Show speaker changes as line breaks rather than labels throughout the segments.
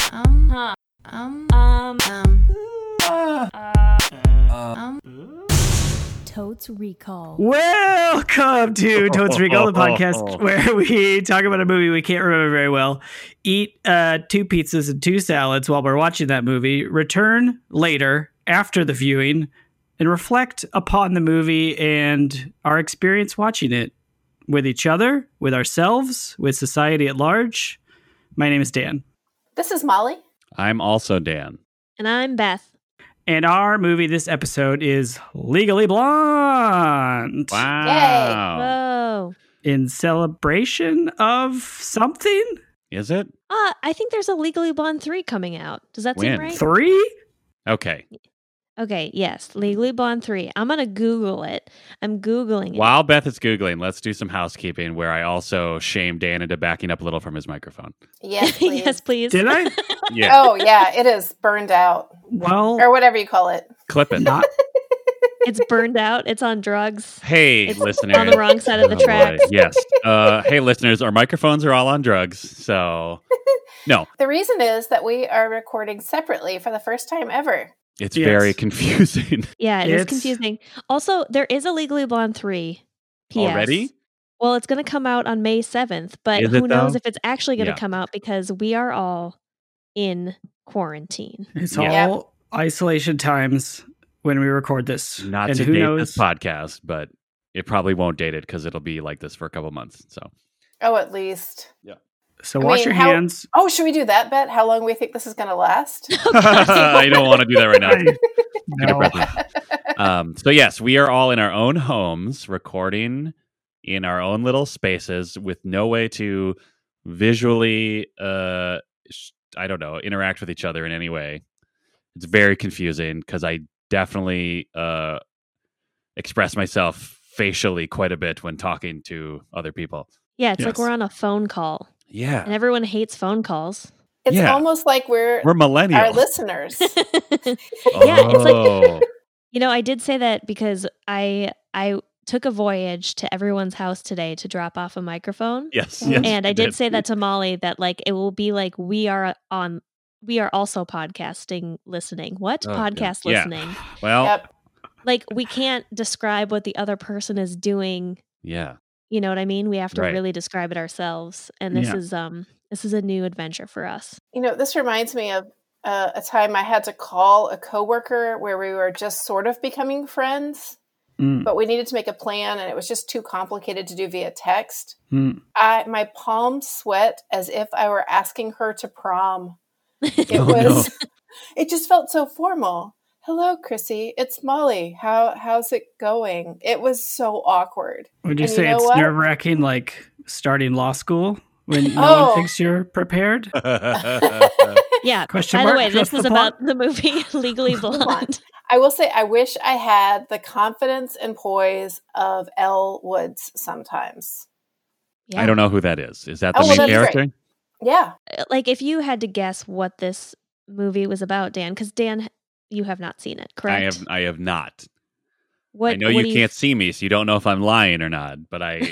Huh.
Um.
Um.
Um.
Totes Recall.
Welcome to Totes Recall, the podcast where we talk about a movie we can't remember very well, eat uh, two pizzas and two salads while we're watching that movie, return later after the viewing, and reflect upon the movie and our experience watching it with each other, with ourselves, with society at large. My name is Dan.
This is Molly.
I'm also Dan.
And I'm Beth.
And our movie this episode is Legally Blonde.
Wow.
Whoa.
in celebration of something?
Is it?
Ah, I think there's a Legally Blonde 3 coming out. Does that
When?
seem right?
Three?
Okay.
okay, yes. Legally Blonde 3. I'm going to Google it. I'm Googling it.
While Beth is Googling, let's do some housekeeping where I also shame Dan into backing up a little from his microphone.
Yes, please.
yes, please.
Did I?
Yeah.
Oh yeah, it is burned out
Well,
or whatever you call it.
Clip it.
not
It's burned out. It's on drugs.
Hey,
It's
listeners.
on the wrong side of the
Oh, boy.
tracks.
yes. Uh, hey, listeners, our microphones are all on drugs. So
The reason is that we are recording separately for the first time ever.
it's
Yes.
very confusing.
Yeah, it is
It's-
confusing. Also, there is a Legally Blonde 3. P.S.
Already?
Well, it's going to come out on May 7th, but
Is it,
who knows
though?
if it's actually going to
Yeah.
come out because we are all in quarantine.
it's
Yeah.
all isolation times when we record this.
Not
and
to
who
date
knows?
this podcast, but it probably won't date it because it'll be like this for a couple months. So
Oh, at least.
So
I
wash
mean,
your
how-
hands.
Oh, should we do that bet? How long we think this is going to last?
Oh,
I don't want to do that right now.
I-
Take a
no.
breath in. um, so yes, we are all in our own homes, recording in our own little spaces with no way to visually, uh, sh- I don't know, interact with each other in any way. It's very confusing because I definitely uh, express myself facially quite a bit when talking to other people.
Yeah, it's like
Yes.
we're on a phone call, and
Yeah,
everyone hates phone calls.
It's
Yeah.
almost like we're,
we're
our
millennials.
listeners.
Yeah, it's like-
Oh.
You know, I did say that because I I took a voyage to everyone's house today to drop off a microphone.
yes,
Mm.
yes,
and I
you
did, say that to Molly that like it will be like we are on we are also podcasting listening. What?
Oh, God.
Podcast
Yeah.
listening.
Well,
Yep.
Like we can't describe what the other person is doing.
yeah,
You know what I mean? We have to
Right.
really describe it ourselves. And this
Yeah.
is um this is a new adventure for us.
You know, this reminds me of uh, a time I had to call a coworker where we were just sort of becoming friends,
Mm,
but we needed to make a plan and it was just too complicated to do via text.
mm.
I my palms sweat as if I were asking her to prom. It
Oh, no.
was it just felt so formal. Hello, Chrissy. It's Molly. How how's it going? It was so awkward.
Would you
And you
say
know
it's
what?
nerve wracking like starting law school when no
Oh.
one thinks you're prepared?
yeah.
Question
By the
mark?
way,
That's
this is
the plot?
about the movie Legally Blonde.
I will say I wish I had the confidence and poise of Elle Woods sometimes.
Yeah.
I don't know who that is. Is that the
Oh,
main
well, that's right.
character?
Yeah.
Like if you had to guess what this movie was about, Dan, because Dan, you have not seen it, correct?
I have I have not.
What?
I know
what
you
do
can't see me, so you don't know if I'm lying or not. But I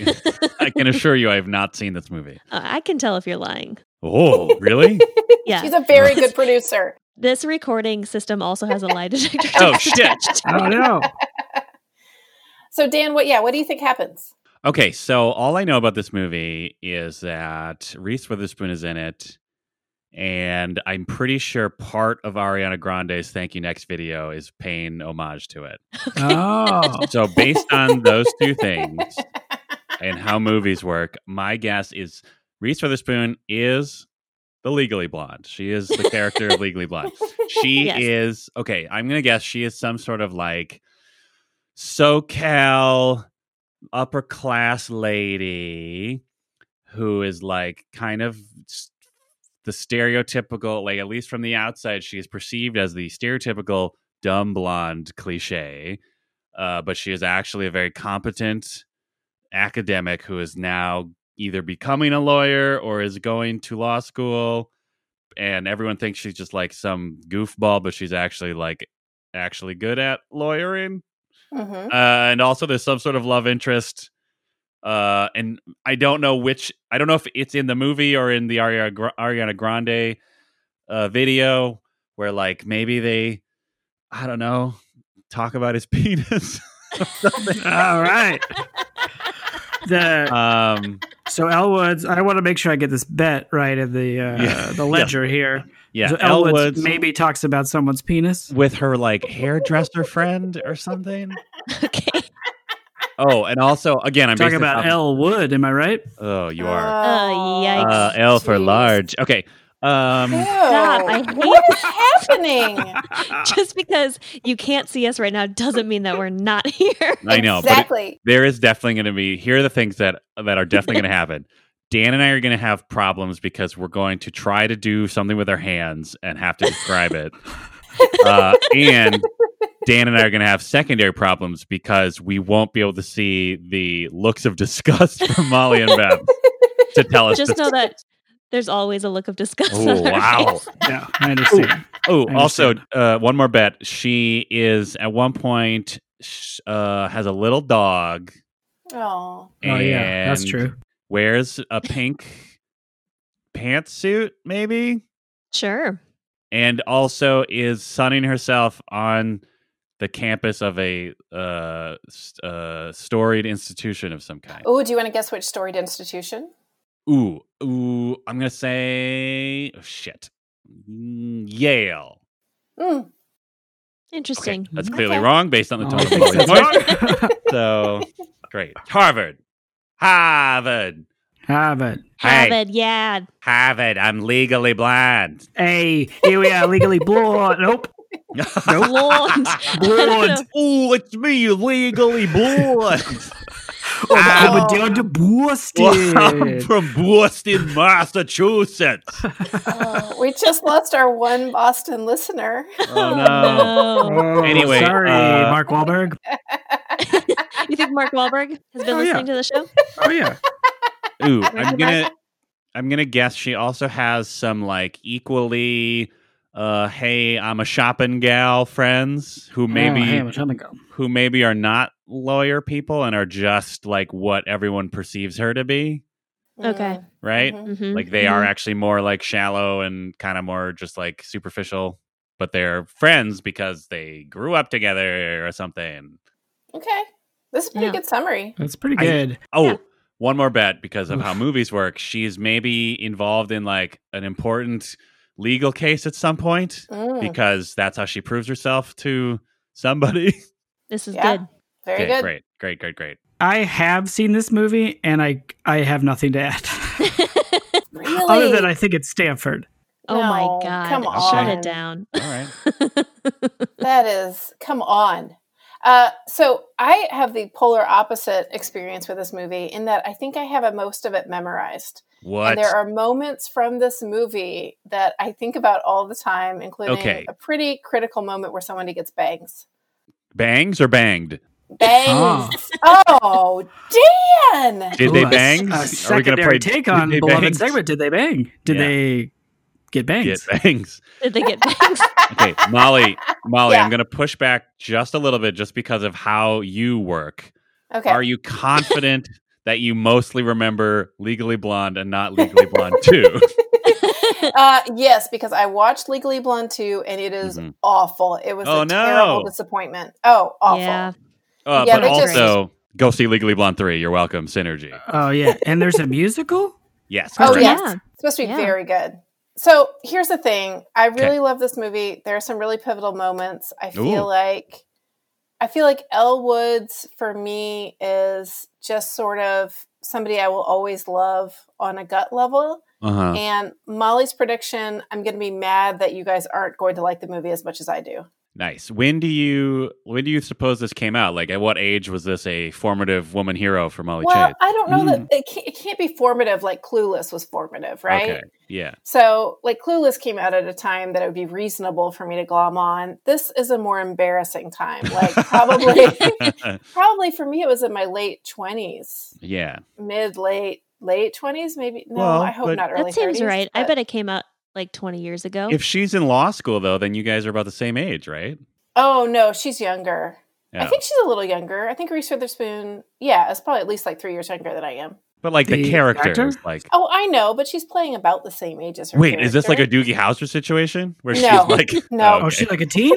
I can assure you, I have not seen this movie.
Uh, I can tell if you're lying.
Oh, really?
Yeah.
She's a very good producer.
This recording system also has a lie detector.
Oh,
test
shit.
attached.
Oh no.
So Dan, what yeah, what do you think happens?
Okay, so all I know about this movie is that Reese Witherspoon is in it, and I'm pretty sure part of Ariana Grande's "Thank You Next" video is paying homage to it.
Oh.
So based on those two things and how movies work, my guess is Reese Witherspoon is the Legally Blonde. She is the character of Legally Blonde. She
Yes.
is okay. I'm gonna guess she is some sort of like SoCal upper class lady who is like kind of s- the stereotypical, like at least from the outside, she is perceived as the stereotypical dumb blonde cliche. Uh, but she is actually a very competent academic who is now either becoming a lawyer or is going to law school. And everyone thinks she's just like some goofball, but she's actually like actually good at lawyering
Mhm.
uh, and also there's some sort of love interest. Uh, and I don't know which. I don't know if it's in the movie or in the Ariana, Gra- Ariana Grande uh, video where like maybe they, I don't know, talk about his penis.
All right. The
um,
so Elwood's. I want to make sure I get this bet right in the uh,
Yeah.
the ledger here.
yeah,
so Elwood's
Elwood's
maybe talks about someone's penis.
with her like hairdresser friend or something.
Okay.
Oh, and also again, I'm
Talk
basing
about
it off-
Elwood. Am I right?
Oh, you are
Uh,
uh,
yikes.
L for
Jeez.
large. Okay.
Oh. Ew.
Um,
Stop, I hate
what is happening?
Ah.
Just because you can't see us right now doesn't mean that we're not here.
I know, but it-
Exactly.
there is definitely going to be here are the things that that are definitely going to happen dan and i are going to have problems because we're going to try to do something with our hands and have to describe it uh, and dan and i are going to have secondary problems because we won't be able to see the looks of disgust from molly and bev to tell us
Just
this-
know that there's always a look of disgust.
oh
on our
wow
face.
Yeah, I understand.
oh
I
also
understand.
uh, one more bet she is at one point sh- uh, has a little dog
Oh.
oh yeah, that's
and
true.
wears a pink pantsuit, maybe,
Sure.
and also is sunning herself on the campus of a uh, s- uh, storied institution of some kind.
Oh, do you want to guess which storied institution?
Ooh, ooh, I'm gonna say oh, shit, Mm, Yale.
Mm.
Okay,
Interesting.
that's clearly
Okay.
wrong based on the
Oh,
tone
I
of
think
Molly's
that's
voice.
wrong.
So great, Harvard, Harvard,
Have it.
Have
Hey.
it. Yeah.
Harvard. I'm legally blind.
Hey, here we are, legally blonde. Nope,
Blonde.
blonde.
Oh, it's me, legally blonde.
I'm
Oh.
down to
I'm
Boston.
from Boston, Massachusetts.
Oh, we just lost our one Boston listener.
Oh no.
No.
Oh,
Anyway,
sorry,
uh,
Mark Wahlberg.
You think Mark Wahlberg has been
Oh, yeah.
listening to the show?
Oh yeah,
Ooh, I'm gonna I'm gonna guess she also has some like equally uh hey, I'm a shopping gal friends who
Oh,
maybe who maybe are not lawyer people and are just like what everyone perceives her to be,
Okay.
right?
Mhm.
Mhm.
Like they are actually more like shallow and kind of more just like superficial, but they're friends because they grew up together or something.
Mm-hmm. Okay. This is a pretty
Yeah.
good summary.
that's pretty
I-
good.
Oh,
Yeah.
one more bet because of how
Oof.
movies work. She's maybe involved in like an important legal case at some point
Mm,
because that's how she proves herself to somebody.
This is
Yeah.
good.
very
Okay,
good.
Great, great, great, great.
I have seen this movie, and I I have nothing to add
Really?
other than I think it's Stanford.
oh my
No,
god.
Come on.
Okay.
Shut it down.
All right.
That is, come on. Uh, so I have the polar opposite experience with this movie in that I think I have a most of it memorized.
What?
And there are moments from this movie that I think about all the time, including
Okay.
a pretty critical moment where somebody gets bangs.
bangs or banged?
Bangs. Oh, Dan!
Did
Ooh,
they
a s-
bang?
A secondary take on
did they
beloved
bangs?
segment. Did they bang? Did
Yeah.
they
Get
get bangs?
bangs.
Did they get bangs?
Okay, Molly, Molly,
Yeah.
I'm going to push back just a little bit just because of how you work.
Okay.
Are you confident that you mostly remember Legally Blonde and not Legally Blonde 2?
uh, yes, because I watched Legally Blonde 2 and it is
Mhm.
awful. It was
Oh,
a
no.
terrible disappointment. Oh, awful.
Yeah.
Uh,
Yeah,
but
they
just-
also, go see Legally Blonde 3. You're welcome, Synergy.
Oh yeah, and there's a musical.
Yes.
Oh,
correct.
yes.
Yeah.
It's supposed to be
Yeah.
very good. So here's the thing. I really love this movie. There are some really pivotal moments. I feel
Ooh.
like I feel like Elle Woods for me is just sort of somebody I will always love on a gut level.
Uh-huh.
And Molly's prediction, I'm gonna be mad that you guys aren't going to like the movie as much as I do.
Nice. When do you when do you suppose this came out? Like at what age was this a formative woman hero for Molly
well,
Chase?
I don't know
Mm.
that it can't, it can't be formative like Clueless was formative, right?
Okay. Yeah.
So, like, Clueless came out at a time that it would be reasonable for me to glom on. This is a more embarrassing time. Like, probably, probably for me, it was in my late twenties,
yeah.
mid late late twenties, maybe. No,
Well,
I hope
but-
not. Early
that seems
30s,
right. I
but-
bet it came out like 20 years ago.
If she's in law school though, then you guys are about the same age, right?
Oh no, she's younger.
Yeah.
I think she's a little younger. I think Reese Witherspoon, yeah, is probably at least like three years younger than I am.
But like the,
The
characters,
actor?
like
Oh, I know, but she's playing about the same age as her.
wait, is this like a
character.
Doogie Howser situation where she's
No.
like
No.
Oh,
okay.
is she like a teen?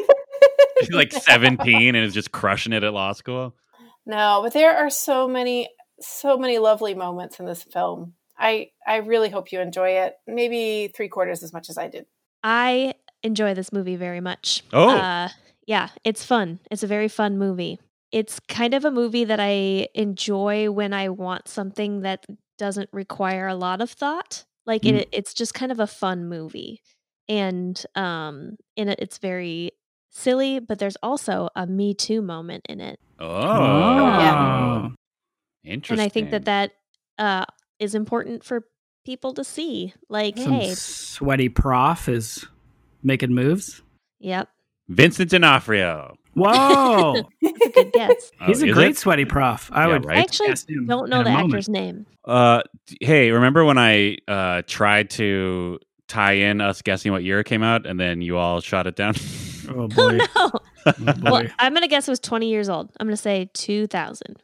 she's like seventeen and is just crushing it at law school?
No, but there are so many, so many lovely moments in this film. I I really hope you enjoy it. Maybe three quarters as much as I did.
I enjoy this movie very much.
Oh.
Uh, yeah, it's fun. It's a very fun movie. It's kind of a movie that I enjoy when I want something that doesn't require a lot of thought. Like
Mm.
it, it's just kind of a fun movie, and um, in it, it's very silly. But there's also a Me Too moment in it,
Oh,
Yeah.
interesting.
and I think that that uh, is important for people to see. Like,
Some
hey,
sweaty prof is making moves.
yep,
Vincent D'Onofrio.
Whoa,
good guess.
Oh,
he's a
is
great
it?
sweaty prof. I
Yeah,
would
right?
I actually
cast him
don't know
in
the
a moment.
actor's name.
Uh, d- hey, remember when I uh tried to tie in us guessing what year it came out, and then you all shot it down?
Oh
Oh
boy.
no!
Oh, boy.
Well, I'm gonna guess it was 20 years old. I'm gonna say 2000.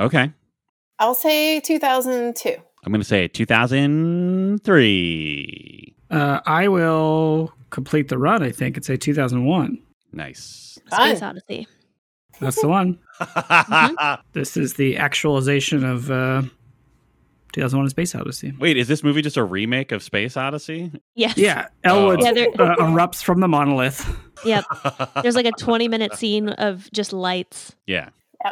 okay,
I'll say 2002.
I'm gonna say 2003.
Uh, I will complete the run. I think and say 2001.
Nice.
Fun.
Space Odyssey.
That's the one.
Mhm.
This is the actualization of uh, 2001: A Space Odyssey.
Wait, is this movie just a remake of Space Odyssey?
Yes.
Yeah,
Oh.
Elwood
Yeah, there,
uh, erupts from the monolith.
yep. There's like a 20 minute scene of just lights.
yeah.
Oh,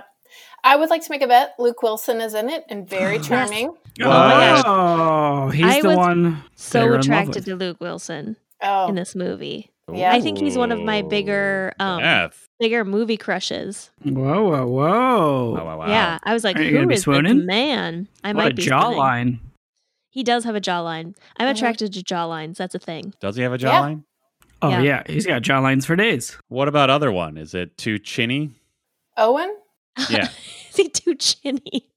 I would like to make a bet. Luke Wilson is in it and very
Yes.
charming.
Oh my gosh.
Oh, he's
I
the
was
one. They
So
were in love
attracted
with-
to Luke Wilson
Oh,
in this movie.
Yeah.
I think he's one of my bigger, um,
Beth.
Bigger movie crushes.
Whoa,
Wow,
whoa, whoa!
Oh, wow, wow.
Yeah. I was like,
Are you
who
gonna be
is this
swooning?
man? I
what a
might be swooning.
jawline.
He does have a jawline. I'm
Mhm.
attracted to jawlines. That's a thing.
Does he have a jawline?
Yeah.
Oh
Yeah.
yeah. he's got jawlines for days.
What about other one? Is it too chinny?
Owen.
Yeah.
is he too chinny?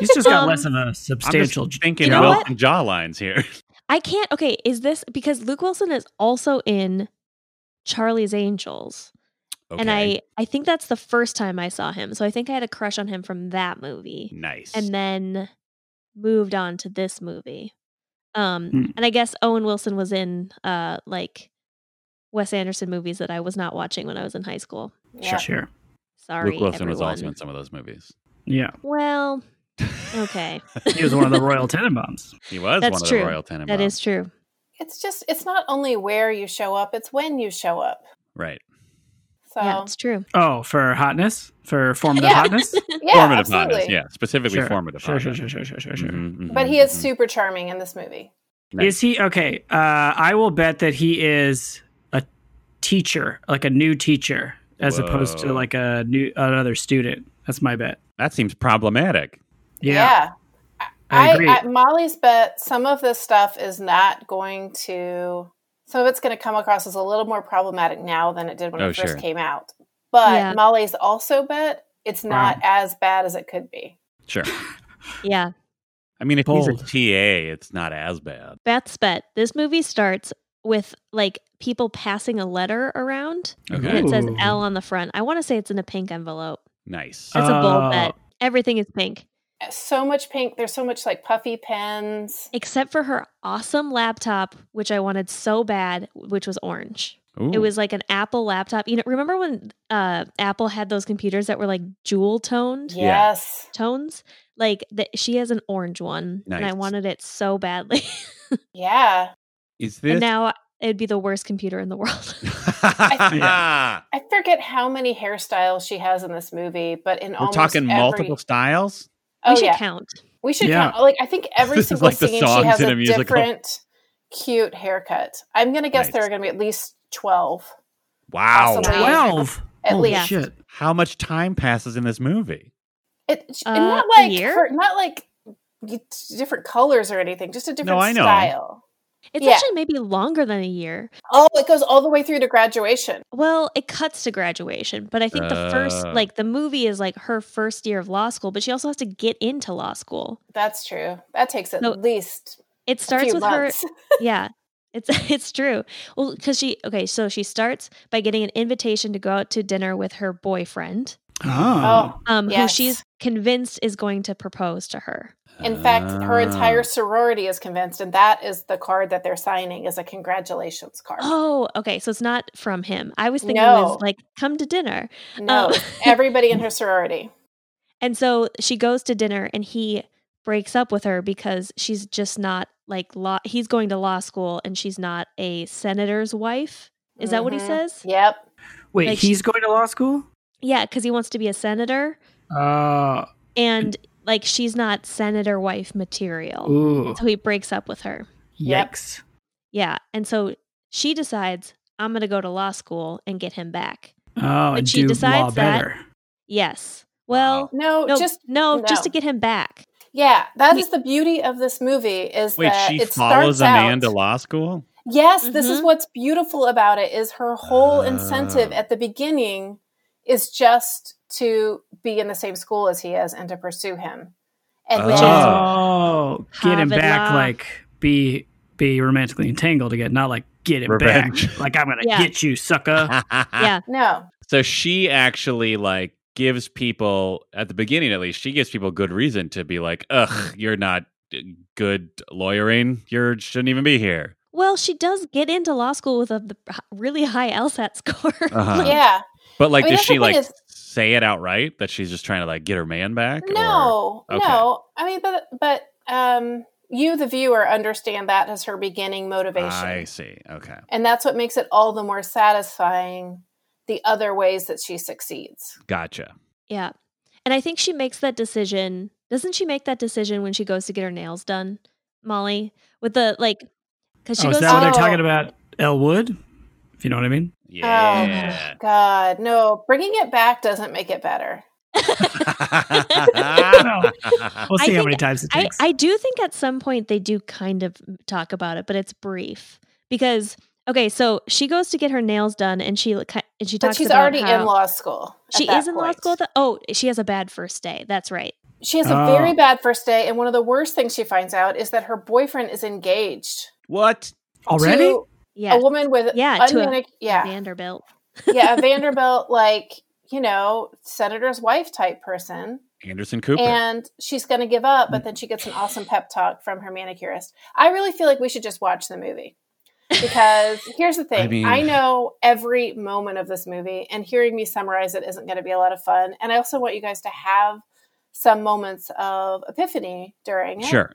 He's just got
Um,
less of a substantial.
I'm just thinking
You know
Wilson jawlines here.
I can't. Okay, is this because Luke Wilson is also in Charlie's Angels, and
Okay.
I I think that's the first time I saw him. So I think I had a crush on him from that movie,
nice.
and then moved on to this movie. Um,
Hmm.
and I guess Owen Wilson was in uh like Wes Anderson movies that I was not watching when I was in high school.
Yeah.
Sure.
Sorry,
Luke Wilson was
everyone.
also in some of those movies.
Yeah,
Well, okay,
he was one of the Royal Tenenbaums.
He was
That's
one of
true.
the Royal Tenenbaums.
that is true.
It's just it's not only where you show up; it's when you show up.
right.
So
Yeah, it's true.
Oh, for hotness, for formative
Yeah.
hotness.
yeah,
formative
absolutely.
hotness. Yeah, specifically
Sure.
formative
Sure, sure,
hotness.
sure, sure, sure, sure, sure.
Mhm, mhm,
But he is
mhm.
super charming in this movie.
Nice.
Is he okay? Uh, I will bet that he is a teacher, like a new teacher, as opposed to
Whoa.
like a new another student. That's my bet.
That seems problematic.
Yeah,
I,
I
I,
agree.
at Molly's bet, some of this stuff is not going to, some of it's going to come across as a little more problematic now than it did when
Oh,
it first
sure.
came out. But
Yeah.
Molly's also bet it's not
Wow.
as bad as it could be.
Sure.
Yeah.
I mean, if he's a
Bold.
TA, it's not as bad.
Beth's bet. This movie starts with like people passing a letter around and
Okay.
it says
Ooh.
L on the front. I want to say it's in a pink envelope.
Nice.
That's a
Oh.
bold bet. Everything is pink
So much pink. There's so much like puffy pens.
except for her awesome laptop, which I wanted so bad, which was orange. It
Ooh.
was like an Apple laptop. You know, remember when uh, Apple had those computers that were like jewel toned
Yeah.
Yes.
tones? Like the, she has an orange one, and I
Nice.
wanted it so badly.
Yeah.
Is
and
this?
now it'd be the worst computer in the world.
I- I forget how many hairstyles she has in this movie, but in
We're
almost
talking
every-
multiple styles.
we
Oh
should
yeah,
count.
we should
Yeah.
count. Like I think every
This is
single
like the
scene she
songs
has
in
a,
a musical.
different cute haircut. I'm gonna guess there
Nice.
are gonna be at least twelve.
Wow.
Awesome.
Twelve.
At
Holy
least
shit!
How much time passes in this movie?
It, sh- and
Uh,
not
a
like
year?
her- not like y- different colors or anything. Just a different
I know.
style.
It's
Yeah.
actually maybe longer than a year.
Oh, it goes all the way through to graduation.
Well, it cuts to graduation, but I think the first,
Oh.
like, the movie is like her first year of law school, but she also has to get into law school.
That's true. That takes at
No,
least
It
a
starts
few
with
months.
her, yeah. It's it's true. Well, because she okay, so she starts by getting an invitation to go out to dinner with her boyfriend,
Oh.
um,
Yes.
who she's convinced is going to propose to her.
Oh, In fact, her entire
Ah.
sorority is convinced, and that is the card that they're signing is a congratulations card.
Oh, okay. So it's not from him. I was thinking it
No.
was like, come to dinner.
no,
Oh.
it's everybody in her sorority.
And so she goes to dinner and he breaks up with her because she's just not like law he's going to law school and she's not a senator's wife. Is that what he
Mhm.
says?
Yep.
Oh. Wait,
Like she-
he's going to law school?
Yeah, cuz he wants to be a senator
Oh.
and like she's not senator wife material.
Ooh.
So he breaks up with her.
Yep.
Yikes.
Yeah, and so she decides I'm going to go to law school and get him back.
Oh,
But
and
she
do law
decides that-
better.
Yes. Well,
No,
no,
Oh, just
no, just
no.
to get him back.
yeah. That
We-
is the beauty of this movie is
Wait,
that
she
Uh, it
follows
starts
a man to
out.
law school?
Yes, this is
Mhm.
what's beautiful about it is her whole incentive
Ah.
at the beginning is just to be in the same school as he is and to pursue him. And
Which is-
then
oh, get him
Harvard
back
law.
like be be romantically entangled again, not like get him
Revenge.
back. Like I'm gonna
Yeah.
get you, sucker.
Ah.
Yeah.
no.
So she actually like gives people at the beginning at least she gives people good reason to be like, "Ugh, you're not uh, good lawyering. You shouldn't even be here."
Well, she does get into law school with a the h- really high LSAT score.
Uh-huh.
Yeah.
But like
I mean,
does
that's
she
the thing
like
is-
say it outright that she's just trying to like get her man back? or-
No,
Okay.
no. I mean, but but um, you, the viewer, understand that as her beginning motivation,
I see. Okay.
and that's what makes it all the more satisfying. The other ways that she succeeds.
Gotcha.
yeah. And I think she makes that decision. Doesn't she make that decision when she goes to get her nails done, Molly? With the like, because she
oh, is
goes
that what
to
they're
Oh.
talking about? El Wood? If you know what I mean?
Yeah.
Oh God, no! Bringing it back doesn't make it better. Um,
We'll
I
see how
think
many times it
I,
takes.
I do think at some point they do kind of talk about it, but it's brief because okay, so she goes to get her nails done and she li- ki- and she
But
talks
she's
about
already
how
in law school. at
She
that
is in law
point.
school. Th- oh, she has a bad first day. That's right.
She has a
Oh.
very bad first day, and one of the worst things she finds out is that her boyfriend is engaged
what?
Already?
to
Yeah,
a woman with
Yeah, to a-
unmanic- yeah,
Vanderbilt.
yeah, a Vanderbilt, like, you know, senator's wife type person.
Anderson Cooper.
And she's going to give up,
Mm.
but then she gets an awesome pep talk from her manicurist. I really feel like we should just watch the movie because here's the thing I,
mean-
know every moment of this movie, and hearing me summarize it isn't going to be a lot of fun. And I also want you guys to have some moments of epiphany during it.
Sure.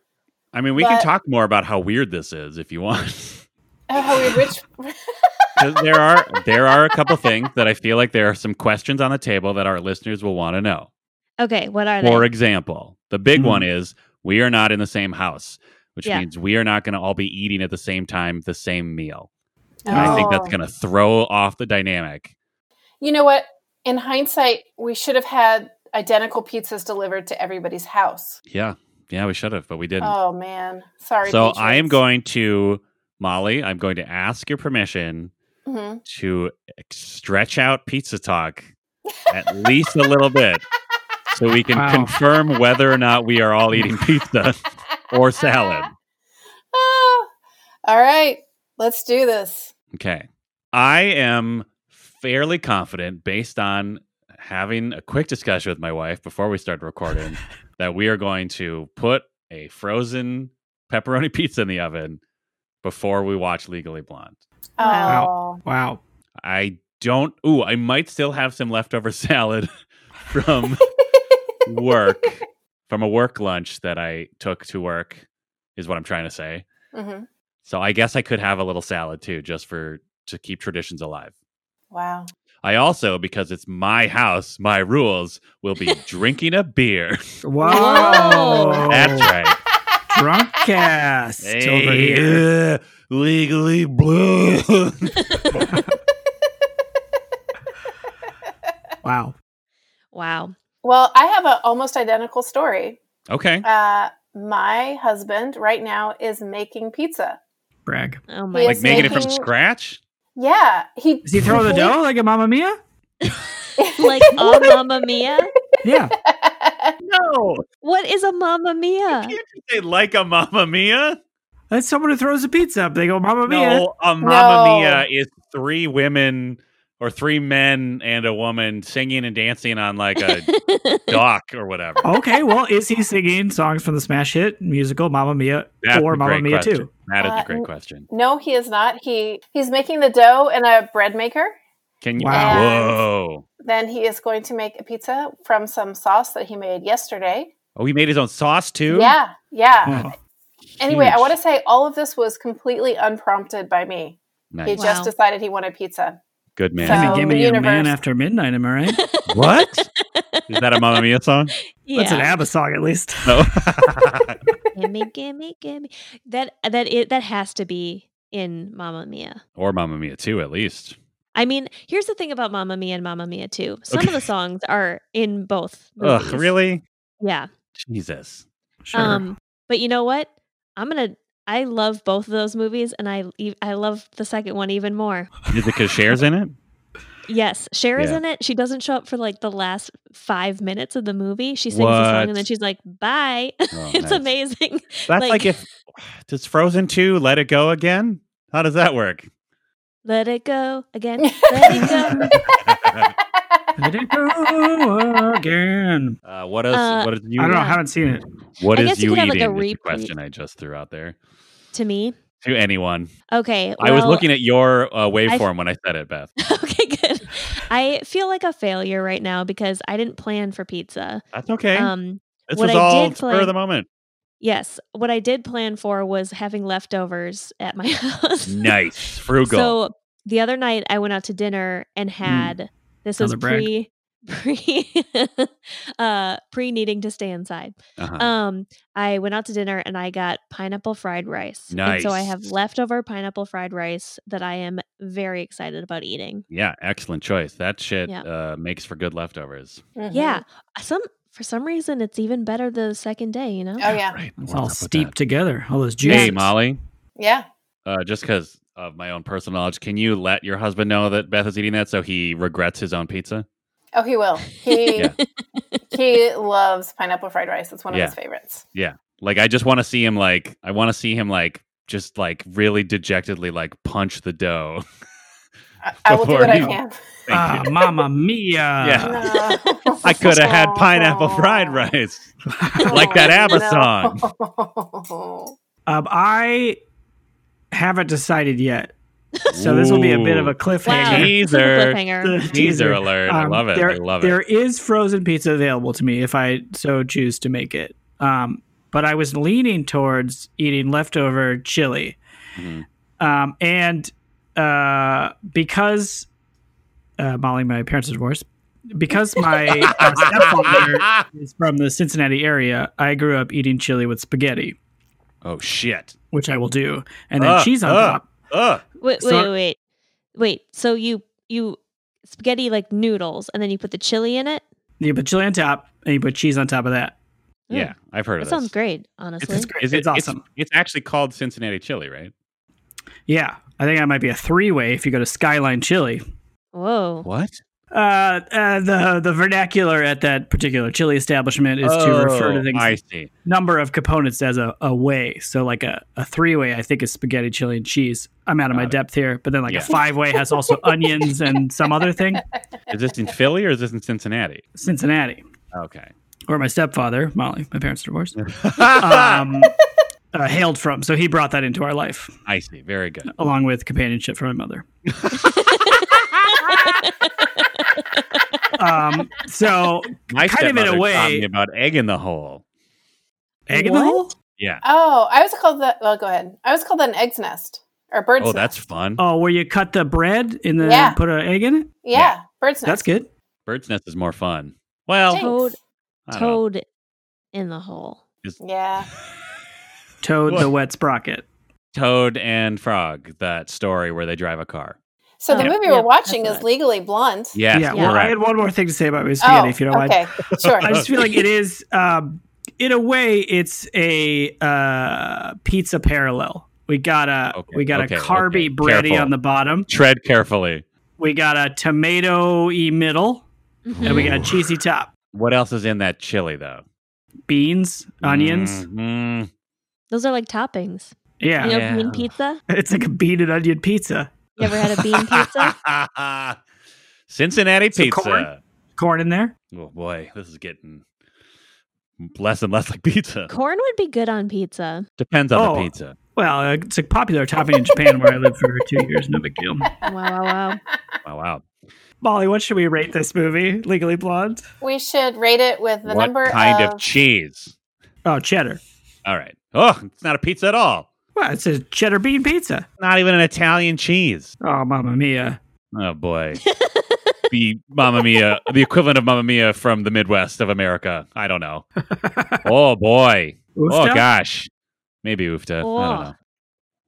I mean, we can
But-
talk more about how weird this is if you want.
Oh, how weird. Which,
'Cause there are there are a couple things that I feel like there are some questions on the table that our listeners will want to know.
Okay, what are
For
they?
example, the big
Mhm.
one is we are not in the same house, which
Yeah.
means we are not going to all be eating at the same time the same meal. And
I
I think that's
Oh.
going to throw off the dynamic.
You know what? In hindsight, we should have had identical pizzas delivered to everybody's house.
Yeah. Yeah, we should have, but we didn't.
Oh man, sorry.
so I am
Patriots.
going to Molly, I'm going to ask your permission
Mhm.
to stretch out pizza talk at least a little bit so we can
Wow.
confirm whether or not we are all eating pizza or salad.
Ah. all right, let's do this.
Okay. I am fairly confident based on having a quick discussion with my wife before we start recording that we are going to put a frozen pepperoni pizza in the oven before we watch Legally Blonde.
Wow.
Oh,
wow.
I don't. Ooh, I might still have some leftover salad from work, from a work lunch that I took to work, is what I'm trying to say.
hmm
So I guess I could have a little salad too, just for to keep traditions alive.
wow.
I also, because it's my house, my rules will be drinking a beer.
Wow.
That's right.
Drunk cast Oh, over
Hey,
here.
uh, legally blue.
Wow.
Wow.
Well, I have an almost identical story.
okay.
Uh, my husband right now is making pizza.
Brag.
Oh
He
my.
Like
is
making it from
making-
scratch.
Yeah, he
Is he throwing the dough like a Mamma Mia?
like oh, Mamma Mia.
Yeah.
No,
What is a Mamma Mia?
can't you say like a Mamma Mia?
That's someone who throws a pizza up. They go, Mamma Mia.
No, a Mamma
No.
Mia is three women or three men and a woman singing and dancing on like a dock or whatever.
Okay, well, is he singing songs from the smash hit musical Mamma Mia
That's
or
a
Mamma
great
Mia
question.
2?
That is
Uh,
a great
n-
question.
No, he is not. He he's making the dough in a bread maker.
Can you?
Wow.
Whoa!
Then he is going to make a pizza from some sauce that he made yesterday.
Oh, he made his own sauce too.
Yeah, yeah.
Huh.
Anyway, I
Huge.
want to say all of this was completely unprompted by me.
Nice.
He just
Wow.
decided he wanted pizza.
Good man.
Gimme,
So,
gimme
the
a man
universe-
after midnight, am I right?
what? Is that a Mamma Mia song?
yeah.
That's an ABBA song, at least.
No.
gimme, gimme, gimme. That uh, that it that has to be in Mamma Mia.
or Mamma Mia 2 at least.
I mean, here's the thing about Mamma Mia and Mamma Mia too. Some of
Okay.
the songs are in both.
Ugh,
movies.
really?
Yeah.
Jesus.
Sure.
Um, but you know what? I'm gonna. I love both of those movies, and I e- I love the second one even more.
Is it because Cher's in it?
Yes, Cher is
Yeah.
in it. She doesn't show up for like the last five minutes of the movie. She sings the song
What?
and then she's like, "Bye."
Oh,
it's
nice.
amazing.
That's like,
like-
if does Frozen 2 let it go again? How does that work?
Let it go again. Let it go.
Let it go again.
Uh, what else?
Uh,
what is you?
I don't know.
Yeah.
I haven't seen it.
What
I
is
guess you
you
could have,
eating?
like, a
is the
repeat.
question I just threw out there
to me,
to anyone.
okay.
I was
well-
looking at your uh, waveform when I said it, Beth.
Okay, good. I feel like a failure right now because I didn't plan for pizza.
That's okay.
Um,
this
what
was
I
all
did
spur
play-
of the moment.
yes, what I did plan for was having leftovers at my house.
Nice, frugal. Mm,
So the other night I went out to dinner and had this was
Another brag.
pre pre uh pre needing to stay inside.
uh-huh.
Um I went out to dinner and I got pineapple fried rice. And so I have
Nice.
leftover pineapple fried rice that I am very excited about eating.
yeah, excellent choice. That shit
yeah.
uh, makes for good leftovers.
Mhm.
Yeah. uh, Some for some reason it's even better the second day, you know?
Oh yeah.
Right.
It's
what's
all
up with that?
steeped together. All those juices.
Hey, Molly.
Yeah.
uh, just because of my own personal knowledge, can you let your husband know that Beth is eating that so he regrets his own pizza?
Oh, he will. He
Yeah.
he loves pineapple fried rice. It's one of
Yeah.
his favorites.
Like, I just want to see him like I want to see him like just like really dejectedly like punch the dough.
I, I will do
Before
what I
you-
can.
Thank
Ah,
you.
Mamma Mia.
Yeah.
No.
I could have had pineapple fried rice. like that ABBA
song.
Um, I haven't decided yet. So this will be a bit of a
Ooh.
Wow.
cliffhanger.
this is a
Teaser.
cliffhanger.
teaser alert. I
Um,
love it.
There,
I love
there
it.
is frozen pizza available to me if I so choose to make it. Um, but I was leaning towards eating leftover chili.
Mhm.
Um, and uh, because uh, Molly, my parents are divorced, because my uh, stepfather is from the Cincinnati area, I grew up eating chili with spaghetti,
oh shit.
which I will do, and then
Ugh,
cheese on
ugh.
top.
Ugh.
Wait,
So-
wait, wait, wait. So you you spaghetti like noodles, and then you put the chili in it.
You put chili on top, and you put cheese on top of that.
Mm.
Yeah, I've heard
that
of
sounds
this.
great. Honestly,
It's great.
Is
it's awesome.
It's, actually called Cincinnati chili, right?
Yeah, I think that might be a three way if you go to Skyline Chili.
whoa.
What?
Uh, uh, the the vernacular at that particular chili establishment is to refer to
Oh,
things
I see.
number of components as a, a way. So like a, a three way, I think is spaghetti, chili, and cheese. I'm out of my
Got it.
depth here. But then like
Yeah.
a five way has also onions and some other thing.
Is this in Philly or is this in Cincinnati?
Cincinnati,
Okay.
or my stepfather, Molly, my parents are divorced, um, uh, hailed from. So he brought that into our life
I see. Very good.
along with companionship from my mother. um, so
My
Kind of in a
stepmother taught
way-
me about egg in the hole.
egg in the
What?
hole?
Yeah.
Oh, I was called that. Well, go ahead. I was called that an egg's nest or bird's
Oh,
nest.
that's fun.
Oh, where you cut the bread and then
Yeah.
put an egg in it?
yeah,
yeah.
bird's nest.
That's good.
Bird's nest is more fun. Well,
Thanks.
Toad,
I don't know.
toad in the hole.
Yeah,
Toad the
What?
wet sprocket.
Toad and Frog, that story where they drive a car.
so the
Oh,
movie
yeah,
we're watching
that's
is
right.
Legally Blonde.
Yes,
yeah.
yeah,
Well, I
correct.
had one more thing to say about my
Oh,
spaghetti, if you don't mind.
okay, sure.
I just feel like it is, um, in a way, it's a uh, pizza parallel. We got a
Okay,
we got
okay,
a carby
okay.
bready
Careful.
on the bottom.
Tread carefully.
We got a tomato y middle,
Mm-hmm.
and we got a
Ooh.
cheesy top.
What else is in that chili, though?
Beans, onions.
Mhm.
Those are like toppings.
Yeah,
you know,
Yeah.
bean pizza.
it's like a bean and onion pizza.
You ever had a bean pizza?
Cincinnati
So
pizza.
corn? Corn in there?
Oh boy, this is getting less and less like pizza.
Corn would be good on pizza.
Depends on the
Oh.
pizza.
Well, uh, it's a popular topping in Japan where I lived for two years. No big deal.
Wow, wow, wow.
Oh wow.
Molly, what should we rate this movie? Legally Blonde?
We should rate it with the
what
number
kind
of,
of cheese?
Oh, cheddar.
All right. Oh, it's not a pizza at all.
Well, it's a cheddar bean pizza.
Not even an Italian cheese.
Oh, mamma mia.
Oh boy. the Mamma Mia, the equivalent of Mamma Mia from the Midwest of America. I don't know. Oh boy. Oh
Oofta?
gosh. Maybe oofta. I don't
Oh.
know.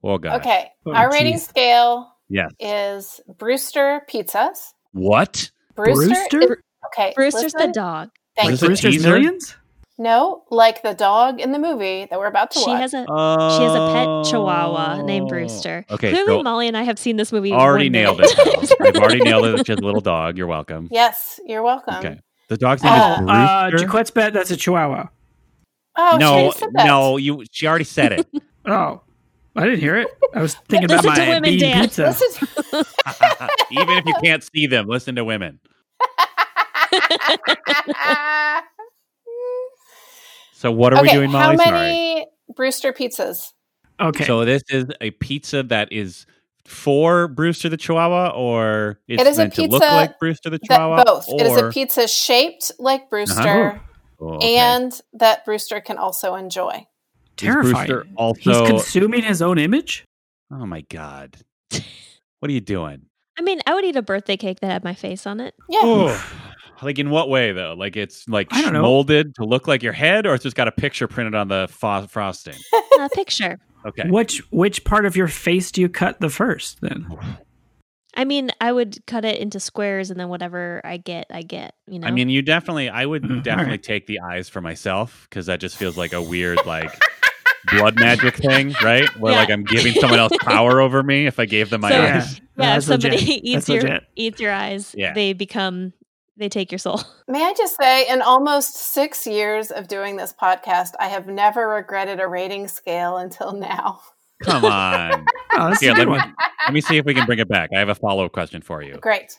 Oh gosh.
Okay.
Oh,
Our rating
geez.
scale
Yes.
is Brewster Pizzas.
What?
Brewster.
Brewster?
is- okay.
Brewster's the
listen.
dog.
Thank
Is
Like
you.
it
Brewster's
teaser?
Millions?
No, like the dog in the movie that we're about to
She
watch.
has a
Oh.
she has a pet chihuahua named Brewster.
Okay,
Clearly,
so
Molly and I have seen this movie.
Oh. already
one
nailed
minute.
it. I've already nailed it. It's just a little dog. You're welcome.
yes, you're welcome.
Okay. The dog's name
Oh,
is Brewster.
Uh, Jaquette's bet, that's a chihuahua.
Oh, she
no,
just said that.
no, you. She already said it.
Oh, I didn't hear it. I was thinking about
Listen
my
to women,
bean
Dan.
pizza.
This is-
Even if you can't see them, listen to women. So what are we
okay,
doing,
how
Molly? Sorry.
many Brewster pizzas?
Okay,
So this is a pizza that is for Brewster the Chihuahua, or it's
It is a
meant to look
pizza
like Brewster the Chihuahua.
That both.
Or,
It is a pizza shaped like Brewster
Oh, okay.
and that Brewster can also enjoy.
Is
terrifying.
Brewster also.
He's consuming his own image.
oh my god! What are you doing?
I mean, I would eat a birthday cake that had my face on it.
Yeah.
Like in what way though? Like it's like
I don't know.
molded to look like your head, or it's just got a picture printed on the fo- frosting.
A picture.
Okay.
Which which part of your face do you cut the first? Then
I mean, I would cut it into squares, and then whatever I get, I get. You know.
I mean, you definitely. I would
Mm, all
definitely
right.
take the eyes for myself because that just feels like a weird like blood magic thing, right? Where
Yeah.
like I'm giving someone else power over me if I gave them my
So-
eyes.
yeah. If
that's legit.
somebody
That's
eats your
legit.
eats your eyes,
Yeah.
they become they take your soul.
May I just say, in almost six years of doing this podcast, I have never regretted a rating scale until now.
Come on.
Oh, that's
Here,
a good
let me-
one.
Let me see if we can bring it back. I have a follow up question for you.
Great.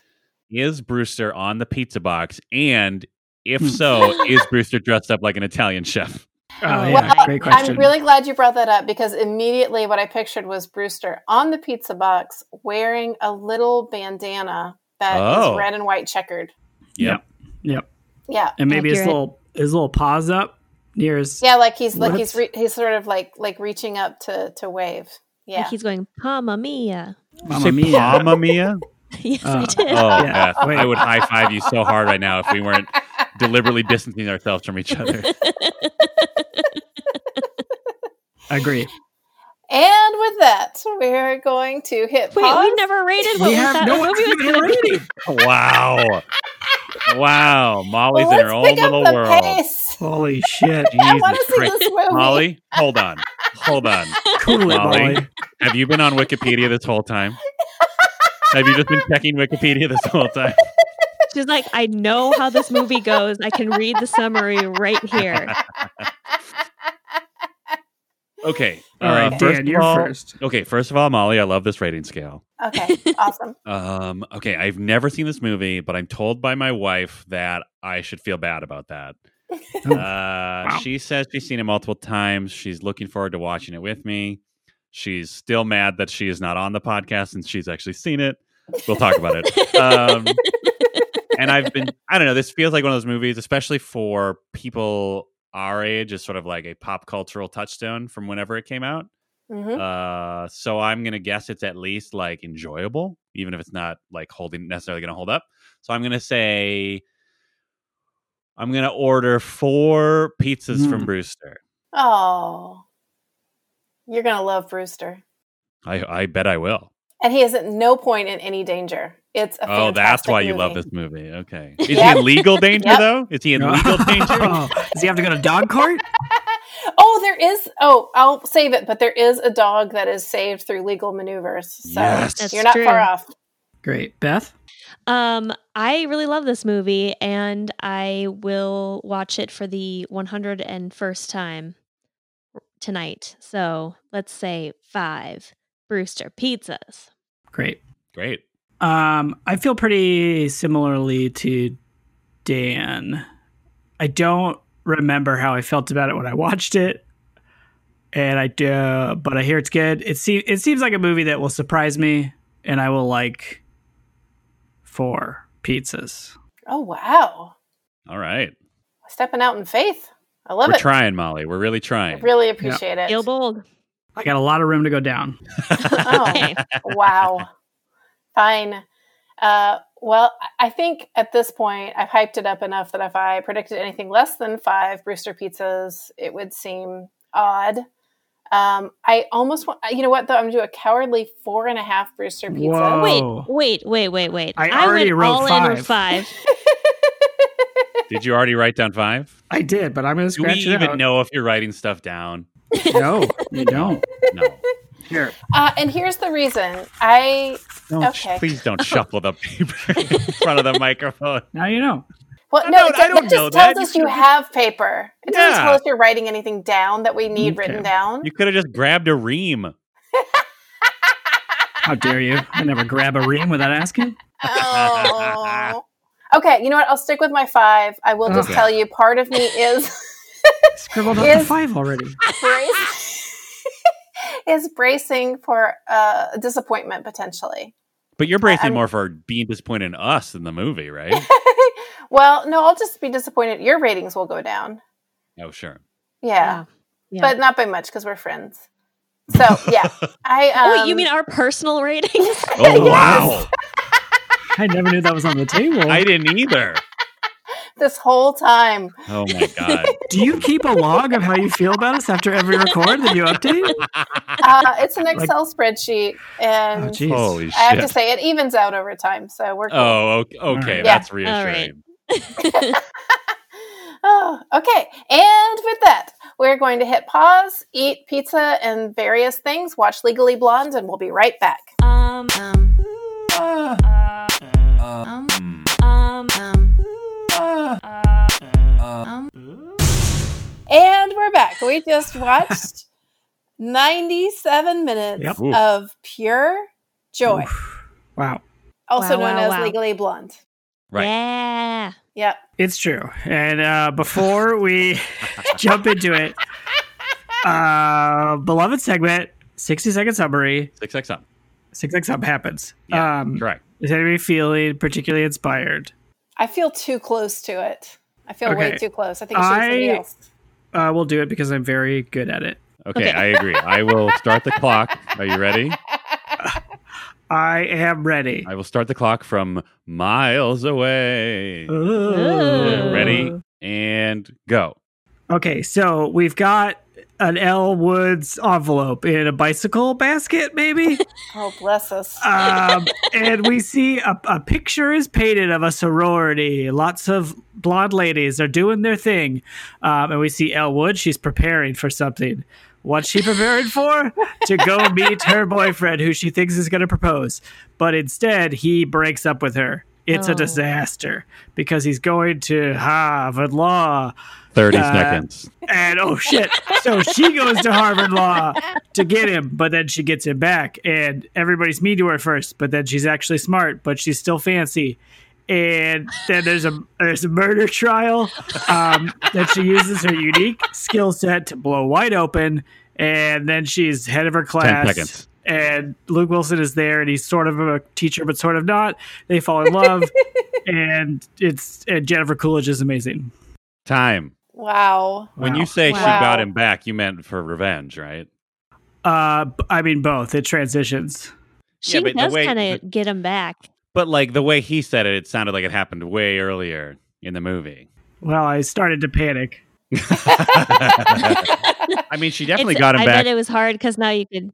Is Brewster on the pizza box? And if
Hmm.
so, is Brewster dressed up like an Italian chef?
Oh, yeah,
Well,
great question.
I'm really glad you brought that up because immediately what I pictured was Brewster on the pizza box wearing a little bandana that is
Oh.
red and white checkered.
Yep. Yep.
Yeah.
And maybe his
Accurate.
little his little paws up near his.
Yeah, like he's like he's
What's-
re- he's sort of like like reaching up to to wave. Yeah.
Like he's going, Mamma Mia.
Mamma
Say
mia.
Mamma Mia?
yes,
Uh,
I did.
Oh,
Yeah.
yeah.
Wait.
I would high five you so hard right now if we weren't deliberately distancing ourselves from each other.
Agree.
And with that, we're going to hit
Wait,
pause.
we never rated what
we
we
have
thought
no
the movie was
even
gonna be.
rating.
Wow. Wow. Molly's
Well,
in her
let's
own
pick up
little
the
world.
pace.
Holy shit!
I want
Jesus
to see
Christ.
this movie.
Molly, hold on. Hold on.
Cool it,
Molly.
Molly.
Have you been on Wikipedia this whole time? Have you just been checking Wikipedia this whole time?
She's like, I know how this movie goes. I can read the summary right here.
Okay. All right.
Uh,
first
Dan,
of
you're
all-
first.
Okay. First of all, Molly, I love this rating scale.
Okay, awesome.
Um, okay. I've never seen this movie, but I'm told by my wife that I should feel bad about that. Uh, She says she's seen it multiple times. She's looking forward to watching it with me. She's still mad that she is not on the podcast since she's actually seen it. We'll talk about it. um, and I've been, I don't know, this feels like one of those movies, especially for people our age, is sort of like a pop cultural touchstone from whenever it came out.
hmm
Uh, so I'm going to guess it's at least like enjoyable, even if it's not like holding necessarily going to hold up. So I'm going to say, I'm going to order four pizzas from
Mm.
Brewster.
Oh, you're gonna love Brewster,
I, I bet I will.
and he is at no point in any danger. It's a
Oh, that's
fantastic
why you love
movie.
this movie. Okay. Is
Yep.
he in legal danger,
Yep.
though? Is he in legal danger?
Does he have to go to dog court?
oh, there is. Oh, I'll save it, but there is a dog that is saved through legal maneuvers. So
Yes.
That's
you're not
true.
far off.
Great, Beth.
Um, I really love this movie and I will watch it for the 101st time tonight. So let's say five Brewster pizzas.
Great.
Great.
Um, I feel pretty similarly to Dan. I don't remember how I felt about it when I watched it, and I do, but I hear it's good. It seems it seems like a movie that will surprise me, and I will like four pizzas.
Oh wow!
All right.
Stepping out in faith. I love
We're
it.
trying, Molly. We're really
I
trying.
really appreciate it.
Feel bold.
I got a lot of room to go down.
Oh,
Okay.
wow. Fine. Uh, well, I- I think at this point I've hyped it up enough that if I predicted anything less than five Brewster pizzas, it would seem odd. Um, I almost want, you know what, though? I'm going to do a cowardly four and a half Brewster pizza.
Whoa. Oh.
Wait, wait, wait, wait, wait.
I already
went
wrote
all in with five.
Did you already write down five?
I did, but I'm gonna
Do we
scratch it
even
out.
know if you're writing stuff down?
No, you don't.
No.
Here,
Uh, and here's the reason I,
Don't sh-
Okay.
please don't shuffle the paper in front of the microphone.
now you know.
well,
I'm
no,
not-
it,
I don't
it just
know
tells
that. You
us you
should've-
have paper. It doesn't
Yeah.
tell us you're writing anything down that we need written
Okay.
down.
You could have just grabbed a ream.
How dare you? I never grab a ream without asking.
Oh. Okay, you know what? I'll stick with my five. I will just
Okay.
tell you, part of me is
Scribbled up to
Is-
five already.
brace- is bracing for uh, disappointment potentially.
But you're bracing
I'm-
more for being disappointed in us than the movie, right?
well, no, I'll just be disappointed. Your ratings will go down.
oh, sure.
Yeah,
Yeah.
but not by much because we're friends. So yeah, I. Um,
Oh, wait, you mean our personal ratings?
Oh, wow.
I never knew that was on the table.
I didn't either.
this whole time?
Oh, my God.
Do you keep a log of how you feel about us after every record that you update?
Uh, it's an
Like-
Excel spreadsheet,
Oh,
and
jeez.
Holy
I have
shit.
to say it evens out over time. So we're. cool.
Oh, okay. okay,
Yeah.
That's
right.
reassuring.
Oh, okay. And with that, we're going to hit pause, eat pizza and various things, watch Legally Blonde, and we'll be right back.
um,
Um, um,
Hmm.
um,
um, um,
And we're back. We just watched 97 minutes
Yep.
Ooh.
of pure joy,
Wow.
also
Wow,
known
wow,
as
wow.
Legally Blonde.
Right.
yeah.
Yep.
It's true. And uh, before we jump into it, uh, beloved segment, 60 second summary,
Six X up.
6x up happens.
Yeah,
um,
Correct.
is anybody feeling particularly inspired?
I feel too close to it. I feel way
Okay.
too close. I think it should be somebody
I-
else.
Uh, we'll do it because I'm very good at it.
Okay,
Okay.
I agree. I will start the clock. Are you ready?
I am ready.
I will start the clock from miles away.
Uh. Ooh.
Ready and go.
Okay, so we've got an L Woods envelope in a bicycle basket, maybe?
Oh, bless us.
um, and we see a, a picture is painted of a sorority. Lots of blonde ladies are doing their thing. Um, and we see Elle Wood. She's preparing for something. What's she preparing for? to go meet her boyfriend who she thinks is going to propose. But instead, he breaks up with her. It's
Oh.
a disaster because he's going to Harvard Law.
30
Uh,
seconds.
And oh shit. So she goes to Harvard Law to get him, but then she gets him back. And everybody's mean to her first, but then she's actually smart, but she's still fancy. And then there's a there's a murder trial um, that she uses her unique skill set to blow wide open. And then she's head of her class.
seconds.
And Luke Wilson is there, and he's sort of a teacher, but sort of not. They fall in love, and it's and Jennifer Coolidge is amazing.
Time.
wow.
When
Wow.
you say she
Wow.
got him back, you meant for revenge, right?
Uh, b- I mean both. It transitions.
She
but the
does
way-
kind of get him back.
But like the way he said it, it sounded like it happened way earlier in the movie.
Well, I started to panic.
I mean, she definitely
It's-
got him
I
back.
bet it was hard because now you could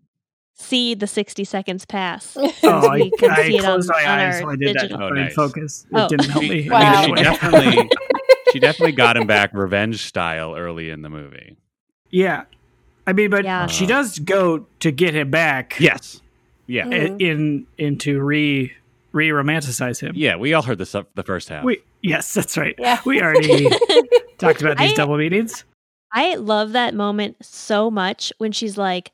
see the 60 seconds pass.
Oh, I,
We could
I
see it on-
closed my
on
eyes
our
when I did
digital.
that.
Oh,
I didn't
nice.
focus. It
Oh.
didn't help me.
She, I mean, she
Wow.
definitely, she definitely got him back revenge style early in the movie.
yeah. I mean, but
Yeah.
she does go to get him back.
Yes. Yeah.
i-
Mm.
In in to re re romanticize him.
Yeah. We all heard this up the first half.
We yes, that's right.
Yeah.
We already talked about these
I-
double meanings.
I love that moment so much when she's like,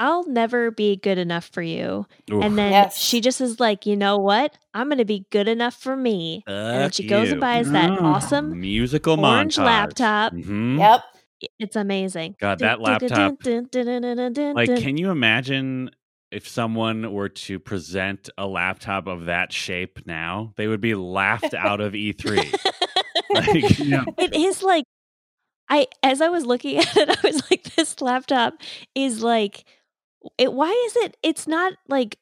I'll never be good enough for you.
Oof.
And then
Yes.
she just is like, you know what? I'm going to be good enough for me. and then
Fuck
she goes and
you.
buys that
Mm.
awesome
musical
orange
montage.
laptop.
Mhm.
Yep.
It's amazing.
God, that laptop. Like, can you imagine if someone were to present a laptop of that shape now? They would be laughed out of E3. Like,
Yeah.
it is like i as i was looking at it i was like this laptop is like it why is it it's not like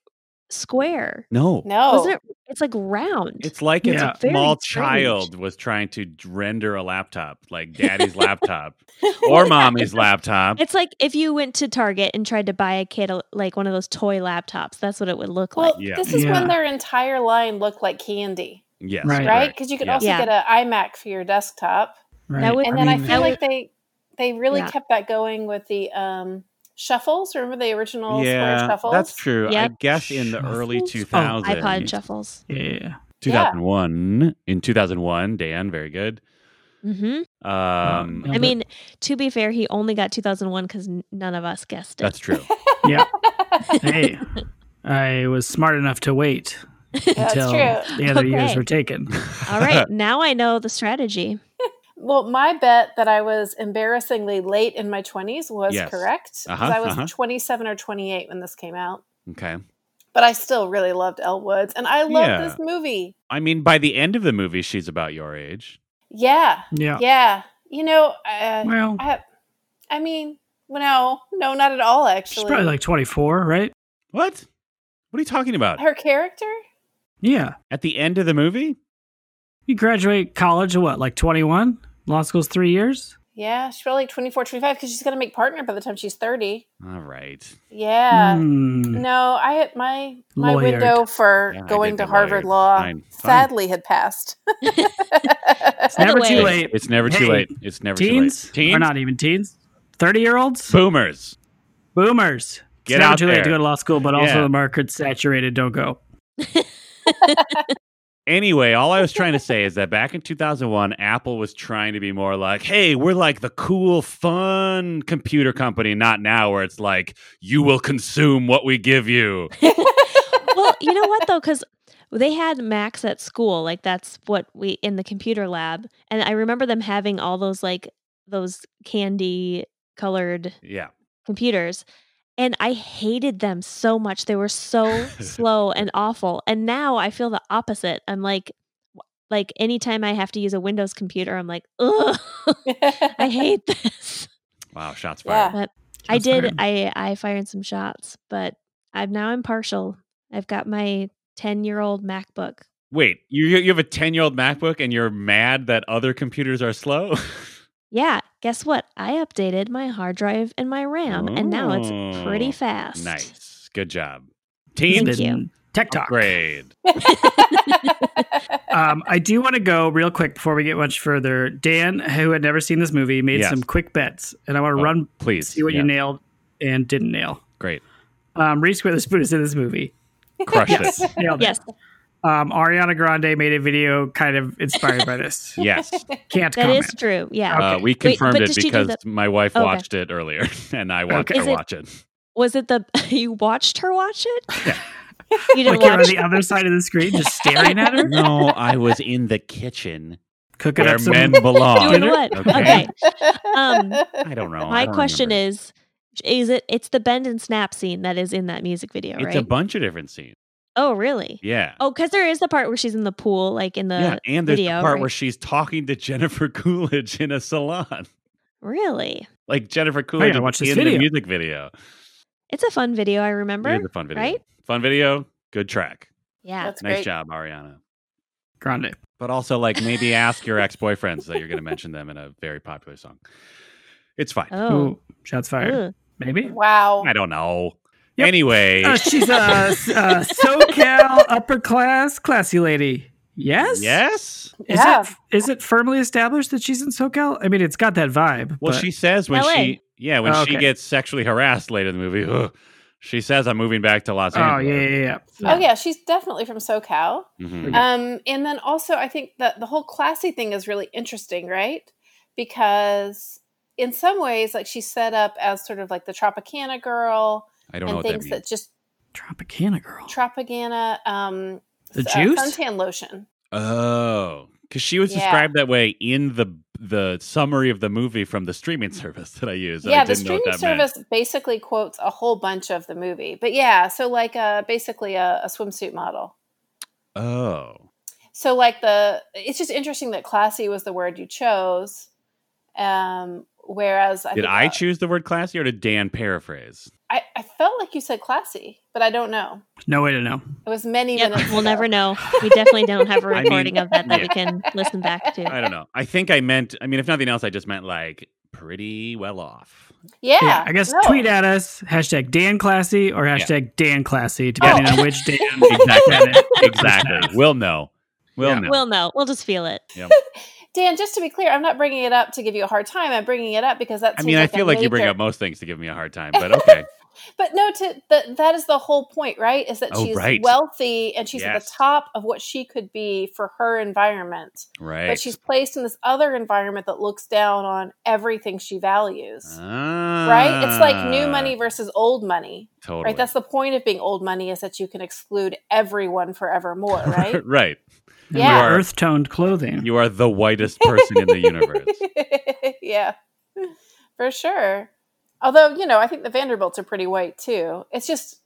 square
no.
No.
wasn't it it's like round
It's like it's
Yeah.
a
Very
small
strange.
child was trying to render a laptop, like daddy's laptop or mommy's laptop.
it's like if you went to target and tried to buy a kid a, like one of those toy laptops that's what it would look
Well,
like
Yeah.
this is
Yeah.
when their entire line looked like candy,
Yes.
Right.
right? Because you could
Yeah.
also
Yeah.
get an iMac for your desktop,
Right.
That would-
and then I,
mean,
feel
that
like they they really
Yeah.
kept that going with the um, shuffles. Remember the original
Yeah,
square shuffles?
that's true. I
Yep.
guess in the early
Shuffles? Oh,
2000s,
ipod shuffles
yeah.
2001, in 2001, Dan, very good.
hmm
Um,
no.
i mean to be fair he only got 2001 because none of us guessed it
that's true.
Hey, I was smart enough to wait
That's
until
true.
the other years
Okay.
were taken.
all right now i know the strategy
Well, my bet that I was embarrassingly late in my 20s was
Yes.
correct. 'cause
Uh-huh,
I was
uh-huh.
27 or 28 when this came out.
Okay.
But I still really loved Elle Woods and I love
Yeah.
this movie.
I mean, by the end of the movie, she's about your age.
Yeah.
Yeah.
Yeah. You know, uh,
Well,
I, I mean, no, no, not at all,
she's
actually.
probably like 24, right?
What? What are you talking about?
Her character?
Yeah.
At the end of the movie?
You graduate college at what, like 21? Law school's three years?
Yeah. She's probably like 24, 25 because she's going to make partner by the time she's 30.
All right.
Yeah.
Mm.
No, I had my my
Lawyered.
window for
Yeah, I
going
did
to
get
Harvard
lawyered.
Law
Fine, fine.
sadly had passed.
It's never
By
too
the way-
late.
It's never
Hey,
too late. It's never
Teens?
too late. Teens?
Or not even teens? 30 year olds?
Boomers.
Boomers.
Get
it's never
out
too late to
there.
go to law school, but
Yeah.
also the market's saturated. Don't go.
Anyway, all I was trying to say is that back in 2001, Apple was trying to be more like, hey, we're like the cool, fun computer company, not now where it's like, you will consume what we give you.
well, you know what though, because they had Macs at school, like that's what we in the computer lab, and I remember them having all those like those candy colored
Yeah.
computers, and I hated them so much. They were so slow and awful. And now I feel the opposite. I'm like, w- like anytime I have to use a Windows computer, I'm like, ugh, I hate this.
Wow, shots
Yeah.
fired.
I
Shots
did.
fired.
I I fired some shots, but I'm now I'm partial. I've got my ten year old MacBook.
Wait, you, you you have a 10 year old MacBook and you're mad that other computers are slow?
Yeah, guess what? I updated my hard drive and my RAM, and now it's
Oh,
pretty fast.
nice. Good job.
It's
Teens,
Thank you.
been Tech talk.
Upgrade.
um, I do want to go real quick before we get much further. Dan, who had never seen this movie, made
Yes.
some quick bets, and I want to
Oh,
run
Please.
see what
Yeah,
you nailed and didn't nail.
Great.
Um, Reese Witherspoon is in this movie.
Crush
Yes,
this.
nailed it.
Yes,
Um, Ariana Grande made a video kind of inspired by this.
Yes.
Can't
that
comment.
is true. Yeah.
Uh,
Okay.
we
Wait,
confirmed
but
it
does she do
because
the-
my wife
Okay.
watched it earlier and I watched
Okay.
Is
her
it-
watch it.
Was it the you watched her watch it?
Yeah.
You
like
didn't
you're on
watch.
the other side of the screen, just staring at her,
No, I was in the kitchen
cooking
where
up some.
men belong.
Doing what?
Okay.
Okay. Um,
I don't know. I
my
don't
question
remember.
is, is it? It's the bend and snap scene that is in that music video,
it's
right?
a bunch of different scenes.
oh, really?
Yeah.
Oh, because there is the part where she's in the pool, like in the
yeah, and there's
video,
the part
right?
where she's talking to Jennifer Coolidge in a salon.
really.
Like Jennifer Coolidge
gotta Oh, watch this
in
video.
the music video.
It's a fun video. I
It is
remember.
a fun video.
right?
Fun video, good track.
Yeah.
That's
nice
great.
job, Ariana.
Grande.
But also like maybe ask your ex-boyfriends that you're going to mention them in a very popular song. It's fine.
Oh.
Ooh, shots fired.
Ugh.
Maybe.
Wow.
I don't know.
Yep.
Anyway,
Uh, she's a, a SoCal upper class classy lady. Yes.
yes.
Is
Yeah.
it is it firmly established that she's in SoCal? I mean, it's got that vibe.
Well,
but-
she says when
LA.
she yeah when
Oh,
she
okay.
gets sexually harassed later in the movie, ugh, she says I'm moving back to Los
Oh yeah,
Angeles.
yeah, yeah.
Oh yeah, she's definitely from SoCal.
Mhm.
Yeah.
Um, and then also, I think that the whole classy thing is really interesting, right? Because in some ways, like she's set up as sort of like the Tropicana girl,
I don't know
and
what that
things
means.
that just
Tropicana girl.
Tropicana um
The
uh,
juice?
suntan lotion.
oh, because she was
Yeah.
described that way in the the summary of the movie from the streaming service that I used. and I
yeah, the
didn't know what that
streaming
meant.
service basically quotes a whole bunch of the movie. But yeah, so like uh basically a, a swimsuit model.
Oh,
So like the it's just interesting that classy was the word you chose. Um whereas I
did
think,
I
uh,
choose the word classy or did Dan paraphrase?
I, I felt like you said classy, but I don't know.
No way to know.
It was many
Yep,
minutes.
we'll
ago.
never know. We definitely don't have a
I mean,
recording of that that we
yeah.
can listen back to.
I don't know. I think I meant. I mean, if nothing else, I just meant like pretty well off.
Yeah,
I guess
no.
tweet at us hashtag Dan Classy or hashtag Dan Classy, depending
Oh.
on which Dan.
Exactly.
planet.
exactly. We'll know. We'll
Yeah.
know.
We'll know. We'll just feel it.
Dan, just to be clear, I'm not bringing it up to give you a hard time. I'm bringing it up because
I
that's.
mean, I feel like you bring up most things to give me a hard time, but okay.
But no, to the, that is the whole point, right? Is that
Oh,
she's
right.
wealthy and she's at the
Yes.
top of what she could be for her environment,
Right.
but she's placed in this other environment that looks down on everything she values.
Ah,
Right? It's like new money versus old money.
Totally.
Right? That's the point of being old money is that you can exclude everyone forevermore, right?
right.
And
Yeah.
wear earth toned clothing.
You are the whitest person in the universe.
yeah, for sure. Although you know, I think the Vanderbilts are pretty white too. It's just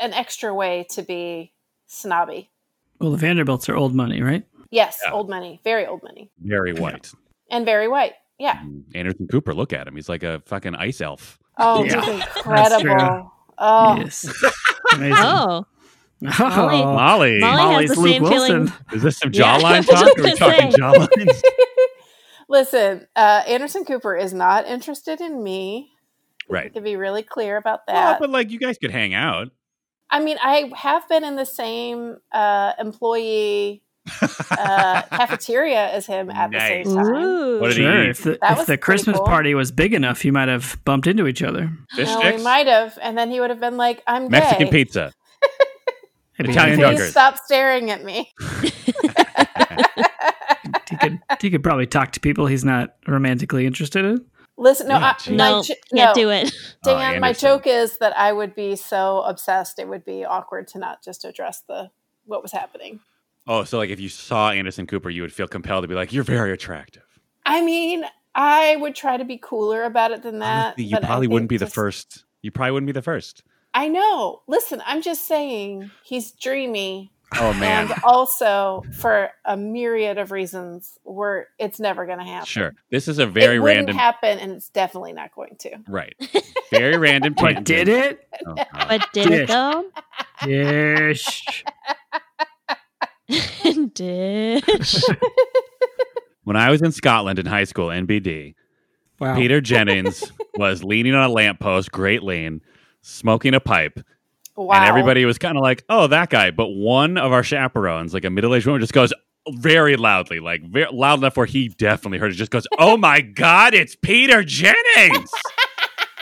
an extra way to be snobby.
well, the Vanderbilts are old money, right?
Yes,
Yeah.
old money, very old money,
Very white. Mm-hmm.
and very white. Yeah.
Anderson Cooper, look at him. He's like a fucking ice elf.
Oh,
Yeah.
just
That's true.
incredible. Oh,
Yes. Amazing.
Oh,
Oh.
Molly,
Molly-
Molly's
has the
Luke
same
Wilson.
feeling.
is this some
Yeah, I
jawline
was
talk? Are we
gonna
talking
say.
jawlines?
listen, uh, Anderson Cooper is not interested in me.
right.
To be really clear about
Well,
that.
but like you guys could hang out.
I mean, I have been in the same uh, employee uh, cafeteria as him at the same
Nice.
time.
ooh.
What did he
Sure.
eat?
If the,
That
if
was
the
pretty
Christmas
cool.
party was big enough, you might have bumped into each other.
Fish
no,
sticks?
we might have, and then he would have been like, "I'm
Mexican
gay.
pizza.
It'd be
Italian
Please
nice.
dog. Duggars.
stop staring at me."
He could, he could probably talk to people he's not romantically interested in.
Listen, no,
Yeah,
I,
geez.
my
No,
jo-
can't
no,
do it.
Oh,
Dan, my
Anderson.
joke is that I would be so obsessed it would be awkward to not just address the what was happening.
Oh, so like if you saw Anderson Cooper, you would feel compelled to be like, "You're very attractive."
I mean, I would try to be cooler about it than that.
Honestly, you
but I
probably wouldn't
think
be the
just-
first. You probably wouldn't be the first.
I know. Listen, I'm just saying he's dreamy,
Oh man,
and also for a myriad of reasons, we're it's never going to happen.
sure. This is a very
it wouldn't
random,
happen, and it's definitely not going to.
right? Very random. tangent.
But did it?
Oh, God.
But did
Dish.
it though?
Yes.
Dish.
when I was in Scotland in high school, NBD,
Wow.
Peter Jennings was leaning on a lamppost, great lean, smoking a pipe,
Wow!
and everybody was kind of like, "Oh, that guy." But one of our chaperones, like a middle-aged woman, just goes very loudly, like very loud enough where he definitely heard it. Just goes, "Oh my god, it's Peter Jennings!"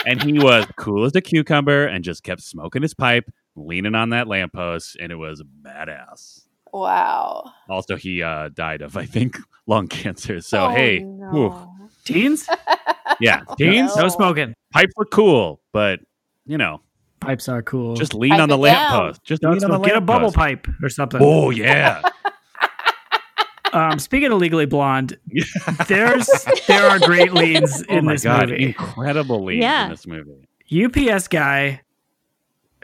and he was cool as a cucumber and just kept smoking his pipe, leaning on that lamppost, and it was badass.
Wow!
Also, he uh, died of, I think, lung cancer. So
Oh,
hey,
no.
whew.
Teens?
yeah, teens,
No smoking.
pipes are cool, but you know,
Pipes are cool.
just lean
Pipe
on the
it
lamppost. Just
Don't
lean on the
smoke. Get a bubble
lamppost.
pipe or something.
Oh yeah.
Um, speaking of Legally Blonde, there's there are great leads
Oh
in this movie.
incredible leads
Yeah.
in this movie.
UPS guy,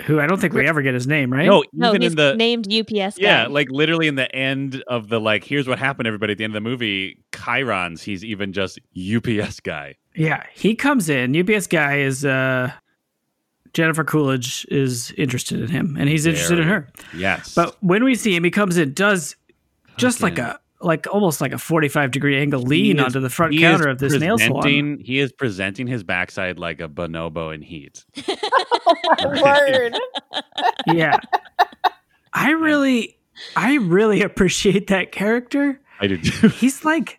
who I don't think we ever get his name, right?
No, even
no, he's
in the
named UPS.
yeah,
guy.
like literally in the end of the like, here's what happened, everybody. At the end of the movie, Chiron's he's even just UPS guy.
Yeah, he comes in. UPS guy is uh, Jennifer Coolidge is interested in him, and he's interested in
Very.
her.
Yes,
But when we see him, he comes in, does just
Fucking-
like a like almost like a forty five degree angle lean
is-
onto the front
he
counter
is
of this nail salon.
presenting- He is presenting his backside like a bonobo in heat.
Word.
Yeah, I really, I really appreciate that character.
I did too.
he's like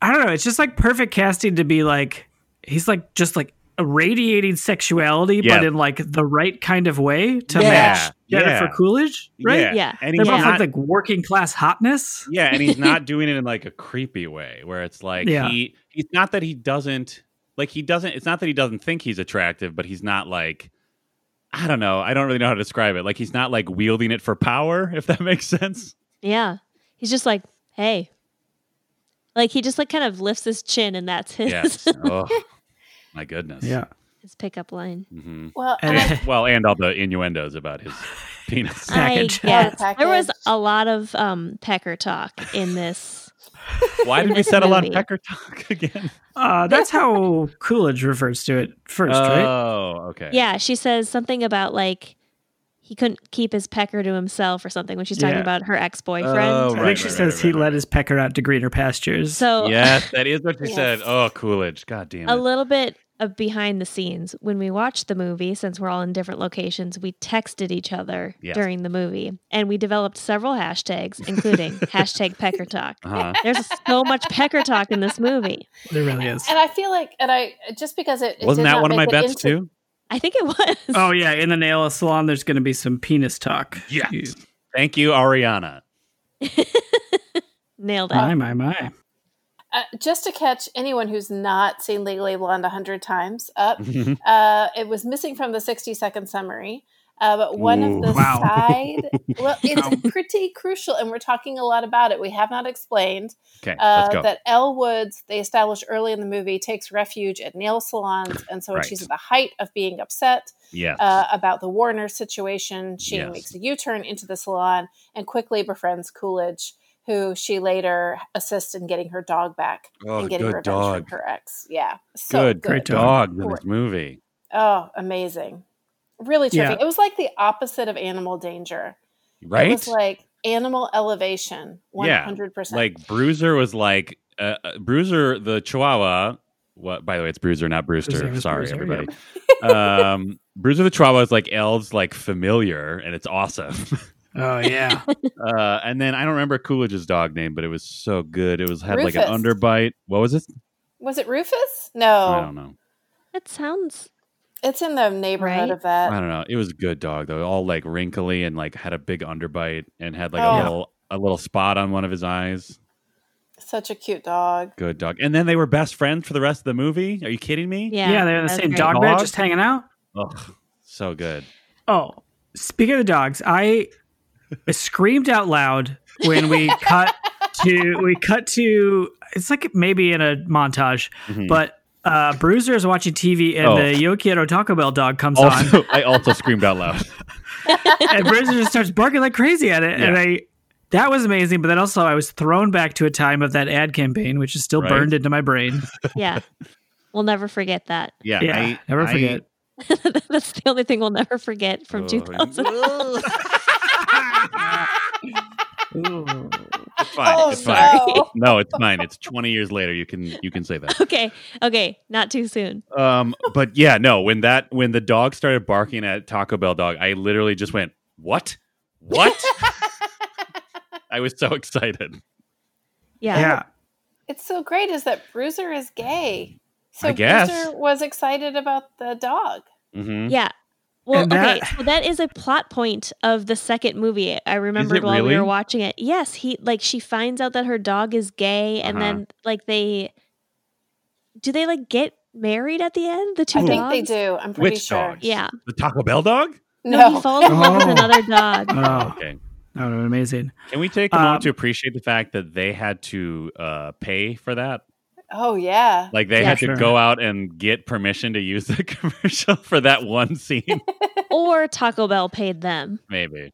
I don't know, it's just like perfect casting to be like he's like just like irradiating sexuality
Yeah.
but in like the right kind of way to
Yeah.
match Jennifer
Yeah.
Coolidge, right?
Yeah,
Yeah.
and
They're
he's
both
not,
like, like working class hotness.
yeah, and he's not doing it in like a creepy way where it's like
Yeah.
he he's not that he doesn't. like he doesn't it's not that he doesn't think he's attractive but he's not like i don't know i don't really know how to describe it like he's not like wielding it for power if that makes sense
Yeah. He's just like, hey. Like he just like kind of lifts his chin and that's his
yes oh my goodness
Yeah.
his pickup line.
hmm
Well,
And-
and I-
well and all the innuendos about his penis
Package.
I guess.
Yeah,
There was
package.
a lot of um pecker talk in this.
why did we
This
settle on
movie.
pecker talk again
Uh, that's how Coolidge refers to it first, right?
oh okay
Yeah, she says something about like he couldn't keep his pecker to himself or something when she's talking
Yeah.
about her ex-boyfriend.
Oh,
I
right,
think she
right,
says
right,
he
right,
let
right.
his pecker out to greener pastures.
So
yes that is what she said
Yes.
oh coolidge god damn it
a little bit of behind the scenes when we watched the movie since we're all in different locations we texted each other
Yes.
during the movie and we developed several hashtags including hashtag pecker talk
uh-huh.
there's so much pecker talk in this movie
there really is.
and I feel like, and I just because it, it
wasn't
did
that
not
one of my
make it
bets
into-
too
i think it was
Oh yeah, in the nail salon, there's going to be some penis talk.
Yes.
You-
Thank you, Ariana.
nailed it
My my my.
Uh, just to catch anyone who's not seen Legally Blonde a hundred times up, uh, it was missing from the sixty-second summary. Uh, but one
Ooh.
of the
Wow.
side, well, it's pretty crucial, and we're talking a lot about it. We have not explained
okay, let's
uh,
go.
that Elle Woods, they established early in the movie, takes refuge at nail salons, and so when
Right.
she's at the height of being upset,
yes.
uh, about the Warner situation. She
Yes.
makes a U turn into the salon and quickly befriends Coolidge, who she later assists in getting her dog back
oh,
and getting
good
revenge
dog.
from her ex. Yeah. So
Good,
good.
Great dog.
dog in
Cool.
this movie.
Oh, amazing. Really terrific. It was like the opposite of animal danger. It
Right?
was like animal elevation,
Yeah.
100%.
Like Bruiser was like uh, uh, Bruiser the Chihuahua. What? By the way, it's Bruiser, not Brewster.
Bruiser is
Sorry,
Bruiser,
everybody. um, Bruiser the Chihuahua is like Elves, like familiar, and it's awesome.
Oh yeah.
Uh, and then I don't remember Coolidge's dog name, but it was so good. It was had like an
Rufus. Oh.
underbite. What was it?
was it Rufus?
I
No.
don't know.
that sounds
It's in the neighborhood
Right?
of that.
I don't know. It was a good dog though. All like wrinkly and like had a big underbite and had like a
Oh.
little a little spot on one of his eyes.
Such a cute dog.
Good dog. And then they were best friends for the rest of the movie. Are you kidding me?
yeah
yeah, They're in the
that's
same
great.
dog bed,
Dog?
just hanging out.
Ugh, so good.
Oh, speaking of the dogs, I screamed out loud when we cut to we cut to it's like maybe in a montage,
Mhm.
but uh Bruiser is watching TV and
Oh.
the Yo Quiero Taco Bell dog comes on
also, I also screamed out loud.
and Bruiser just starts barking like crazy at it and
Yeah.
I that was amazing, but then also I was thrown back to a time of that ad campaign, which is still
Right.
burned into my brain.
yeah we'll never forget that
Yeah,
Yeah,
I,
never
I-
forget.
that's the only thing we'll never forget from
Oh,
Ugh.
2000
Ooh.
It's fine.
oh,
it's fine.
no.
No, it's fine. It's 20 years later. You can you can say that.
okay okay not too soon
Um, but yeah, no, when that when the dog started barking at Taco Bell dog, I literally just went, "What? What?" I was so excited.
yeah
Yeah.
it's so great is that Bruiser is gay. So
Mm. I guess.
Bruiser was excited about the dog.
Mm-hmm.
Yeah. Well,
And
okay.
that-
So that is a plot point of the second movie. I remembered
it
while we
really?
were watching it. Yes, he like she finds out that her dog is gay, and
Uh-huh.
then like they do they like get married at the end. The two
I think
dogs.
they do. I'm pretty
Which
sure.
dog?
Yeah.
The Taco Bell dog?
No,
No.
he falls in love with
Oh.
another dog.
Oh,
Okay.
that would have been amazing.
Can we take a moment
Um,
to appreciate the fact that they had to uh, pay for that?
oh yeah.
Like they
Yeah.
had
Sure.
to go out and get permission to use the commercial for that one scene.
or Taco Bell paid them.
Maybe.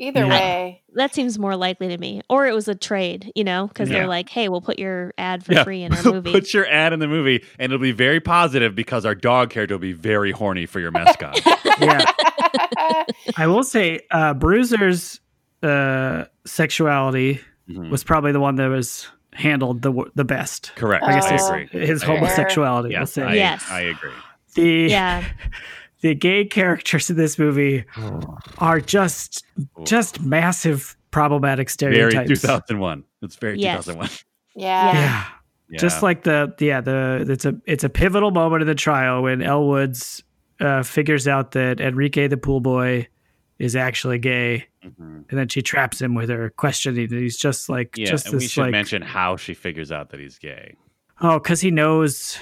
Either
Yeah.
way.
That seems more likely to me. Or it was a trade, you know, because
Yeah.
they're like, "Hey, we'll put your ad for
Yeah.
free in our movie."
Put your ad in the movie, and it'll be very positive because our dog character will be very horny for your mascot.
Yeah. I will say, uh, Bruiser's uh, sexuality
Mhm.
was probably the one that was handled the w- the best.
Correct.
I
I,
guess it's-
agree.
His
I agree.
homosexuality. I'll
Yes,
say.
I,
Yes.
I agree.
the
yeah,
the gay characters in this movie are just just massive problematic
Very
stereotypes.
2001. It's very
Yes.
2001.
yeah.
yeah.
Yeah.
just like the yeah the it's a it's a pivotal moment in the trial when Elwoods uh, figures out that Enrique the pool boy is actually gay,
Mhm.
and then she traps him with her questioning, and he's just like
Yeah,
just
and we
this
should
like
mention how she figures out that he's gay.
oh because he knows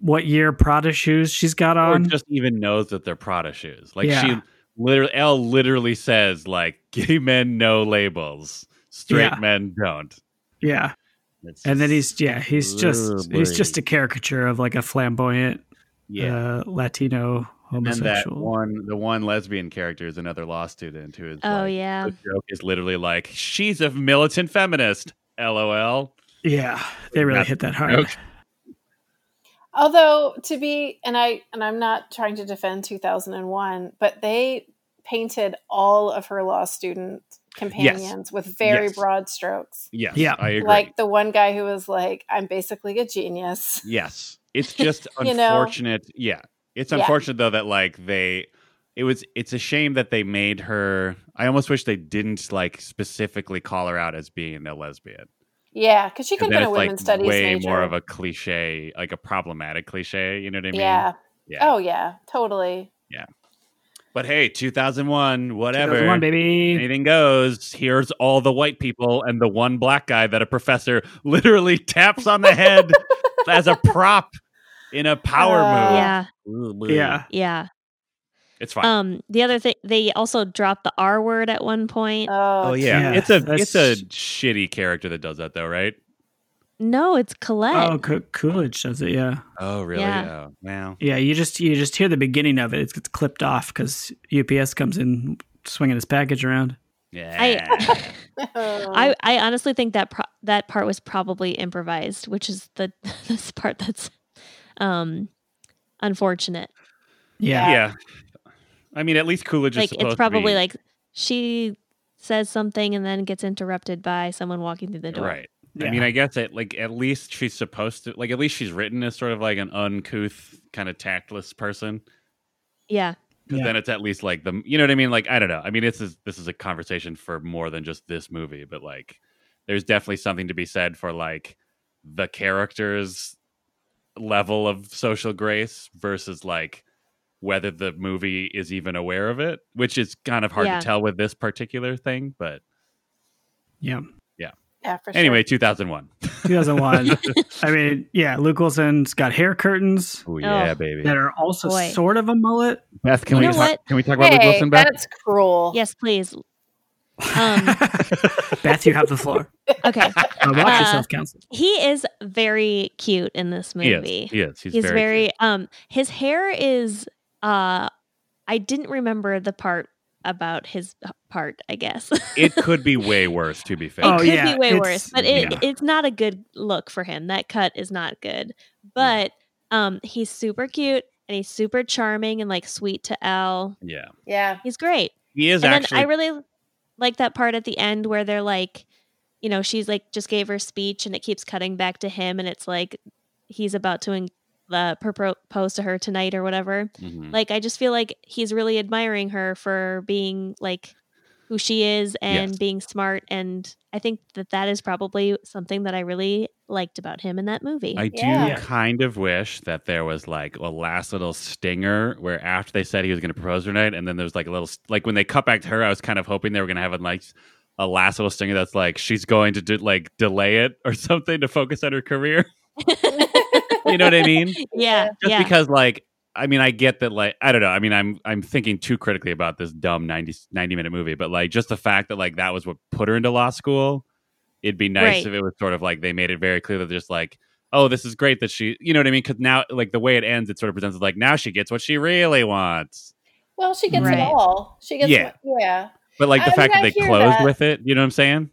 what year Prada shoes she's got
or
on.
just even knows that they're Prada shoes. Like
Yeah.
she literally, Elle literally says, like, gay men know labels, straight
Yeah.
men don't.
yeah.
It's
And then
just-
he's yeah, he's just he's just a
Lovely.
caricature of like a flamboyant
yeah.
uh, Latino
and then that
homosexual.
one, the one lesbian character is another law student who is.
Oh
like,
yeah.
The joke is literally like, she's a militant feminist. LOL.
yeah, they really
Got
hit that hard.
joke.
Although to be and I and I'm not trying to defend 2001, but they painted all of her law student companions with very
Yes.
broad strokes.
Yes,
Yeah.
I agree.
Like the one guy who was like, "I'm basically a genius."
Yes. It's just
You know?
unfortunate. Yeah. It's
Yeah.
unfortunate though that like they it was it's a shame that they made her I almost wish they didn't like specifically call her out as being a lesbian.
Yeah, because she could
And
have
then
been a
it's
women's
like
studies
way
major.
more of a cliche, like a problematic cliche, you know what I mean?
yeah.
Yeah.
Oh yeah, totally.
But hey, 2001, whatever.
2001, baby.
Anything goes. Here's all the white people and the one black guy that a professor literally taps on the head as a prop in a power
Uh,
yeah.
move.
Yeah.
Yeah.
It's fine.
Um the other thing they also dropped the R word at one point.
Oh,
Oh yeah,
Yeah,
it's a
that's-
it's a shitty character that does that though, right?
no, it's Colette.
Oh, Co- Coolidge does it. Yeah,
Oh really?
Yeah.
Oh wow.
yeah. You just you just hear the beginning of it. It's, it's clipped off because UPS comes in swinging his package around.
Yeah.
I
Oh,
I, I honestly think that pro- that part was probably improvised, which is the this part that's um unfortunate.
Yeah,
yeah. I mean, at least Coolidge is
like
supposed
it's probably
to be,
like she says something and then gets interrupted by someone walking through the door.
right.
Yeah.
I mean, I guess it like at least she's supposed to like at least she's written as sort of like an uncouth kind of tactless person.
Yeah.
'Cause
Yeah.
Then it's at least like the you know what I mean? Like I don't know. I mean, this is this is a conversation for more than just this movie, but like there's definitely something to be said for like the characters level of social grace versus like whether the movie is even aware of it, which is kind of hard
Yeah.
to tell with this particular thing, but
yeah.
yeah, for sure.
anyway, 2001.
2001. I mean, yeah. Luke Wilson's got hair curtains
Oh
yeah,
baby.
that are also
Boy.
sort of a mullet.
Beth,
can You we know talk- what?
can we talk
hey, that's cruel.
Yes, please. Um
Beth, you have the floor.
okay.
Uh, watch
Uh,
yourself, counsel.
He is very cute in this
He
movie.
is. He is. He's,
he's,
very,
very,
cute.
um his hair is uh I didn't remember the part about his uh, part, I guess.
It could be way worse to be fair.
Oh,
it could
yeah,
be way
it's-
worse, but it,
yeah.
it's not a good look for him. That cut is not good. But um, he's super cute and he's super charming and like sweet to Al.
yeah.
Yeah.
He's great.
He is
and
actually
then I really like that part at the end where they're like, you know, she's like just gave her speech and it keeps cutting back to him and it's like he's about to en- uh, propose to her tonight or whatever.
Mhm.
Like I just feel like he's really admiring her for being like who she is and
Yes.
being smart and I think that that is probably something that I really liked about him in that movie.
I do
Yeah.
Yeah.
kind of wish that there was like a last little stinger where after they said he was going to propose tonight, and then there was like a little like when they cut back to her, I was kind of hoping they were going to have a like a last little stinger that's like she's going to do, like delay it or something to focus on her career. you know what I mean?
yeah,
Just
yeah.
because like I mean I get that like I don't know. I mean I'm I'm thinking too critically about this dumb 90, 90 minute movie, but like just the fact that like that was what put her into law school. It'd be nice
Right.
if it was sort of like they made it very clear that just like oh this is great that she you know what I mean because now like the way it ends it sort of presents as like now she gets what she really wants.
Well, she gets
Right.
it all. She gets
Yeah.
yeah. yeah.
But like the
I mean,
fact
I
that they
hear
closed
that.
with it, you know what I'm saying?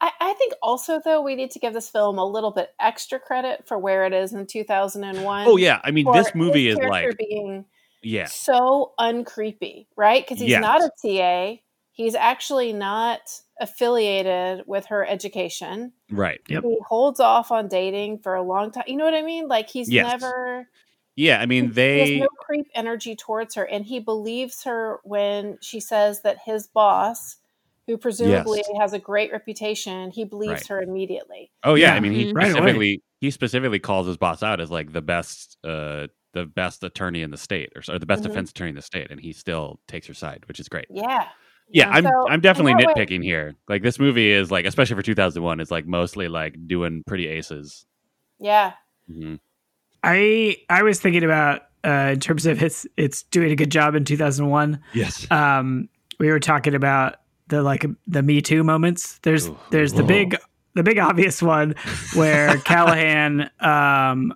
I, I think also though we need to give this film a little bit extra credit for where it is in 2001.
Oh yeah, I mean
For
this movie
his
is
character
like
being
yeah
so uncreepy, right? Because he's
Yes.
not a TA. He's actually not affiliated with her education.
right
Yep.
He holds off on dating for a long time. You know what I mean? Like he's
Yes.
never
yeah I mean
He
they
has no creep energy towards her, and he believes her when she says that his boss, who presumably has a great reputation, he believes
Right.
her immediately.
Oh yeah,
Yeah.
I mean he
Mm-hmm.
Mhm.
Right away.
specifically he specifically calls his boss out as like the best uh the best attorney in the state or, or the best
Mhm.
defense attorney in the state and he still takes her side, which is great.
Yeah,
Yeah, I'm
So,
I'm definitely
in that way-
nitpicking here. Like this movie is like especially for 2001 it's like mostly like doing pretty aces.
yeah.
Mhm.
I I was thinking about uh, in terms of it's it's doing a good job in 2001.
Yes.
Um, we were talking about the like the Me Too moments. There's
Ooh.
there's the big the big obvious one where Callahan um,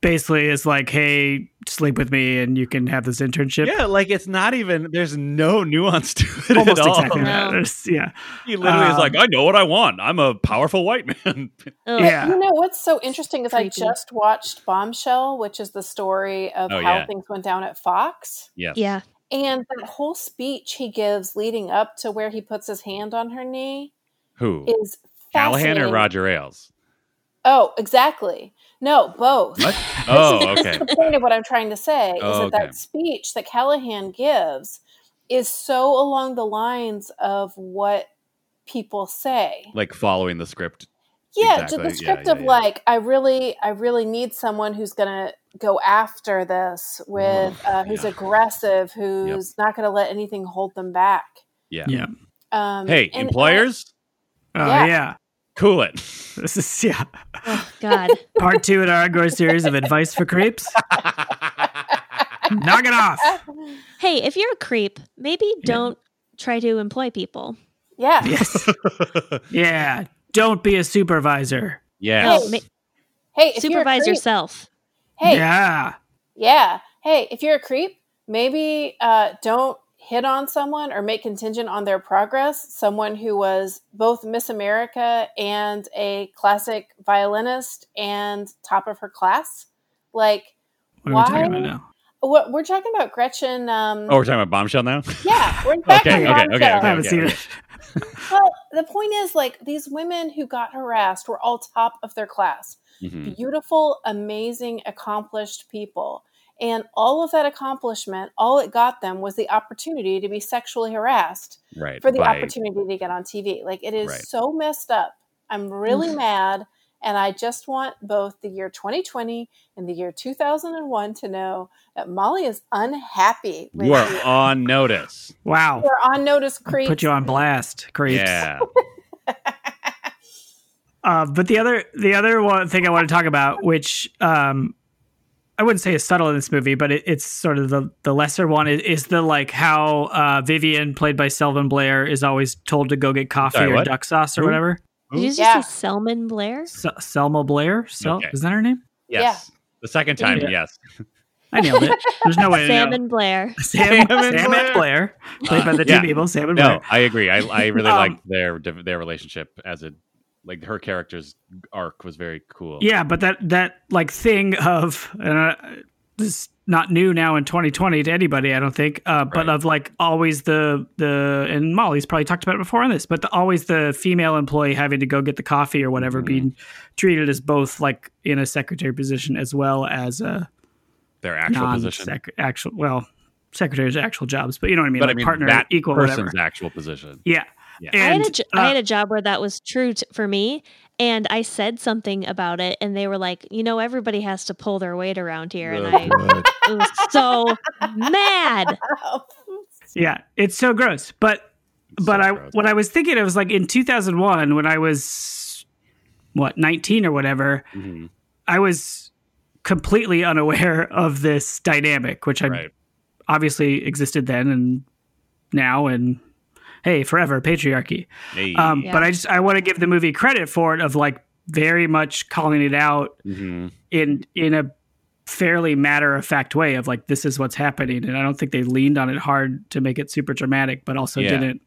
basically is like, "Hey, sleep with me, and you can have this internship."
Yeah, like it's not even. There's no nuance to it
Almost
at all.
exactly.
No.
that. There's- Yeah,
He literally is
Um,
like, I know what I want. I'm a powerful white man.
Ugh.
yeah.
You know what's so interesting is I
Creepy.
just watched Bombshell, which is the story of
Oh,
how
yeah.
things went down at Fox.
yes.
Yeah.
And that whole speech he gives leading up to where he puts his hand on her knee
Who?
is
Callahan or
fascinating.
Roger Ailes?
Oh, exactly. No, both.
What? Oh, okay.
The point of what I'm trying to say is
Oh,
that
okay.
that speech that Callahan gives is so along the lines of what people say.
Like following the script. Exactly.
yeah just the
Yeah,
script
yeah,
of
yeah.
like i really i really need someone who's gonna go after this with
Oh,
uh, who's
yeah.
aggressive who's not gonna let anything hold them back
Yeah.
yeah.
um
Hey,
uh,
and
employers,
Oh
Yeah.
yeah,
cool it.
this is yeah.
Oh God.
Part two in our ongoing series of advice for creeps. Knock it off.
I-
hey, if you're a creep, maybe don't try to employ people.
yeah
Yes. Yeah. Don't be a supervisor.
yes.
No, ma-
hey if
Supervise
you're a creep,
yourself.
hey yeah.
Yeah.
hey if you're a creep maybe uh don't hit on someone or make contingent on their progress someone who was both miss america and a classic violinist and top of her class like
What are we talking
Why?
about now?
What we're talking about, Gretchen? Um,
Oh, we're talking about bombshell now?
yeah, we're back
Okay,
on
okay, okay,
I haven't
okay,
seen
okay.
it.
Well, the point is, like these women who got harassed were all top of their class,
Mhm.
beautiful, amazing, accomplished people, and all of that accomplishment, all it got them was the opportunity to be sexually harassed
Right.
for the
by-
opportunity to get on TV. Like it is
Right.
so messed up. I'm really
Mhm.
mad. And I just want both the year 2020 and the year 2001 to know that Molly is unhappy with
You are on notice.
Wow.
We're on notice, creeps.
Put you on blast, creeps.
Yeah.
Uh, but the other the other one thing I want to talk about, which um, I wouldn't say is subtle in this movie, but it, it's sort of the the lesser one, is, is the like how uh, Vivian, played by Selvan Blair, is always told to go get coffee
Sorry,
or
what?
duck sauce or
Who?
whatever.
Did you just
Yeah.
say Selman Blair?
Se- Selma Blair, Sel-
Okay.
is that her name?
Yes. The second time,
Yeah.
yes.
I nailed it. There's
Oh,
no way. to know.
Sam and Blair.
Sam,
Sam and
Sam
Blair.
and Blair, played by
Uh,
the
yeah.
two people, Sam and
No,
Blair.
I agree. I, I really
Um,
liked their their relationship as a like her character's arc was very cool.
Yeah, but that that like thing of and uh, this is not new now in 2020 to anybody, I don't think. Uh, but
Right.
of like always the the and Molly's probably talked about it before on this, but the, always the female employee having to go get the coffee or whatever,
Mhm.
being treated as both like in a secretary position as well as a
their actual
non
position.
sec actual well secretary's actual jobs, but you know what I mean,
but
like
I mean
partner
that
equal
person's
whatever.
actual position.
Yeah.
Yeah.
I had,
And
a jo-
uh,
I had a job where that was true t- for me, and I said something about it, and they were like, "You know, everybody has to pull their weight around here," and I I was so mad.
yeah, it's so gross, but but I when I was thinking, it was like in 2001 when I was what 19 or whatever.
Mhm.
I was completely unaware of this dynamic, which I
right.
obviously existed then and now and hey, forever patriarchy.
Hey.
Um,
Yeah.
But I just I want to give the movie credit for it of like very much calling it out
Mhm.
in in a fairly matter of fact way of like this is what's happening and i don't think they leaned on it hard to make it super dramatic but also
Yeah.
didn't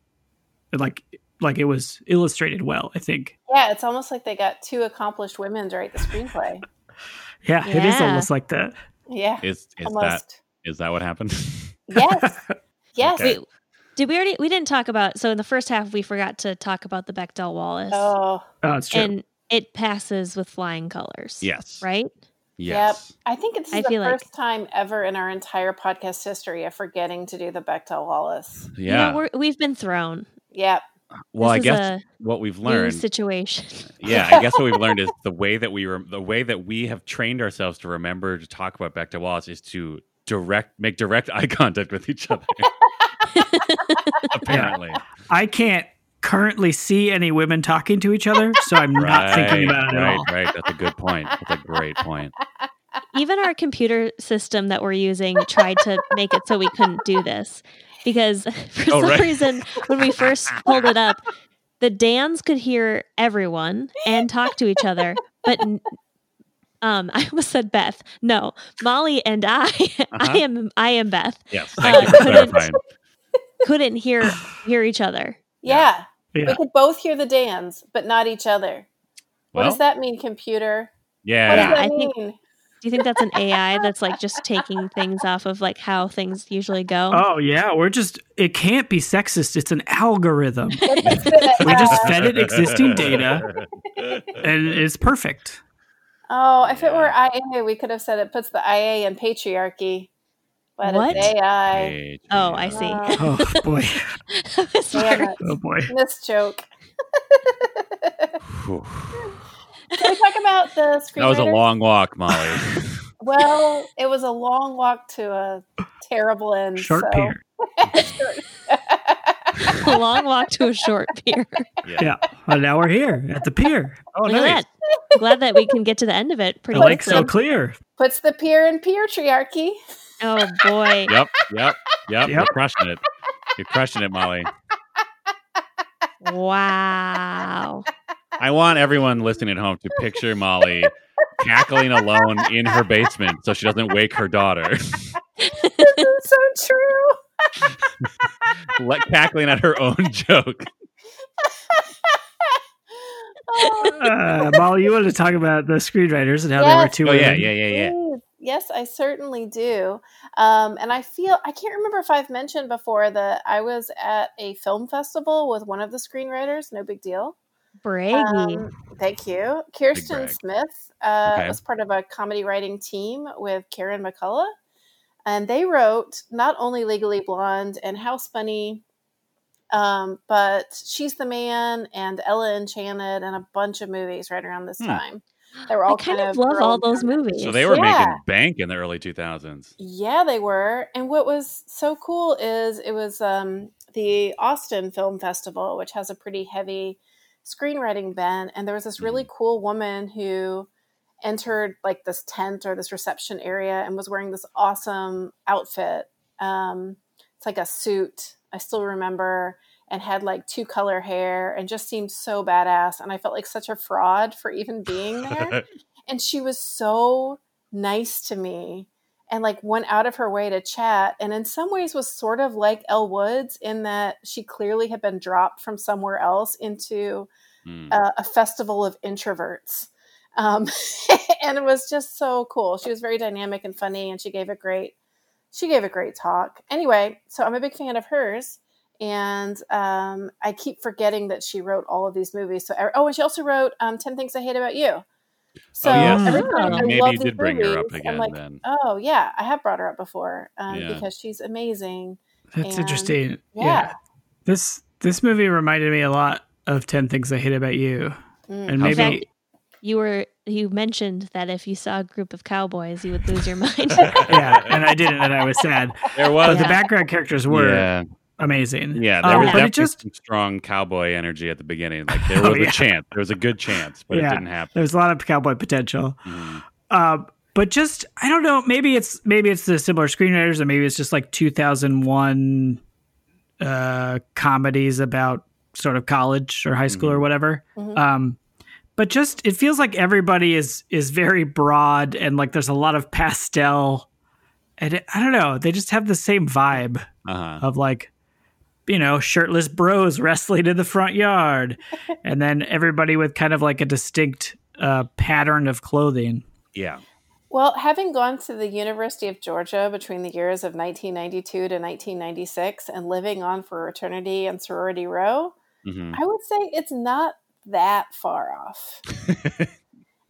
like like it was illustrated well i think
Yeah, it's almost like they got two accomplished women to write the screenplay.
yeah, it is
Yeah.
almost like that
Yeah,
Is is that
almost.
is that what happened?
Yes, yes.
Okay.
Wait, did we already? We didn't talk about. So in the first half, we forgot to talk about the Bechdel Wallace,
Oh,
oh it's true
and it passes with flying colors.
yes.
right.
Yes.
I think this is
I
the
feel like-
first time ever in our entire podcast history of forgetting to do the Bechtel Wallace.
You
Yeah.
know, we're, we've been thrown.
Yeah,
well,
this
I
is
guess
a
what we've
new
learned.
situation.
yeah, I guess what we've learned is the way that we rem the way that we have trained ourselves to remember to talk about Bechdel Wallace is to direct make direct eye contact with each other. Apparently,
I can't currently see any women talking to each other, so I'm not thinking about it
right,
at all.
right. That's a good point. That's a great point.
even our computer system that we're using tried to make it so we couldn't do this because for
Oh,
some
right.
reason when we first pulled it up the dans could hear everyone and talk to each other but n- um i almost said beth no molly and i i
Uh-huh.
am i am beth
Yes, thank you for
Uh, couldn't-
clarifying.
couldn't hear hear each other
Yeah.
Yeah.
We could both hear the Dans, but not each other. what
Well,
does that mean, computer? What
yeah,
does that
I
mean?
think- do you think that's an ai that's like just taking things off of like how things usually go
Oh yeah, we're just it can't be sexist. It's an algorithm.
It's gonna-
We just
uh,
fed it existing data. and it's perfect.
oh, if it were
Yeah.
IA, we could have said it puts the IA in patriarchy. But
What?
it's AI.
Oh, I see.
Uh,
Oh boy.
I was
damn
very-
it.
Oh boy.
Miss joke.
Whew.
Can we talk about the screenwriter?
That was a long walk, Molly.
Oh,
Well, it was a long walk to a terrible end.
Short
so.
pier.
a long walk to a short pier.
Yeah. Well, Oh, now we're here at the pier.
Oh,
Look at that. I'm glad that we can get to the end of it
The
pretty
lake's
quickly.
so clear.
Puts the peer in patriarchy.
Oh boy.
Yep, yep, yep. You're
Yep.
crushing it. You're crushing it, Molly.
Wow.
I want everyone listening at home to picture Molly cackling alone in her basement so she doesn't wake her daughter.
This is so true.
Like cackling at her own joke.
Oh,
Uh, Molly, you want to talk about the screenwriters and how
Yes.
they were two
Oh yeah,
women?
yeah, yeah, yeah.
Ooh, Yes, I certainly do. Um, and I feel, I can't remember if I've mentioned before that I was at a film festival with one of the screenwriters, no big deal.
Braggy.
Um, thank you. Kirsten
brag.
Smith uh,
Okay.
was part of a comedy writing team with Karen McCullough. And they wrote not only Legally Blonde and House Bunny, um, but She's the Man and Ella Enchanted and a bunch of movies right around this
Hmm.
time. They were all
I kind, of
girl
love all those movies.
So they were
Yeah.
making bank in the early 2000s.
Yeah, they were. And what was so cool is it was um, the Austin Film Festival, which has a pretty heavy screenwriting bent. And there was this really cool woman who entered like this tent or this reception area and was wearing this awesome outfit. Um, it's like a suit, I still remember, and had like two color hair and just seemed so badass. And I felt like such a fraud for even being there and she was so nice to me and like went out of her way to chat and in some ways was sort of like Elle Woods in that she clearly had been dropped from somewhere else into
Mm.
uh, a festival of introverts um, and it was just so cool she was very dynamic and funny and she gave a great she gave a great talk anyway so i'm a big fan of hers and um, i keep forgetting that she wrote all of these movies so oh and she also wrote um, 10 things i hate about you so
oh yes.
every
Oh.
time I
Maybe
love
you
these
did bring her up
movies, I'm
again
like,
then.
Oh yeah, I have brought her up before um,
Yeah.
because she's amazing.
That's
And-
interesting.
Yeah.
This this movie reminded me a lot of Ten Things I Hate About You.
Mm.
And
How
In
maybe
fact, you were you mentioned that if you saw a group of cowboys, you would lose your mind.
yeah, and I didn't, and I was sad.
There
But
was
the background characters were
yeah,
amazing.
yeah. There
Um,
was
but
definitely
it just
some strong cowboy energy at the beginning. Like there
Oh,
was
yeah.
a chance, there was a good chance, but it
Yeah.
didn't happen.
there's a lot of cowboy potential.
Mhm.
Um, but just I don't know. Maybe it's maybe it's the similar screenwriters, and maybe it's just like 2001 uh, comedies about sort of college or high school or
Mhm.
whatever.
Mhm.
Um, but just it feels like everybody is is very broad, and like there's a lot of pastel, and it, I don't know. They just have the same vibe
Uh-huh.
of like you know shirtless bros wrestling in the front yard and then everybody with kind of like a distinct uh, pattern of clothing
Yeah.
Well, having gone to the University of Georgia between the years of 1992 to 1996 and living on for eternity in Sorority Row,
Mhm.
I would say it's not that far off.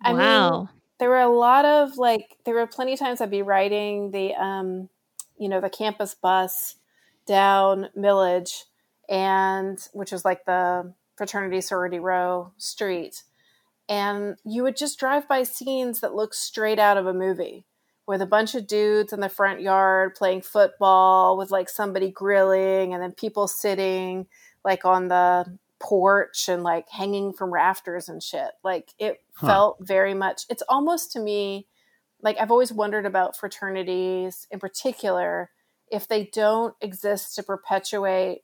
I mean,
wow.
there were a lot of like there were plenty of times I'd be riding the um you know the campus bus down Millage and which was like the fraternity sorority row street and you would just drive by scenes that looked straight out of a movie with a bunch of dudes in the front yard playing football with like somebody grilling and then people sitting like on the porch and like hanging from rafters and shit. Like it
Huh.
felt very much, it's almost to me like I've always wondered about fraternities in particular if they don't exist to perpetuate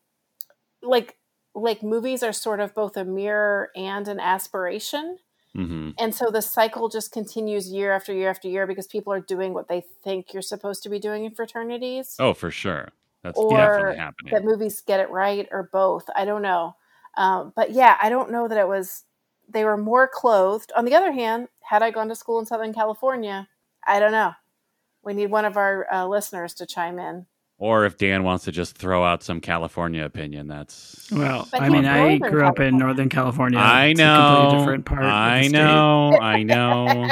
like like movies are sort of both a mirror and an aspiration
Mm-hmm.
and so the cycle just continues year after year after year because people are doing what they think you're supposed to be doing in fraternities
Oh, for sure. That's
Or
definitely happening.
that movies get it right or both. I don't know. Um, but yeah, I don't know that it was, they were more clothed. On the other hand, had I gone to school in Southern California, I don't know. We need one of our uh, listeners to chime in.
or if Dan wants to just throw out some California opinion, that's
Well,
But
I
he's
mean, I
Northern
grew up in
California.
Northern California.
I
It's a completely
know.
different part. of the
I
state.
know. I know.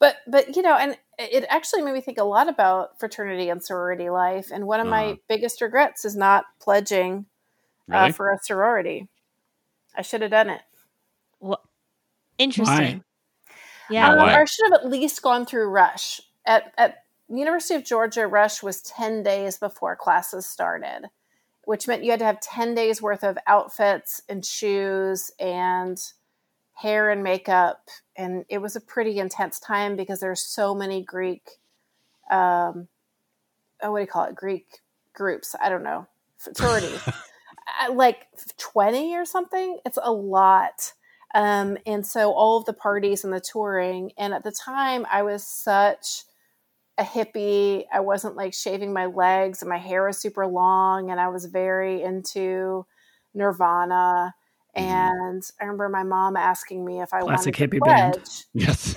but, but, you know, and it actually made me think a lot about fraternity and sorority life. And one of
Uh-huh.
my biggest regrets is not pledging uh,
Really?
for a sorority. I should have done it.
Wha- Interesting. Yeah.
Now
Um,
why?
or I should have at least gone through Rush. At, at University of Georgia, Rush was 10 days before classes started, which meant you had to have 10 days worth of outfits and shoes and hair and makeup. And it was a pretty intense time because there's so many Greek, um, oh, what do you call it? Greek groups. I don't know. Fraternities. I- like 20 or something. It's a lot. Um, and so all of the parties and the touring. And at the time, I was such a hippie. I wasn't like shaving my legs, and my hair was super long, and I was very into Nirvana.
Mhm.
And I remember my mom asking me if I
Mm-hmm. Classic
wanted to
hippie band.
pledge.
Yes.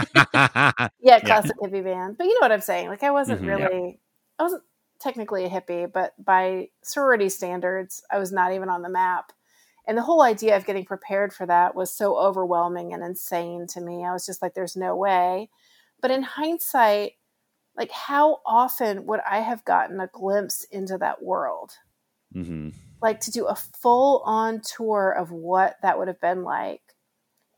Yeah,
Yeah.
classic hippie band. But you know what I'm saying? Like I wasn't
Mhm.
really I wasn't technically a hippie, but by sorority standards, I was not even on the map. And the whole idea of getting prepared for that was so overwhelming and insane to me. I was just like there's no way. But in hindsight, like how often would I have gotten a glimpse into that world?
hmm
like to do a full on tour of what that would have been like.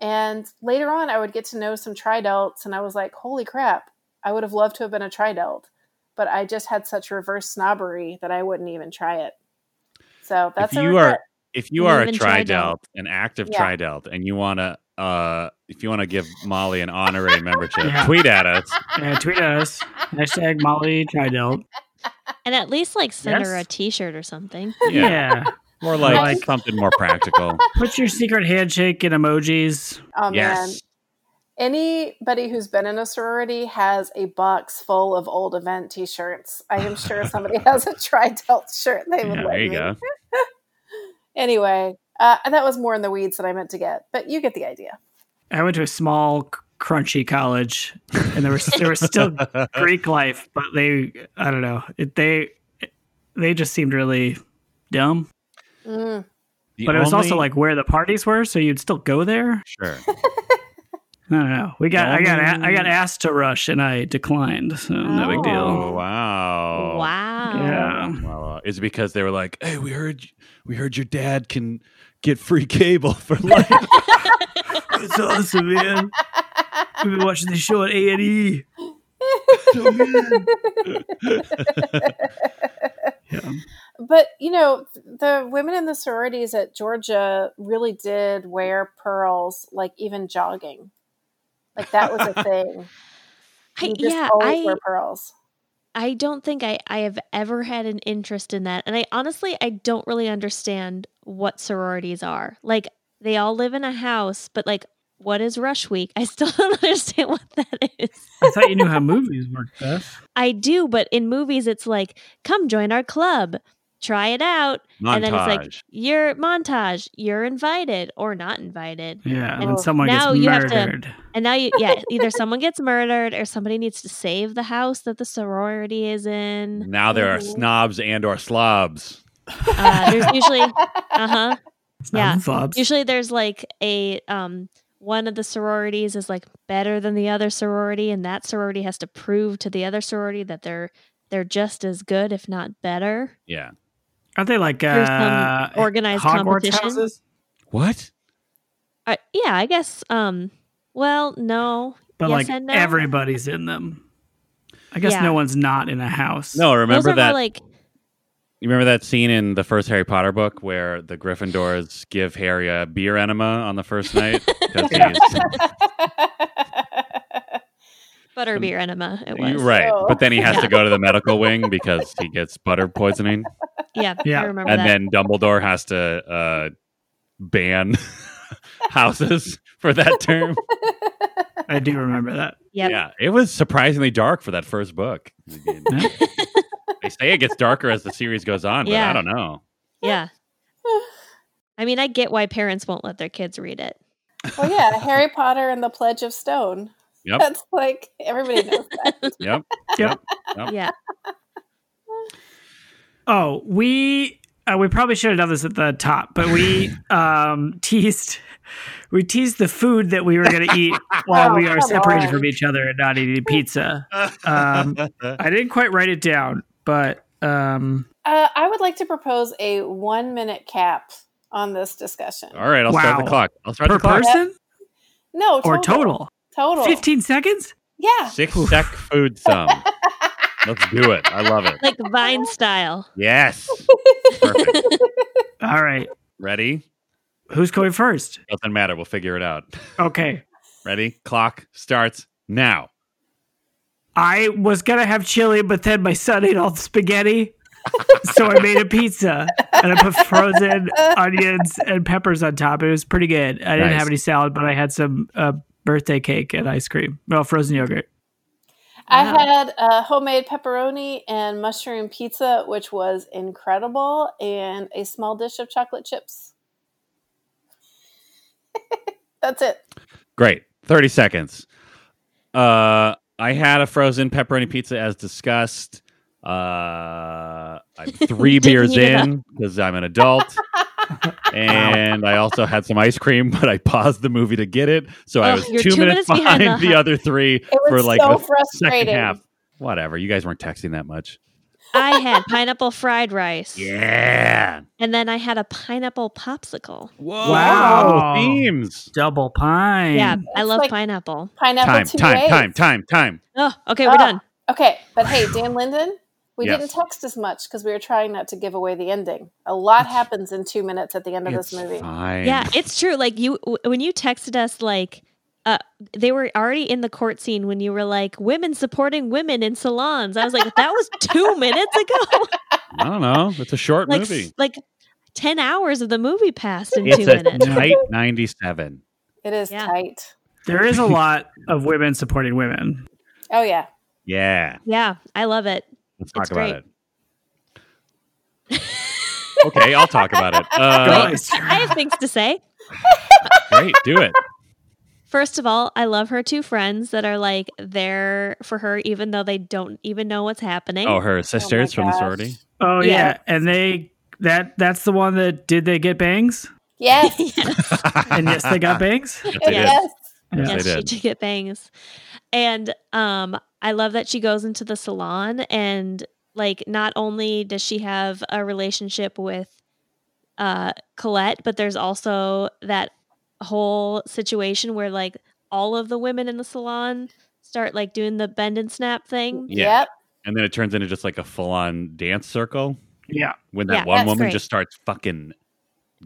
And later on, I would get to know some tridelts, and I was like, holy crap, I would have loved to have been a tridelt, but I just had such reverse snobbery that I wouldn't even try it. So that's
if
a
you
regret.
are if you
You
are a
live in tridelt.
tridelt, an active
Yeah.
tridelt, and you want to uh if you want to give Molly an honorary membership,
Yeah.
tweet at us.
Yeah, tweet at us hashtag Molly Tridelt.
and at least like send her a
Yes.
t-shirt or something.
Yeah.
Yeah.
More like,
Like-
something more practical.
Put your secret handshake in emojis.
oh man,
yes.
anybody who's been in a sorority has a box full of old event t shirts. I am sure somebody has a tridelt shirt they would
Yeah,
like.
there you
me.
go.
Anyway, uh, that was more in the weeds than I meant to get, but you get the idea.
I went to a small, crunchy college, and there was there was still Greek life, but they I don't know it, they they just seemed really dumb.
Mm.
The
but it was also
only-
like where the parties were, so you'd still go there.
sure.
I don't know. We got I got a- I got
Only-
asked to rush, and I declined. So no big deal.
Oh, wow.
Wow.
Yeah.
Well, uh, it's because they were like, "Hey, we heard we heard your dad can get free cable for life."
It's awesome, man. We've been watching this show on A and E.
So, man.
Yeah.
But you know, th- the women in the sororities at Georgia really did wear pearls, like even jogging. Like that was a thing.
I,
You just
yeah,
always
I
wear pearls.
I don't think I I have ever had an interest in that. And I honestly I don't really understand what sororities are. Like they all live in a house, but like what is rush week? I still don't understand what that is.
I thought you knew how movies worked, Beth.
I do, but in movies it's like come join our club. Try it out.
Montage.
And then it's like you're montage, you're invited or not invited.
Yeah, and
Oh.
then someone gets
Now you have to-
murdered.
And now you yeah, either someone gets murdered or somebody needs to save the house that the sorority is in.
now there are
Mhm.
snobs and or slobs.
Uh, there's usually uh-huh. Yeah.
Snobs and slobs.
Usually there's like a um one of the sororities is like better than the other sorority and that sorority has to prove to the other sorority that they're they're just as good if not better.
Yeah.
Aren't they like
Through some
uh,
organized
Hogwarts
competition.
houses?
What?
Uh, yeah, I guess um well, no.
But
Yes
like
and no.
everybody's in them. I guess
Yeah.
no one's not in a house.
No,
Those
remember
are more
that
like
you remember that scene in the first Harry Potter book where the Gryffindors give Harry a beer enema on the first night because he's
Butterbeer enema. It was
You're right.
So-
But then he has
Yeah.
to go to the medical wing because he gets butter poisoning.
Yeah,
Yeah.
I remember
And
that.
then Dumbledore has to uh, ban houses for that term.
I do remember that.
Yep.
Yeah. It was surprisingly dark for that first book. I mean,
Yeah.
they say it gets darker as the series goes on, but
Yeah.
I don't know.
Yeah. I mean, I get why parents won't let their kids read it.
well, yeah, Harry Potter and the Pledge of Stone.
Yep.
That's like everybody knows that.
Yep. Yep.
Yeah.
Oh, we uh, we probably should have done this at the top, but we um, teased we teased the food that we were going to eat while
Oh,
we are
come
separated
on.
from each other and not eating pizza. Um, I didn't quite write it down, but um,
Uh, I would like to propose a one minute cap on this discussion.
All right. I'll start the
Wow.
clock. I'll start
per
the clock.
person
No, total,
or total,
Total.
fifteen seconds.
Yeah.
Six sec food sum. Let's do it. I love it.
Like Vine style.
Yes. Perfect.
All right,
Ready?
who's going first?
Doesn't matter. We'll figure it out.
Okay,
Ready? Clock starts now.
I was gonna have chili, but then my son ate all the spaghetti. so I made a pizza and I put frozen onions and peppers on top. It was pretty good. I didn't
Nice.
have any salad, but I had some uh, birthday cake and ice cream. Well, frozen yogurt.
I
Wow.
had uh, homemade pepperoni and mushroom pizza, which was incredible, and a small dish of chocolate chips. That's it.
Great. 30 seconds. Uh, I had a frozen pepperoni pizza as discussed. Uh, I'm three
You didn't
beers
eat it
in because I'm an adult. and I also had some ice cream, but I paused the movie to get it. So I
Oh,
was
you're
two,
two
minutes,
minutes behind
behind
the
the
hu-
other three
It was
for like
so
the second
frustrating.
half. Whatever. You guys weren't texting that much.
I had pineapple fried rice.
Yeah.
And then I had a pineapple popsicle.
Whoa.
Wow.
Themes.
Double pine.
Yeah.
Mm.
I
It's
love
like-
pineapple.
Pineapple
Time,
two
time,
ways.
time, time, time.
Oh, okay.
Oh.
We're done.
Okay, but hey, Dan Linden, we
Yes.
didn't text as much because we were trying not to give away the ending. A lot happens in two minutes at the end of
It's
this movie.
fine.
Yeah. It's true. Like you, w- when you texted us, like, uh, they were already in the court scene when you were like, women supporting women in salons. I was like, that was two minutes ago.
I don't know. It's a short
like,
movie.
s- like 10 hours of the movie passed in
It's
two
a
minutes.
tight 97.
It is
Yeah.
tight.
There is a lot of women supporting women.
Oh yeah.
Yeah.
Yeah. I love it.
Let's talk
It's
about
great.
it. Okay, I'll talk about it. Uh,
Guys.
I have things to say.
great, do it.
First of all, I love her two friends that are like there for her, even though they don't even know what's happening.
Oh, her sisters
Oh
from the
my gosh.
sorority.
Oh yeah.
Yeah.
and they that that's the one that did they get bangs?
Yes. yes.
yes,
And yes, they got bangs.
Yes, they did.
yes.
Yes,
yes,
they
she
did.
did get bangs, and um, I love that she goes into the salon and like not only does she have a relationship with uh Colette, but there's also that whole situation where like all of the women in the salon start like doing the bend and snap thing.
Yeah.
Yep.
And then it turns into just like a full on dance circle
Yeah.
when
Yeah,
that one
that's
woman
great.
just starts fucking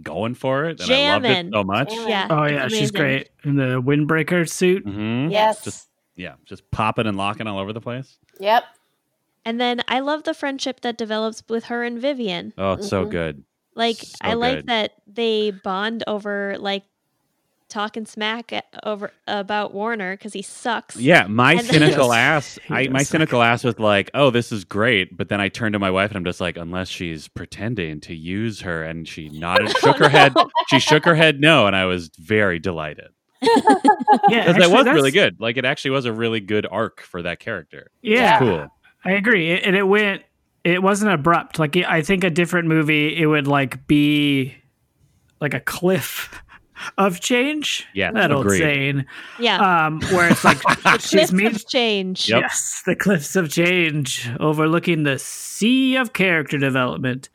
going for it. And I loved
Jamming.
it so much.
Jamming.
Yeah.
Oh
it's
yeah, she's
amazing.
great. In the windbreaker suit.
Mhm.
Yes.
Just, yeah, just popping and locking all over the place.
Yep.
And then I love the friendship that develops with her and Vivian.
Oh, it's so
Mhm.
good.
Like
So
I like
good.
that they bond over like talking smack a- over about Warner because he sucks.
Yeah, my
And-
cynical ass.
He
I,
does
my
suck.
cynical ass was like, "Oh, this is great," but then I turned to my wife and I'm just like, "Unless she's pretending to use her," and she nodded,
Oh,
shook her head. She shook her head no, and I was very delighted
Yeah,
because that
actually,
was
that's-
really good. Like, it actually was a really good arc for that character.
Yeah,
Cool.
I agree. It, and it went. It wasn't abrupt. Like I think a different movie, it would like be like a cliff of change.
Yeah,
that old
agreed.
saying.
Yeah.
Um, where it's like she's
Cliffs
meet.
of change.
Yep.
Yes, the cliffs of change overlooking the sea of character development.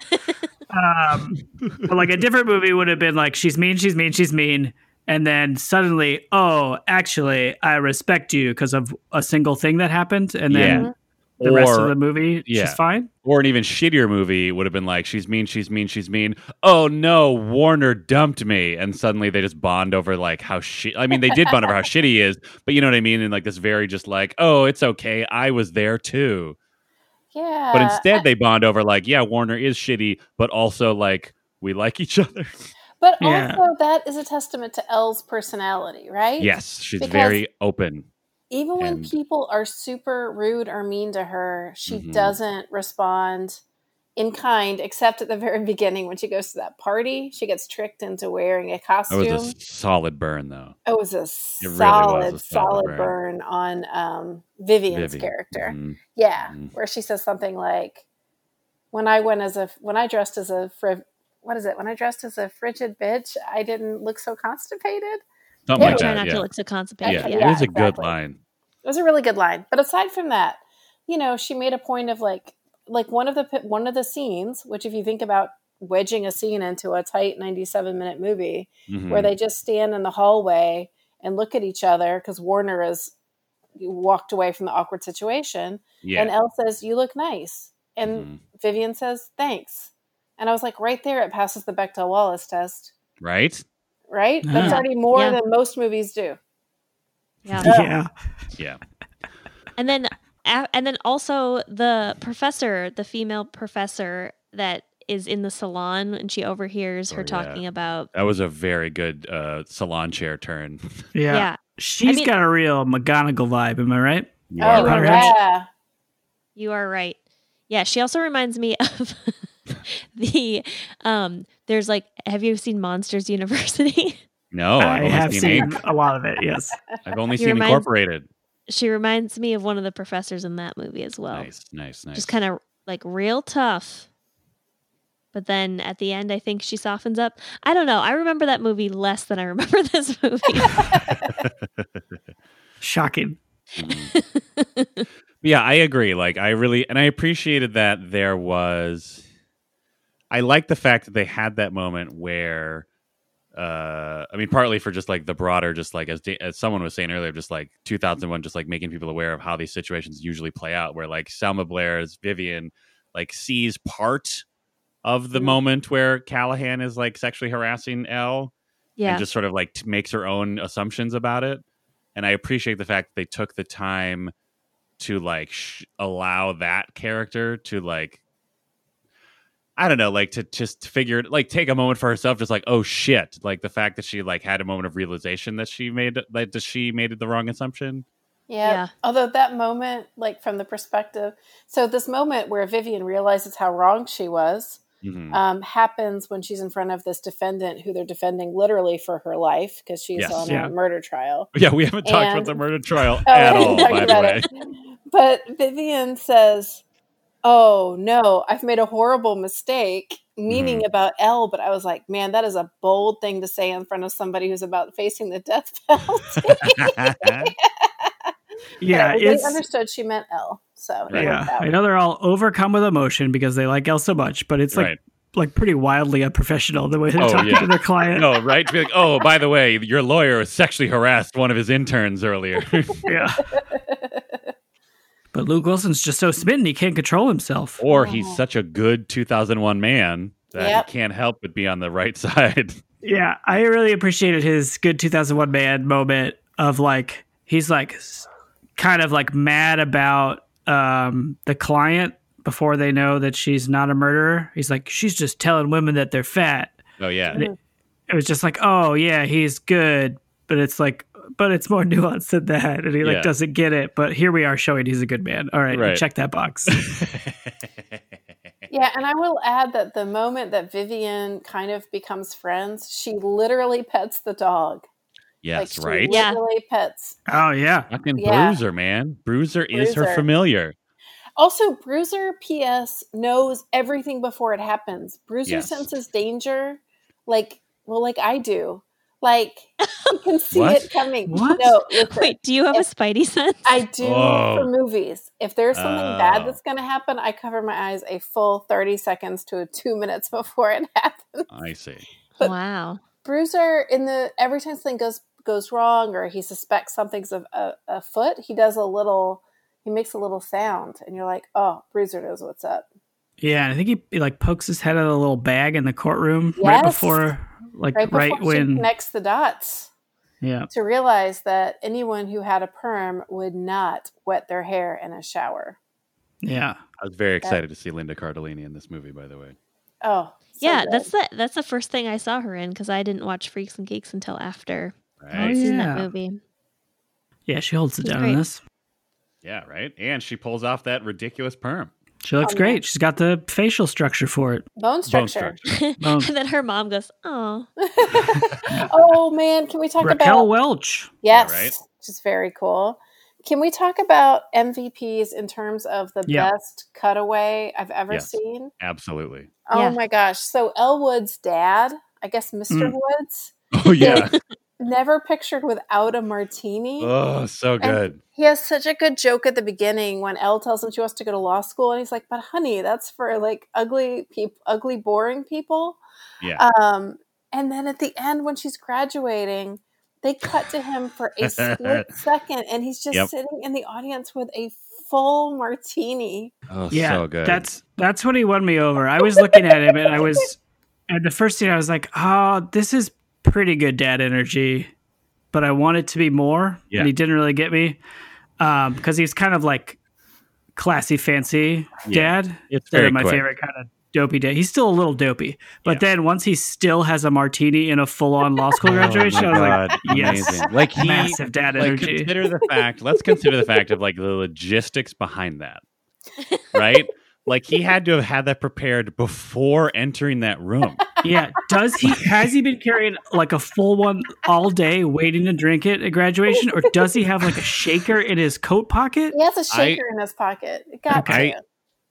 um, but like a different movie would have been like, she's mean, she's mean, she's mean. And then suddenly, oh, actually, I respect you because of a single thing that happened. And then the rest of
Or-
the movie,
yeah.
she's fine.
Or an even shittier movie would have been like, she's mean, she's mean, she's mean. Oh no, Warner dumped me. And suddenly they just bond over like how shit. I mean, they did bond over how shitty he is, but you know what I mean? And like this very just like, oh, it's okay. I was there too.
Yeah.
But
uh
instead they bond over like, yeah, Warner is shitty, but also like, we like each other.
But
Yeah.
also, that is a testament to Elle's personality, right?
yes, she's
Because-
very open.
Even when
And-
people are super rude or mean to her, she
Mhm.
doesn't respond in kind, except at the very beginning when she goes to that party. She gets tricked into wearing a
That
costume.
was a s- solid burn though.
It was a
It really was a
solid,
solid
solid
burn.
burn, on um, Vivian's
Vivi.
character.
Mhm.
Yeah,
Mhm.
where she says something like, "When I went as a when I dressed as a friv- what is it? When I dressed as a frigid bitch, I didn't look so constipated."
Something
Yeah,
like
try
that.
not
Oh Yeah.
to look so constipated.
Yeah.
Yeah,
Okay,
It was a good
exactly.
line.
It was a really good line. But aside from that, you know, she made a point of like like one of the pi- one of the scenes, which if you think about wedging a scene into a tight 97 minute movie
Mhm.
where they just stand in the hallway and look at each other because Warner has walked away from the awkward situation
yeah.
and Elle says you look nice and
Mhm.
Vivian says thanks and I was like right there it passes the Bechdel Wallace test
right?
right that's
Yeah.
already more
Yeah.
than most movies do
yeah.
Yeah.
yeah.
Yeah.
And then, a- and then also the professor, the female professor that is in the salon, and she overhears
Oh,
her
yeah.
talking about
That was a very good uh, salon chair turn.
Yeah.
yeah.
She's
mean-
got a real McGonagall vibe, am I right?
You
oh
are right.
Robert.
yeah
You are right. Yeah, she also reminds me of the um there's like have you seen Monsters University?
No, I've
I
only
have
seen,
seen
Inc.
a lot of it. Yes.
I've only
You
seen
remind-
Incorporated.
she reminds me of one of the professors in that movie as well.
Nice, nice, nice.
Just kind of like real tough. But then at the end I think she softens up. I don't know. I remember that movie less than I remember this movie.
Shocking.
Mhm. yeah, I agree. Like, I really and I appreciated that there was. I like the fact that they had that moment where, uh, I mean, partly for just like the broader, just like as da- as someone was saying earlier, just like 2001, just like making people aware of how these situations usually play out. Where like Selma Blair's Vivian, like sees part of the
Mhm.
moment where Callahan is like sexually harassing Elle,
yeah.
and just sort of like t- makes her own assumptions about it. And I appreciate the fact that they took the time to like sh- allow that character to like, I don't know, like to just figure it, like take a moment for herself, just like, oh shit, like the fact that she like had a moment of realization that she made like that she made the wrong assumption.
Yeah.
Yeah.
Although that moment, like from the perspective, so this moment where Vivian realizes how wrong she was
Mhm.
um, happens when she's in front of this defendant who they're defending literally for her life because she's
Yes.
on
Yeah.
a murder trial.
yeah, we haven't talked about
and-
the murder trial
Oh,
at
we
all,
haven't talked
by the
about
way.
it. But Vivian says, Oh no, I've made a horrible mistake, meaning about Elle. But I was like, Man, that is a bold thing to say in front of somebody who's about facing the death penalty.
Yeah.
But
It's,
they understood she meant Elle. So it
Right.
yeah.
worked out.
I know they're all overcome with emotion because they like Elle so much, but it's like
right.
like pretty wildly unprofessional the way they're
Oh,
talking
yeah.
to their client.
No, right? To be like, oh, by the way, your lawyer sexually harassed one of his interns earlier.
Yeah. But Luke Wilson's just so smitten he can't control himself.
or he's
Yeah.
such a good 2001 man that
Yep.
he can't help but be on the right side.
Yeah, I really appreciated his good 2001 man moment of like he's like s- kind of like mad about um the client before they know that she's not a murderer. He's like she's just telling women that they're fat.
oh yeah,
Yeah. It was just like, "Oh, yeah, he's good." But it's like but it's more nuanced than that and he like
Yeah.
doesn't get it, but here we are showing he's a good man. All right, you
Right.
check that box.
Yeah, and I will add that the moment that Vivian kind of becomes friends, she literally pets the dog.
yes,
like,
right.
She
Yeah.
literally pets.
oh yeah.
Fucking
Yeah.
Bruiser, man. Bruiser, is her
Bruiser.
familiar.
Also, Bruiser PS knows everything before it happens. Bruiser
Yes.
senses danger, like well, like I do. Like he can see
What?
it coming.
What?
No, listen,
Wait, do you have a spidey sense?
I do
Whoa.
for movies. If there's something
Oh.
bad that's going to happen, I cover my eyes a full thirty seconds to two minutes before it happens.
I see.
but-
wow.
Bruiser in the every time something goes goes wrong or he suspects something's a, a, afoot, he does a little he makes a little sound, and you're like, "Oh, Bruiser knows what's up."
Yeah, and I think he, he like pokes his head out of the little bag in the courtroom
Yes.
right before, like
Right
right,
before she
when,
connects the dots
yeah,
to realize that anyone who had a perm would not wet their hair in a shower.
yeah,
I was very excited to see Linda Cardellini in this movie, by the way.
Oh, so
yeah,
good.
that's the that's the first thing I saw her in because I didn't watch Freaks and Geeks until after
Right?
I'd seen
yeah.
that movie.
yeah. She holds it
She's
down
great.
in this.
Yeah, right. And she pulls off that ridiculous perm.
She looks
Oh,
great.
yeah.
She's got the facial structure for it.
bone
Bone
structure.
structure.
Um,
and then her mom goes, "Oh,
oh man, can we talk
Raquel
about
Welch.
yes,
Yeah, right.
which is very cool. Can we talk about MVPs in terms of the
Yeah.
best cutaway I've ever
Yes.
seen?
Absolutly.
Oh
Yeah.
my gosh! So Elwood's dad, I guess Mr.
Mm.
Woods,
Oh yeah.
never pictured without a martini.
oh, so good.
He has such a good joke at the beginning when Elle tells him she wants to go to law school, and he's like, "But honey, that's for like ugly people, ugly, boring people."
Yeah.
Um, and then at the end, when she's graduating, they cut to him for a split second, and he's just
Yep.
sitting in the audience with a full martini.
Oh,
Yeah,
so good.
That's that's what he won me over. I was looking at him and I was at the first scene I was like, oh, this is pretty good dad energy, but I want it to be more.
Yeah.
And he didn't really get me um, because he's kind of like classy, fancy
Yeah.
dad.
it's
They're
very
my
quick.
favorite kind of dopey dad. He's still a little dopey, but
Yeah.
then once he still has a martini in a full on law school
Oh, my
graduation, I was like,
God,
yes.
amazing. Like he
massive dad
like
energy.
consider the fact let's consider the fact of like the logistics behind that right like he had to have had that prepared before entering that room
Yeah. Does he has he been carrying like a full one all day waiting to drink it at graduation? Or does he have like a shaker in his coat pocket?
He has a
I-
shaker in his pocket. It got
I-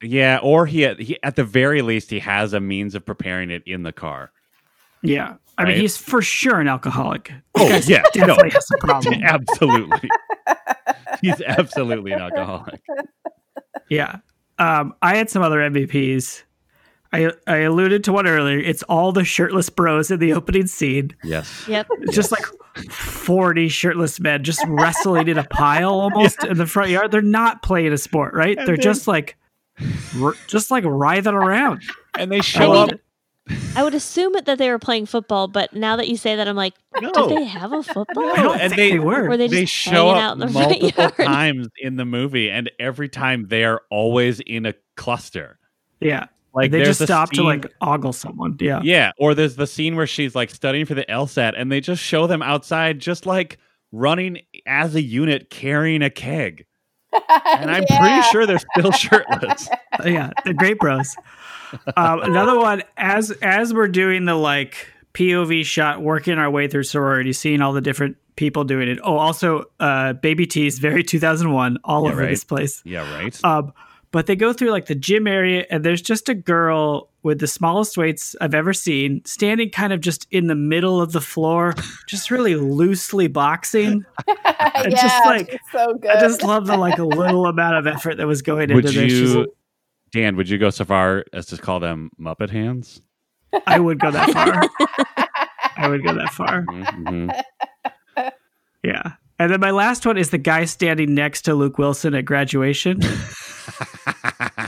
to.
yeah or he, he at the very least he has a means of preparing it in the car
Yeah. I mean
Right.
he's for sure an alcoholic.
oh yeah no
Definitely has a problem.
absolutely he's absolutely an alcoholic
Yeah. Um, I had some other MVPs. I I alluded to one earlier. It's all the shirtless bros in the opening scene.
yes
yep,
It's just like 40 shirtless men just wrestling in a pile almost in the front yard. They're not playing a sport, right? They're just like r- just like writhing around.
and they
I
show up
mean,
I would assume it that they were playing football, but now that you say that, I'm like,
no.
did they have a football?
I don't
and
think
they-
they were.
Were they just
they show up
hanging out in the front
multiple
yard?
times in the movie, and every time they are always in a cluster.
Yeah.
Like
they
there's
just
a
stop to
scene-
like ogle someone. Yeah.
yeah, or there's the scene where she's like studying for the LSAT, and they just show them outside, just like running as a unit carrying a keg, and I'm pretty sure they're still shirtless.
Yeah. The great bros. Um, another one, as as we're doing the like POV shot, working our way through sorority, seeing all the different people doing it. Oh, also uh baby tees, very two thousand one, all
Yeah,
over
right.
this place.
yeah, right.
Um but they go through like the gym area and there's just a girl with the smallest weights I've ever seen, standing kind of just in the middle of the floor, just really loosely boxing.
yeah,
just like-
she's so good.
I just love the like little amount of effort that was going into
would
this. She's-
you, Dan? Would you go so far as to call them Muppet hands?
I would go that far. I would go that far.
Mhm.
Yeah. And then my last one is the guy standing next to Luke Wilson at graduation,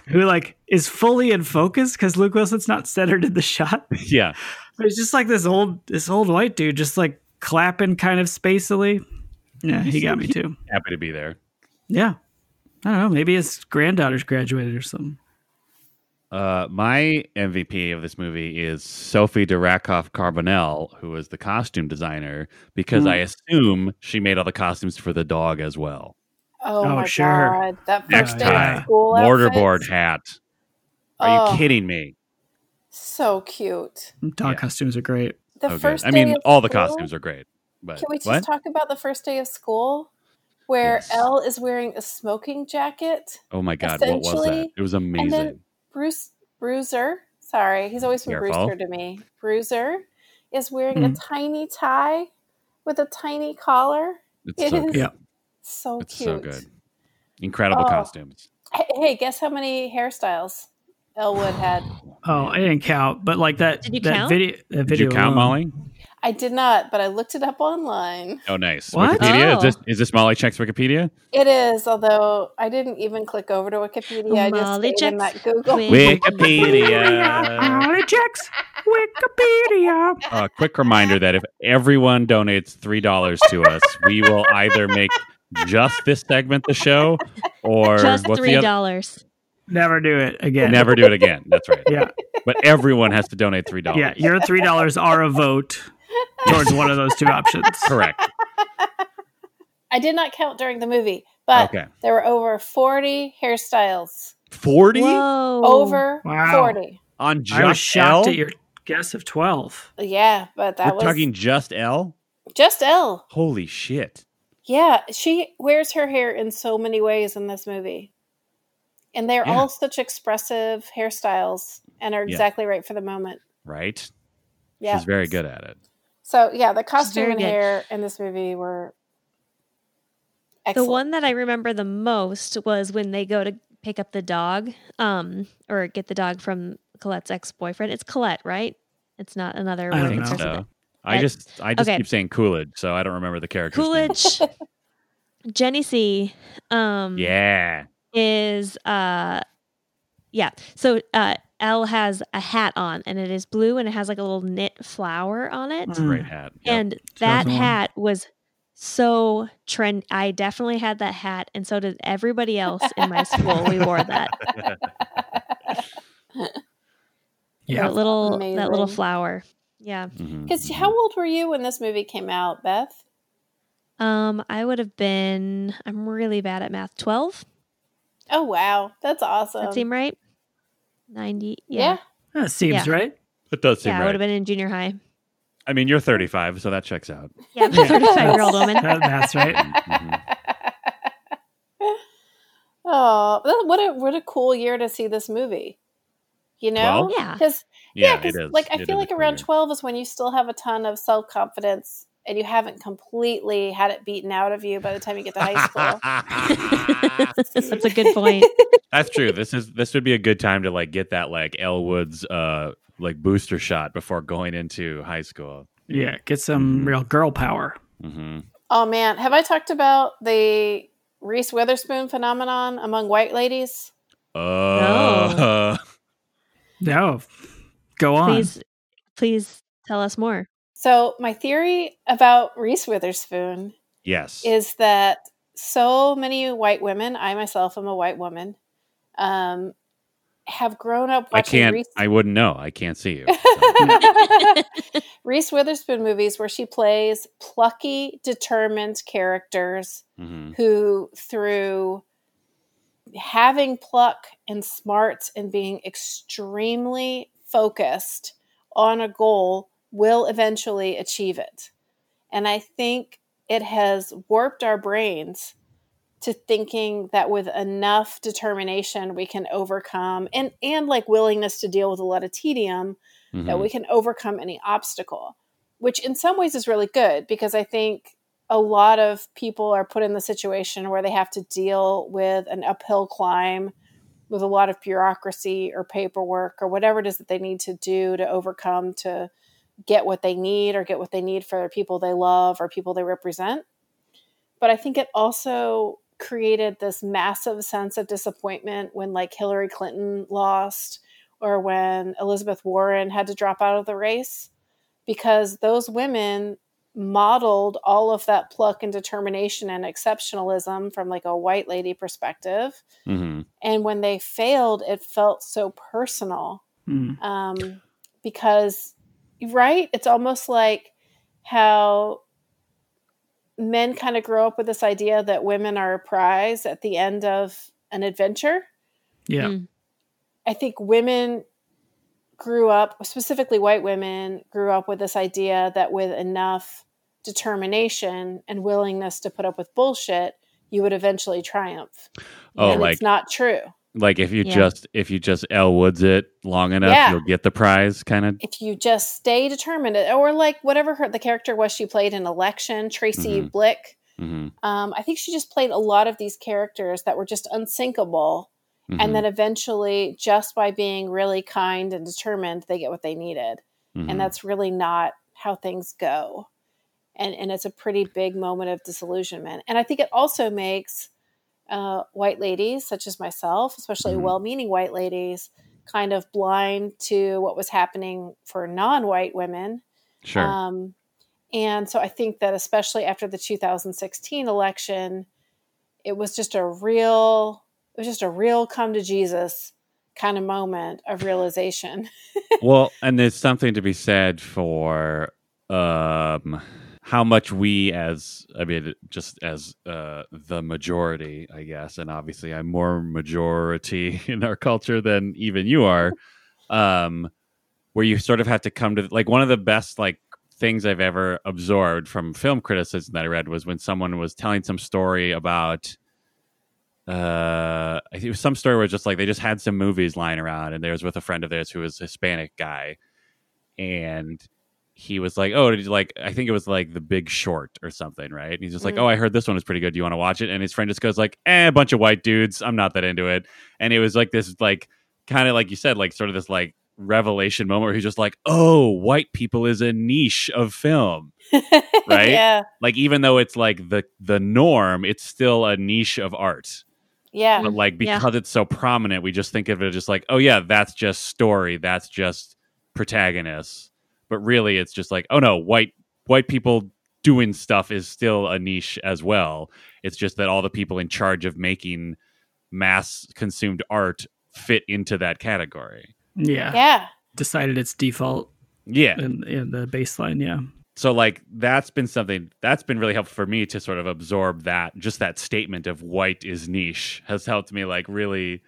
who like is fully in focus because Luke Wilson's not centered in the shot.
yeah,
But it's just like this old this old white dude just like clapping kind of spacily. Yeah, he got me too.
happy to be there.
Yeah. I don't know. Maybe his granddaughter's graduated or something.
Uh, my MVP of this movie is Sophie Durakoff Carbonell, who is the costume designer, because
Mm.
I assume she made all the costumes for the dog as well.
oh,
Oh,
my
sure.
god, that
Neck
first day
tie,
of school,
Mortarboard
outfit,
hat. Are
Oh.
you kidding me?
so cute.
Yeah.
Dog costumes are great.
The
So good.
first,
I mean,
day of
all the
school-
costumes are great. But
Can we just
what?
talk about the first day of school where
Yes.
Elle is wearing a smoking jacket?
oh my god, what was that?
Essentially,
It was
then-
amazing.
Bruce Bruiser, sorry, he's always been
Careful. Hmm.
Brewster to me. Bruiser is wearing a tiny tie with a tiny collar.
it's
it
so
is
good.
Yeah.
So
It's
cute.
so good. Incredible
Oh.
costumes.
Hey, hey, guess how many hairstyles Elwood had?
Oh, I didn't count, but like that
Did you
that
count?
video that
Did
video
you count,
alone.
Molly?
I did not, but I looked it up online.
Oh, nice.
What?
Wikipedia?
Oh.
Is, this, is this Molly checks Wikipedia?
It is, although I didn't even click over to Wikipedia. I just
Molly
stayed in
checks
that Google.
Wiki.
Wikipedia.
Molly checks Wikipedia.
A Uh, quick reminder that if everyone donates three dollars to us, we will either make just this segment the show, or
Just
what's
three
the other?
dollars.
Never do it again.
Never do it again. That's right.
Yeah.
But everyone has to donate three dollars.
Yeah, your three dollars are a vote towards one of those two options.
Correct.
I did not count during the movie, but
Okay.
there were over 40 hairstyles.
Forty
Whoa.
Over
Wow.
40.
on
I was
just
shocked
L.
at your guess of twelve.
Yeah, but that
We're
was
talking just L.
just Elle.
Holy shit!
Yeah, she wears her hair in so many ways in this movie. And they're
Yeah.
all such expressive hairstyles and are
Yeah.
exactly right for the moment.
Right?
Yeah.
She's very good at it.
So, yeah, the costume
very
and
good.
hair in this movie were
The
excellent.
one that I remember the most was when they go to pick up the dog, um, or get the dog from Colette's ex boyfriend. It's Colette, right? It's not another
I
I
don't
random
think
know.
person.
so. I
That-
just I just
Okay.
keep saying Coolidge, so I don't remember the character.
Coolidge, Jenny C. Um,
Yeah.
is uh, yeah. So uh, L has a hat on, and it is blue, and it has like a little knit flower on it.
Mm.
Great hat. Yep.
And that
the one.
hat was so trend. I definitely had that hat, and so did everybody else in my school. We wore that.
Yeah.
That little that little
Amazing.
flower. Yeah.
Mhm,
Because
mhm.
how old were you when this movie came out, Beth?
Um, I would have been. I'm really bad at math. Twelve.
Oh wow, that's awesome.
that seem right? Ninety.
yeah.
Yeah.
That seems
Yeah.
right.
That does seem
Yeah. I would
right.
have been in junior high.
I mean, you're 35, so that checks out.
Yeah.
Yeah.
Thirty-five year old woman.
That, that's right.
Oh, that- what a what a cool year to see this movie. You know,
Well,
Yeah.
because yeah,
Yeah, it
'cause,
is.
like I
It is
feel like
a
around
career.
twelve is when you still have a ton of self confidence and you haven't completely had it beaten out of you by the time you get to high school.
That's a good point.
That's true. This is this would be a good time to like get that like Elwood's uh like booster shot before going into high school.
Yeah, get
Mm-hmm.
some real girl power.
hmm
oh man, have I talked about the Reese Witherspoon phenomenon among white ladies?
Uh,
No, go on.
Please, please tell us more.
So my theory about Reese Witherspoon
yes.
is that so many white women, I myself am a white woman, um, have grown up
I
watching
can't.
Reese,
I wouldn't know. I can't see you.
Reese Witherspoon movies where she plays plucky, determined characters
hmm
who, through having pluck and smarts and being extremely focused on a goal, will eventually achieve it. And I think it has warped our brains to thinking that with enough determination we can overcome and and like willingness to deal with a lot of tedium
mm-hmm,
that we can overcome any obstacle, which in some ways is really good because I think a lot of people are put in the situation where they have to deal with an uphill climb with a lot of bureaucracy or paperwork or whatever it is that they need to do to overcome to get what they need or get what they need for people they love or people they represent. But I think it also created this massive sense of disappointment when like Hillary Clinton lost or when Elizabeth Warren had to drop out of the race because those women modeled all of that pluck and determination and exceptionalism from like a white lady perspective
hmm
and when they failed it felt so personal
Mm.
um, because right it's almost like how men kind of grow up with this idea that women are a prize at the end of an adventure
Yeah.
Mm.
I think women grew up, specifically white women, grew up with this idea that with enough determination and willingness to put up with bullshit, you would eventually triumph.
Oh,
and
like
it's not true.
like if you
Yeah.
just if you just L Woods it long enough,
Yeah.
you'll get the prize, kind of.
If you just stay determined, or like whatever her, the character was she played in Election, Tracy
Mhm.
Blick.
hmm
Um, I think she just played a lot of these characters that were just unsinkable.
mm-hmm,
And then eventually,
mm-hmm.
just by being really kind and determined, they get what they needed. and that's really not how things go. And, and it's a pretty big moment of disillusionment. And I think it also makes uh, white ladies, such as myself, especially well meaning white ladies, kind of blind to what was happening for non white women.
Sure.
Um, and so I think that especially after the 2016 election, it was just a real, it was just a real come to Jesus kind of moment of realization.
well, and there's something to be said for um how much we as I mean just as uh the majority, I guess, and obviously I'm more majority in our culture than even you are. Um where you sort of have to come to like one of the best like things I've ever absorbed from film criticism that I read was when someone was telling some story about uh I think it was some story where it's just like they just had some movies lying around and they was with a friend of theirs who was a Hispanic guy and he was like, Oh, did you like I think it was like the big short or something, right? And he's just like,
Mm.
Oh, I heard this one was pretty good. Do you want to watch it? And his friend just goes like, Eh, a bunch of white dudes. I'm not that into it. And it was like this like kind of like you said, like sort of this like revelation moment where he's just like, Oh, white people is a niche of film Right?
yeah.
like even though it's like the the norm it's still a niche of art
Yeah.
but like
Yeah.
because it's so prominent we just think of it just like oh yeah that's just story that's just protagonists but really it's just like oh no white white people doing stuff is still a niche as well it's just that all the people in charge of making mass consumed art fit into that category
Yeah.
Yeah.
Decided its default
yeah
in, in the baseline. Yeah.
so like that's been something that's been really helpful for me to sort of absorb that just that statement of white is niche has helped me like really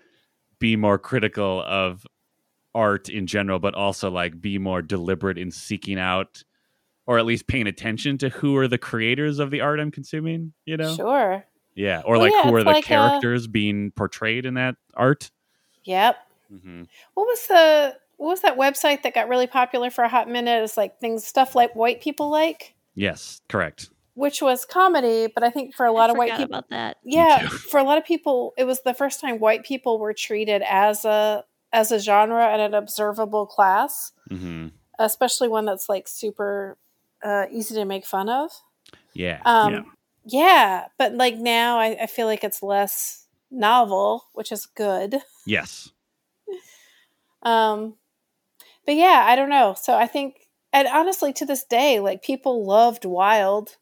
be more critical of art in general but also like be more deliberate in seeking out or at least paying attention to who are the creators of the art I'm consuming, you know?
Sure.
Yeah. Or
Well,
like
yeah,
who are
it's
the
like uh, a-
characters being portrayed in that art.
Yep.
Mm-hmm.
What was the what was that website that got really popular for a hot minute? It's like things stuff like white people like,
Yes, correct.
which was comedy, but I think for a
I
lot of white
forgot
people
about that.
too.
yeah for a lot of people it was the first time white people were treated as a as a genre and an observable class
hmm
especially one that's like super uh, easy to make fun of
Yeah.
um
Yeah.
yeah, but like now I, I feel like it's less novel which is good
yes.
um but yeah i don't know so i think and honestly to this day like people loved wild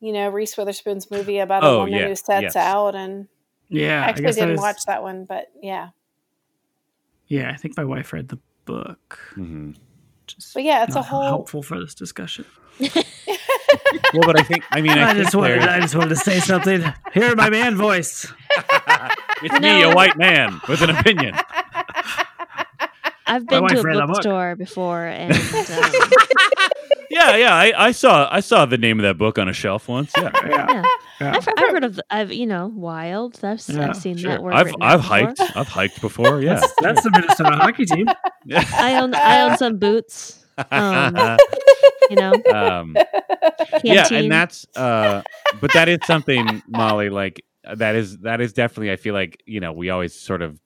you know reese witherspoon's movie about a
Oh,
woman
yeah,
who sets
yes.
out and
Yeah.
I actually
that
didn't
is-
watch that one, but yeah.
Yeah. I think my wife read the book.
hmm
Just
But yeah, it's
not
a whole.
helpful for this discussion.
Well, but I think I mean I,
I
think
just wanted.
there's-
I just wanted to say something. Hear my man voice.
it's me, a
No.
white man with an opinion.
I've
My
been to
wife read that
a
book.
bookstore before, and um,
yeah, yeah. I, I saw I saw the name of that book on a shelf once. Yeah,
Yeah.
yeah.
Yeah.
I've, I've heard of, the- I've you know, wild. I've, s
Yeah,
I've seen that
sure.
word.
I've
written
I've
before.
hiked I've hiked before. Yeah,
That's, that's the Minnesota hockey team.
I own I own some boots. Um, you know,
um, yeah, and that's uh, but that is something, Molly. Like that is that is definitely. I feel like you know we always sort of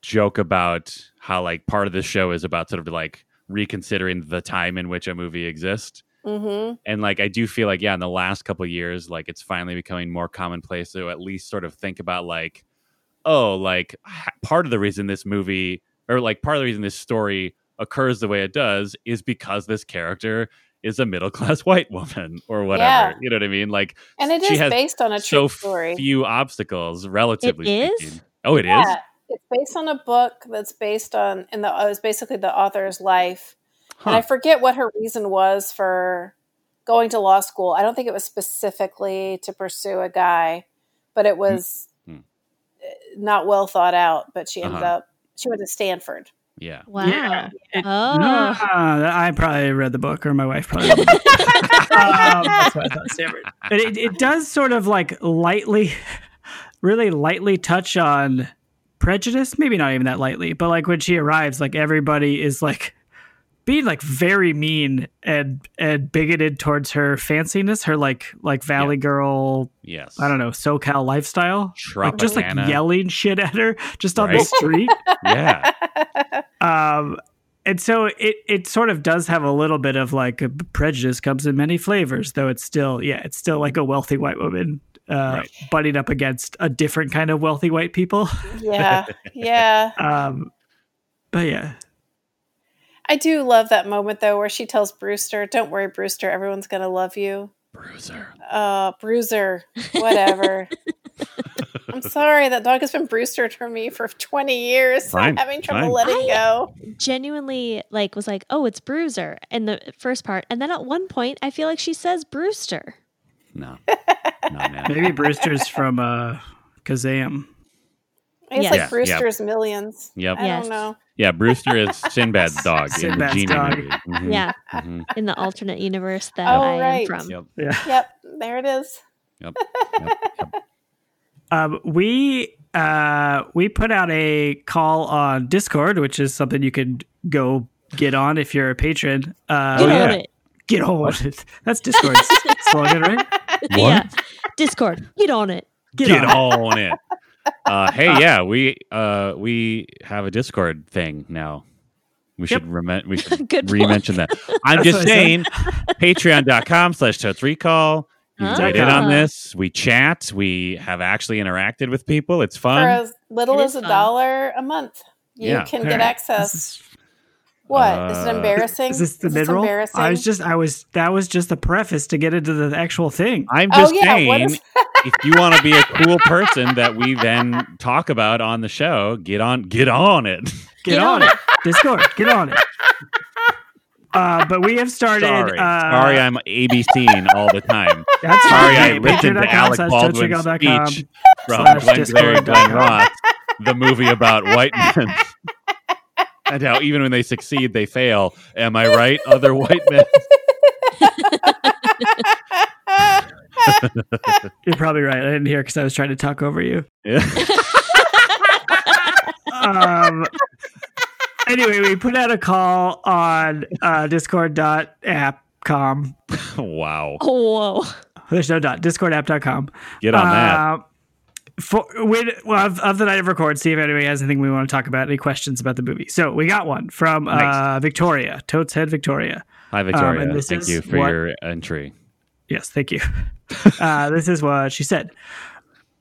joke about how like part of the show is about sort of like reconsidering the time in which a movie exists.
Mm-hmm.
and like i do feel like yeah in the last couple of years like it's finally becoming more commonplace to at least sort of think about like oh like h- part of the reason this movie or like part of the reason this story occurs the way it does is because this character is a middle class white woman or whatever
Yeah.
you know what i mean like
And it
She
is
has
based on a
so
true story.
few obstacles relatively
It is?
speaking oh it is.
yeah, it's based on a book that's based on, and the it was basically the author's life. And
Huh.
I forget what her reason was for going to law school. I don't think it was specifically to pursue a guy, but it was
Hmm.
uh, not well thought out. But she ended
Uh-huh.
up. She went to Stanford.
yeah
wow.
Yeah. It-
Oh.
Nah, I probably read the book, or my wife probably. Read the book. um, that's what I thought, Stanford. But it, it does sort of like lightly, really lightly touch on prejudice. Maybe not even that lightly, but like when she arrives, like everybody is like being like very mean and and bigoted towards her fanciness, her like like valley girl,
yes
I don't know, SoCal lifestyle. Like just like
Tropicana.
yelling shit at her just on the
Right.
street.
yeah
Um, and so it it sort of does have a little bit of like prejudice comes in many flavors, though it's still yeah, it's still like a wealthy white woman uh,
Right.
butting up against a different kind of wealthy white people.
Yeah. Yeah.
Um, but yeah,
I do love that moment though, where she tells Brewster, "Don't worry, Brewster. Everyone's gonna love you."
Bruiser.
Uh, Bruiser, whatever. I'm sorry that dog has been Brewster to me for 20 years.
Fine,
I'm having trouble
fine.
letting
I-
go.
Genuinely, like, was like, oh, it's Bruiser in the first part, and then at one point, I feel like she says Brewster.
No. No, man.
maybe Brewster's from uh, Kazam.
It's
Yeah.
like
Yeah, yeah.
Brewster's millions.
Yep.
I
Yes.
don't know.
Yeah, Brewster is Sinbad's dog
Sinbad's
in the genie
dog.
movie. Mhm,
Yeah,
mhm.
in the alternate universe that
Oh,
I
right.
am
Um,
from.
Yep.
Yeah.
Yep, there it is.
Um, we uh, we put out a call on Discord, which is something you could go get on if you're a patron. Uh,
Get
Oh,
on
yeah.
it.
Get on it. That's Discord's slogan, right?
Yeah. Discord, get on it.
Get,
Get
on. it.
all on it. Uh, hey, yeah, we uh, we have a Discord thing now. We
Yep.
should remem- we should
Good plug.
re-mention that. I'm
That's
just
what I said.
saying, patreon.com slash totes recall. You can
Ah.
write in on this. We chat. We have actually interacted with people. It's
for
fun.
as little
It
as
is
a
fun.
dollar a month, you
Um, Yeah.
can
All
get
right. This
access.
is-
What is
Uh,
it embarrassing?
Is this the
this
mid-roll?
embarrassing?
I was just, I was, that was just the preface to get into the actual thing.
I'm
Oh,
just
yeah, what
saying,
is-
if you want to be a cool person that we then talk about on the show, get on get on it.
Get,
Get
on
on
it. Discord, get on it. Uh, but we have started.
Sorry,
uh,
sorry, I'm ABCing all the time.
that's
Sorry, I
okay.
listened to
Patreon.com
Alec
slash
Baldwin's
toadtrigal.com.
speech from
slash
Glenn Clary, Glenn
discord.com.
Ross, the movie about white men. And how even when they succeed, they fail. Am I right, other white men?
You're probably right. I didn't hear because I was trying to talk over you.
Yeah.
Um, anyway, we put out a call on uh, discord.app.com.
wow.
Whoa.
There's no dot. Discordapp.com.
Get on that.
Uh, for when, well, of, of the night of record, see if anybody has anything we want to talk about, any questions about the movie. So we got one from uh, Victoria, Toad's Head Victoria.
Hi, Victoria.
um, and this
Thank
is
you for
what-
your entry.
Yes, thank you. uh, this is what she said.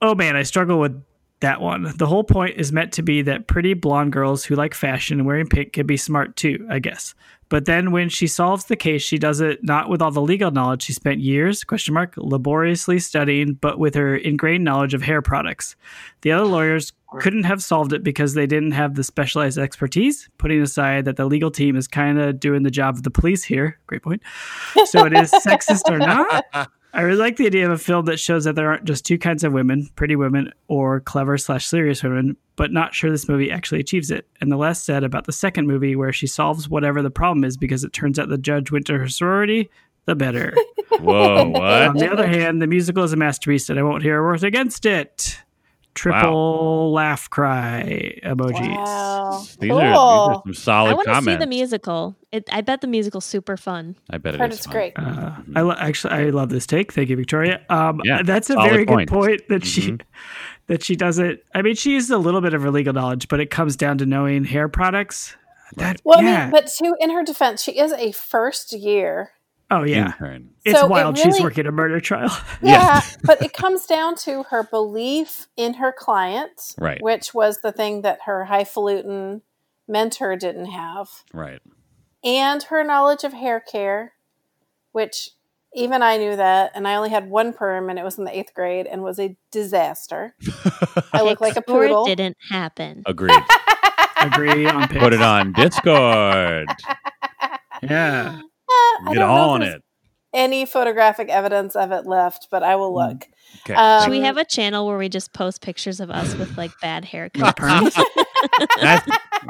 Oh man, I struggle with that one. The whole point is meant to be that pretty blonde girls who like fashion and wearing pink can be smart too, I guess. But then when she solves the case, she does it not with all the legal knowledge she spent years question mark laboriously studying, but with her ingrained knowledge of hair products. The other lawyers couldn't have solved it because they didn't have the specialized expertise, putting aside that the legal team is kind of doing the job of the police here. Great point. So it is sexist or not? I really like the idea of a film that shows that there aren't just two kinds of women, pretty women or clever slash serious women, but not sure this movie actually achieves it. And the less said about the second movie where she solves whatever the problem is because it turns out the judge went to her sorority, the better.
Whoa,
On
what?
the other hand, the musical is a masterpiece and I won't hear a word against it. Triple laugh cry emojis.
wow.
Oh, These,
cool.
are, these are some
I
solid
want to see
comments.
the musical. It, I bet the musical's super fun.
I bet it
Heard
is
it's
fun.
great.
Uh, I lo- actually I love this take. Thank you, Victoria. Um,
Mm-hmm. Yeah,
that's a
solid
very
point.
good point that she
Mhm.
that she doesn't. I mean, she uses a little bit of her legal knowledge, but it comes down to knowing hair products. That
Well, I
yeah.
mean, but to in her defense, she is a first year.
oh yeah,
Intern.
it's
So it
wild. She's
really-
working a murder trial.
Yeah,
Yes.
but it comes down to her belief in her client,
Right.
which was the thing that her highfalutin mentor didn't have,
Right.
and her knowledge of hair care, which even I knew that, and I only had one perm, and it was in the eighth grade, and was a disaster. I look like a
Or it
poodle.
didn't happen.
Agreed.
Agree on pick.
Put it on Discord.
Yeah,
Uh, I don't
Get
know if
on
there's
it.
Any photographic evidence of it left, but I will look.
Okay.
Um,
Should we have a channel where we just post pictures of us with like bad haircuts?
With perms.
That's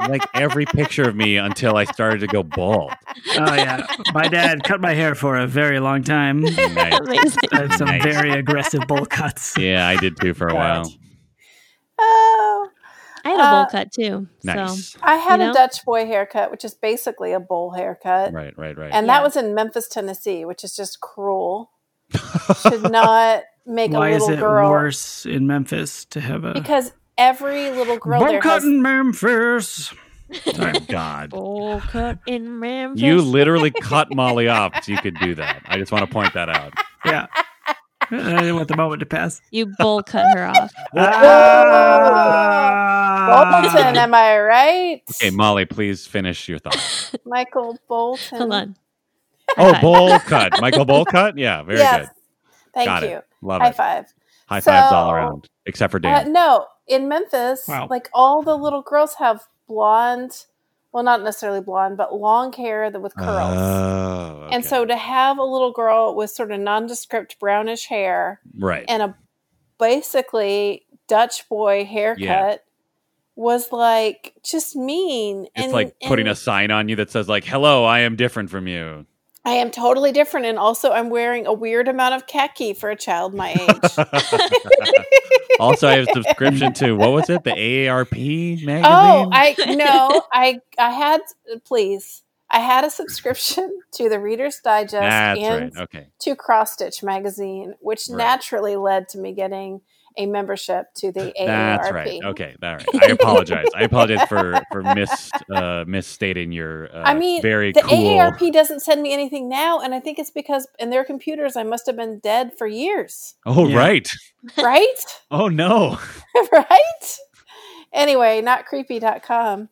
like every picture of me until I started to go bald.
oh yeah, my dad cut my hair for a very long time.
Nice.
Amazing.
I have some
Nice.
very aggressive bowl cuts.
Yeah, I did too for a while.
Oh,
I had a bowl
Uh,
cut too. So
Nice.
I had
You know?
a Dutch boy haircut, which is basically a bowl haircut.
Right, right, right.
And
Yeah.
that was in Memphis, Tennessee, which is just cruel. Should not make
Why
a
is
little
it
girl
worse in Memphis to have a
because every little girl
bowl
there
cut
has
in Memphis?
Thank God.
Bowl cut in Memphis.
You literally cut Molly off so you could do that. I just want to point that out.
Yeah. I didn't want the moment to pass.
You bowl cut her off.
Ah!
Bolton, am I right?
Okay, Molly, please finish your thoughts.
Michael Bolton.
Hold on.
Oh,
High five.
bowl cut. Michael bowl cut? Yeah, very
yes.
good.
Thank
Got it.
you.
Love
High
it.
five.
High fives all
So-
around, except for
Uh,
Dan.
no, in Memphis,
Wow.
like all the little girls have blonde, well, not necessarily blonde, but long hair that with curls.
Oh, okay.
And so to have a little girl with sort of nondescript brownish hair
right.
and a basically Dutch boy haircut was like just mean.
It's
and,
like putting
and
a sign on you that says like, "Hello, I am different from you."
I am totally different, and also I'm wearing a weird amount of khaki for a child my age.
also, I have a subscription to what was it? The AARP magazine.
Oh, I no, I I had please. I had a subscription to the Reader's Digest
That's
and
right. Okay.
to Cross Stitch magazine, which
Right.
naturally led to me getting a membership to the AARP.
That's right. Okay. All right. I apologize. I apologize for for mis uh, misstating your. Uh,
I mean,
very
the
cool.
AARP doesn't send me anything now, and I think it's because in their computers I must have been dead for years,
Oh
Yeah.
right.
right?
Oh no.
right? Anyway, notcreepy.com.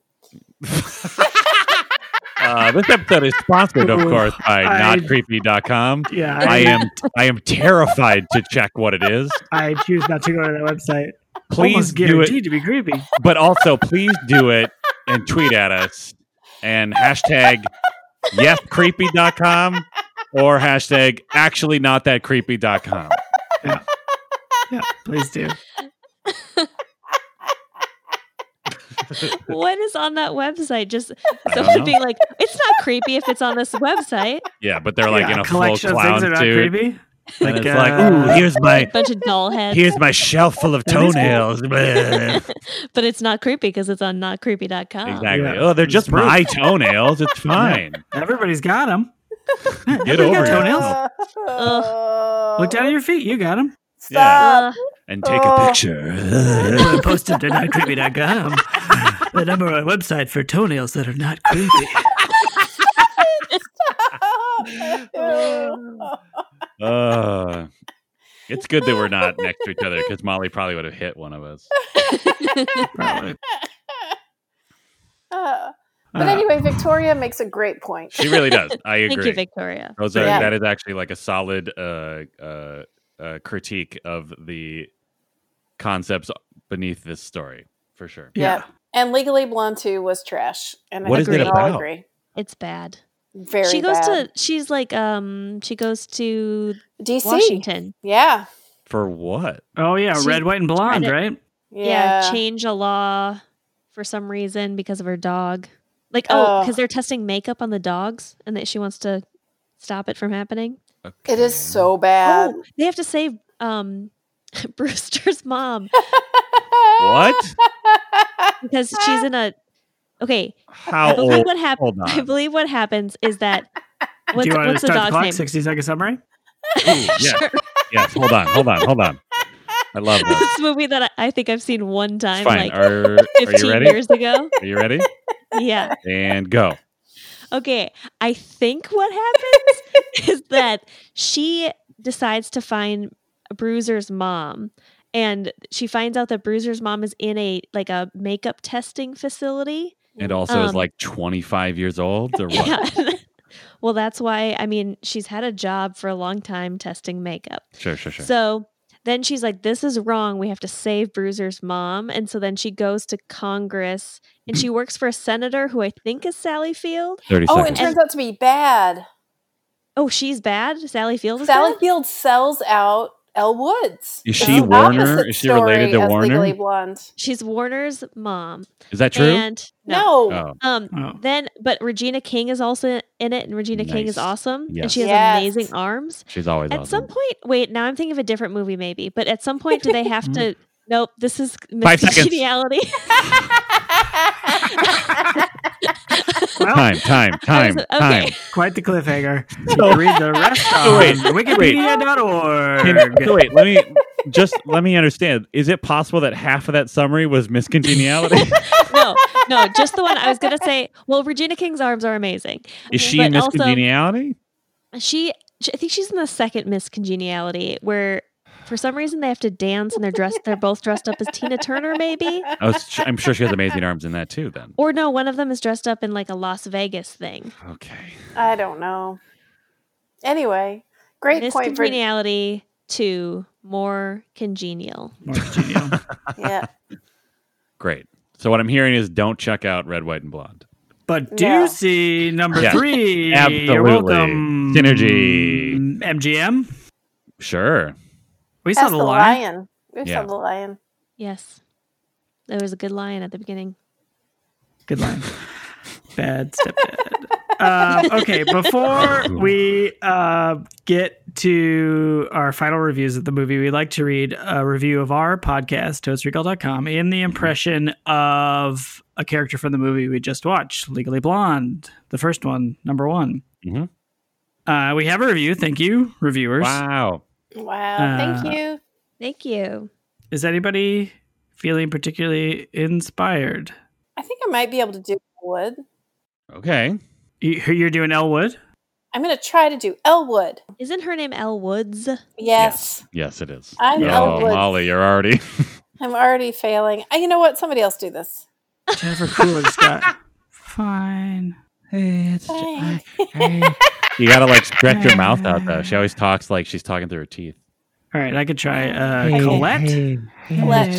Uh, this episode is sponsored, of
Ooh,
course, by
I-
notcreepy.com.
Yeah,
I
I,
am I am terrified to check what it is.
I choose not to go to that website.
Please
Almost
do it
guaranteed to be creepy.
but also please do it and tweet at us and hashtag yescreepy.com or hashtag actually not that creepy.com.
Yeah, please do.
What is on that website? Just
I don't
someone
know.
being like, it's not creepy if it's on this website.
Yeah, but they're like
Yeah,
in a full
collection of things
clown
that are not
suit.
creepy.
and it's
Like,
like,
uh,
ooh, here's my
Bunch of doll heads.
here's my shelf full of
That is cool.
toenails. Bleh.
but it's not creepy because it's on notcreepy.com.
exactly.
Yeah.
Oh, they're just
Spruce.
my toenails. It's fine.
Everybody's got them.
Get over
got
it.
toenails. Look down at your feet. You got them.
Stop.
Uh,
And take a
Oh.
picture.
Post them to notcreepy.com. The number one website for toenails that are not creepy.
Uh, it's good that we're not next to each other because Molly probably would have hit one of us.
Probably.
Uh, but anyway, Victoria makes a great point.
She really does. I
thank
agree.
you, Victoria.
Those are-
Yeah.
That is actually like a solid uh, uh, uh, critique of the concepts beneath this story for sure.
yeah.
And Legally Blonde 2 was trash. And
What
I
is
think
it
we all
about?
agree.
It's bad.
Very
she goes
bad.
to she's like um she goes to
to DC.
Washington.
Yeah.
For what?
Oh yeah,
She-
red, white, and blonde,
Reddit.
right?
Yeah.
Yeah.
change a law for some reason because of her dog. Like oh,
Oh.
because they're testing makeup on the dogs and that she wants to stop it from happening.
it is so bad.
Oh, they have to save um Brewster's mom Oh.
What?
because she's in a okay. I
How
believe
old?
what happened.
Hold
I
on.
believe what happens is that what's,
do you want
what's
to
the
start
dog's
clock?
name?
Sixty second summary.
Ooh, yes,
Sure.
yes. Hold on. Hold on. Hold on. I love this.
this movie that I, I think I've seen one
It's
time,
fine.
like
are, are you
15
ready?
years ago.
Are you ready?
Yeah.
And go.
Okay, I think what happens is that she decides to find Bruiser's mom and she finds out that Bruiser's mom is in a like a makeup testing facility.
And also is
Um,
like 25 years old or what?
Yeah. well, that's why I mean, she's had a job for a long time testing makeup.
Sure, sure, sure.
So then she's like, This is wrong. We have to save Bruiser's mom. And so then she goes to Congress and she works for a senator who I think is Sally Field.
30
Oh, it
seconds.
turns out to be bad.
Oh, she's bad. Sally Field is
Sally
bad?
Field sells out Elle Woods.
Is
It's
she
the
Warner?
opposite
Is she related
story
to
as
Warner?
Legally Blonde.
She's Warner's mom.
Is that true?
And no.
No.
oh,
Um
Oh.
then but Regina King is also in it and Regina King is
Nice.
awesome and
Yes.
she has
Yes.
amazing arms.
she's always
At some
awesome.
point, wait, now I'm thinking of a different movie maybe, but at some point do they have to Nope, this is
Mm-hmm. Five seconds.
geniality.
Well,
Time, time, time,
Okay.
time.
quite the cliffhanger. You can read the rest on
wait, wait.
Wikipedia.org.
Can- so wait, let me just let me understand. Is it possible that half of that summary was miscongeniality?
no, no, just the one I was gonna say. Well, Regina King's arms are amazing.
Is she
But also-
miscongeniality?
She, she, I think she's in the second Miss Congeniality, where for some reason they have to dance and they're dressed. They're both dressed up as Tina Turner, maybe.
I was, Oh, sh- I'm sure she has amazing arms in that too. Then
Or no, one of them is dressed up in like a Las Vegas thing.
okay,
I don't know. Anyway, great
Miss
point for
Congeniality to more congenial.
More congenial.
yeah.
great. So what I'm hearing is don't check out Red, White, and Blonde.
But do
No.
see number
Yes.
three. You're
Absolutely.
welcome.
Synergy.
MGM.
Sure.
We saw
That's
the
the
lion.
lion. We
Yeah.
saw the lion.
Yes, there was a good line at the beginning.
Good line. Bad stepdad. um, okay, before we uh, get to our final reviews of the movie, we'd like to read a review of our podcast, toastrecall.com, in the impression of a character from the movie we just watched, Legally Blonde, the first one, number one.
Mhm.
Uh, we have a review. Thank you, reviewers.
Wow.
Wow.
Uh,
Thank you.
Thank you.
Is anybody feeling particularly inspired?
I think I might be able to do wood.
Okay.
You- You're doing Elwood?
I'm going to try to do Elwood.
Isn't her name Elle Woods?
Yes.
Yes, it is.
I'm
oh,
Elwood.
Molly, you're already.
I'm already failing. Uh, you know what? Somebody else do this.
Jennifer Coolidge got fine. Hey, it's
Fine.
you gotta like stretch your mouth out though. She always talks like she's talking through her teeth.
All right, I could try uh,
Hey,
Colette.
Colette.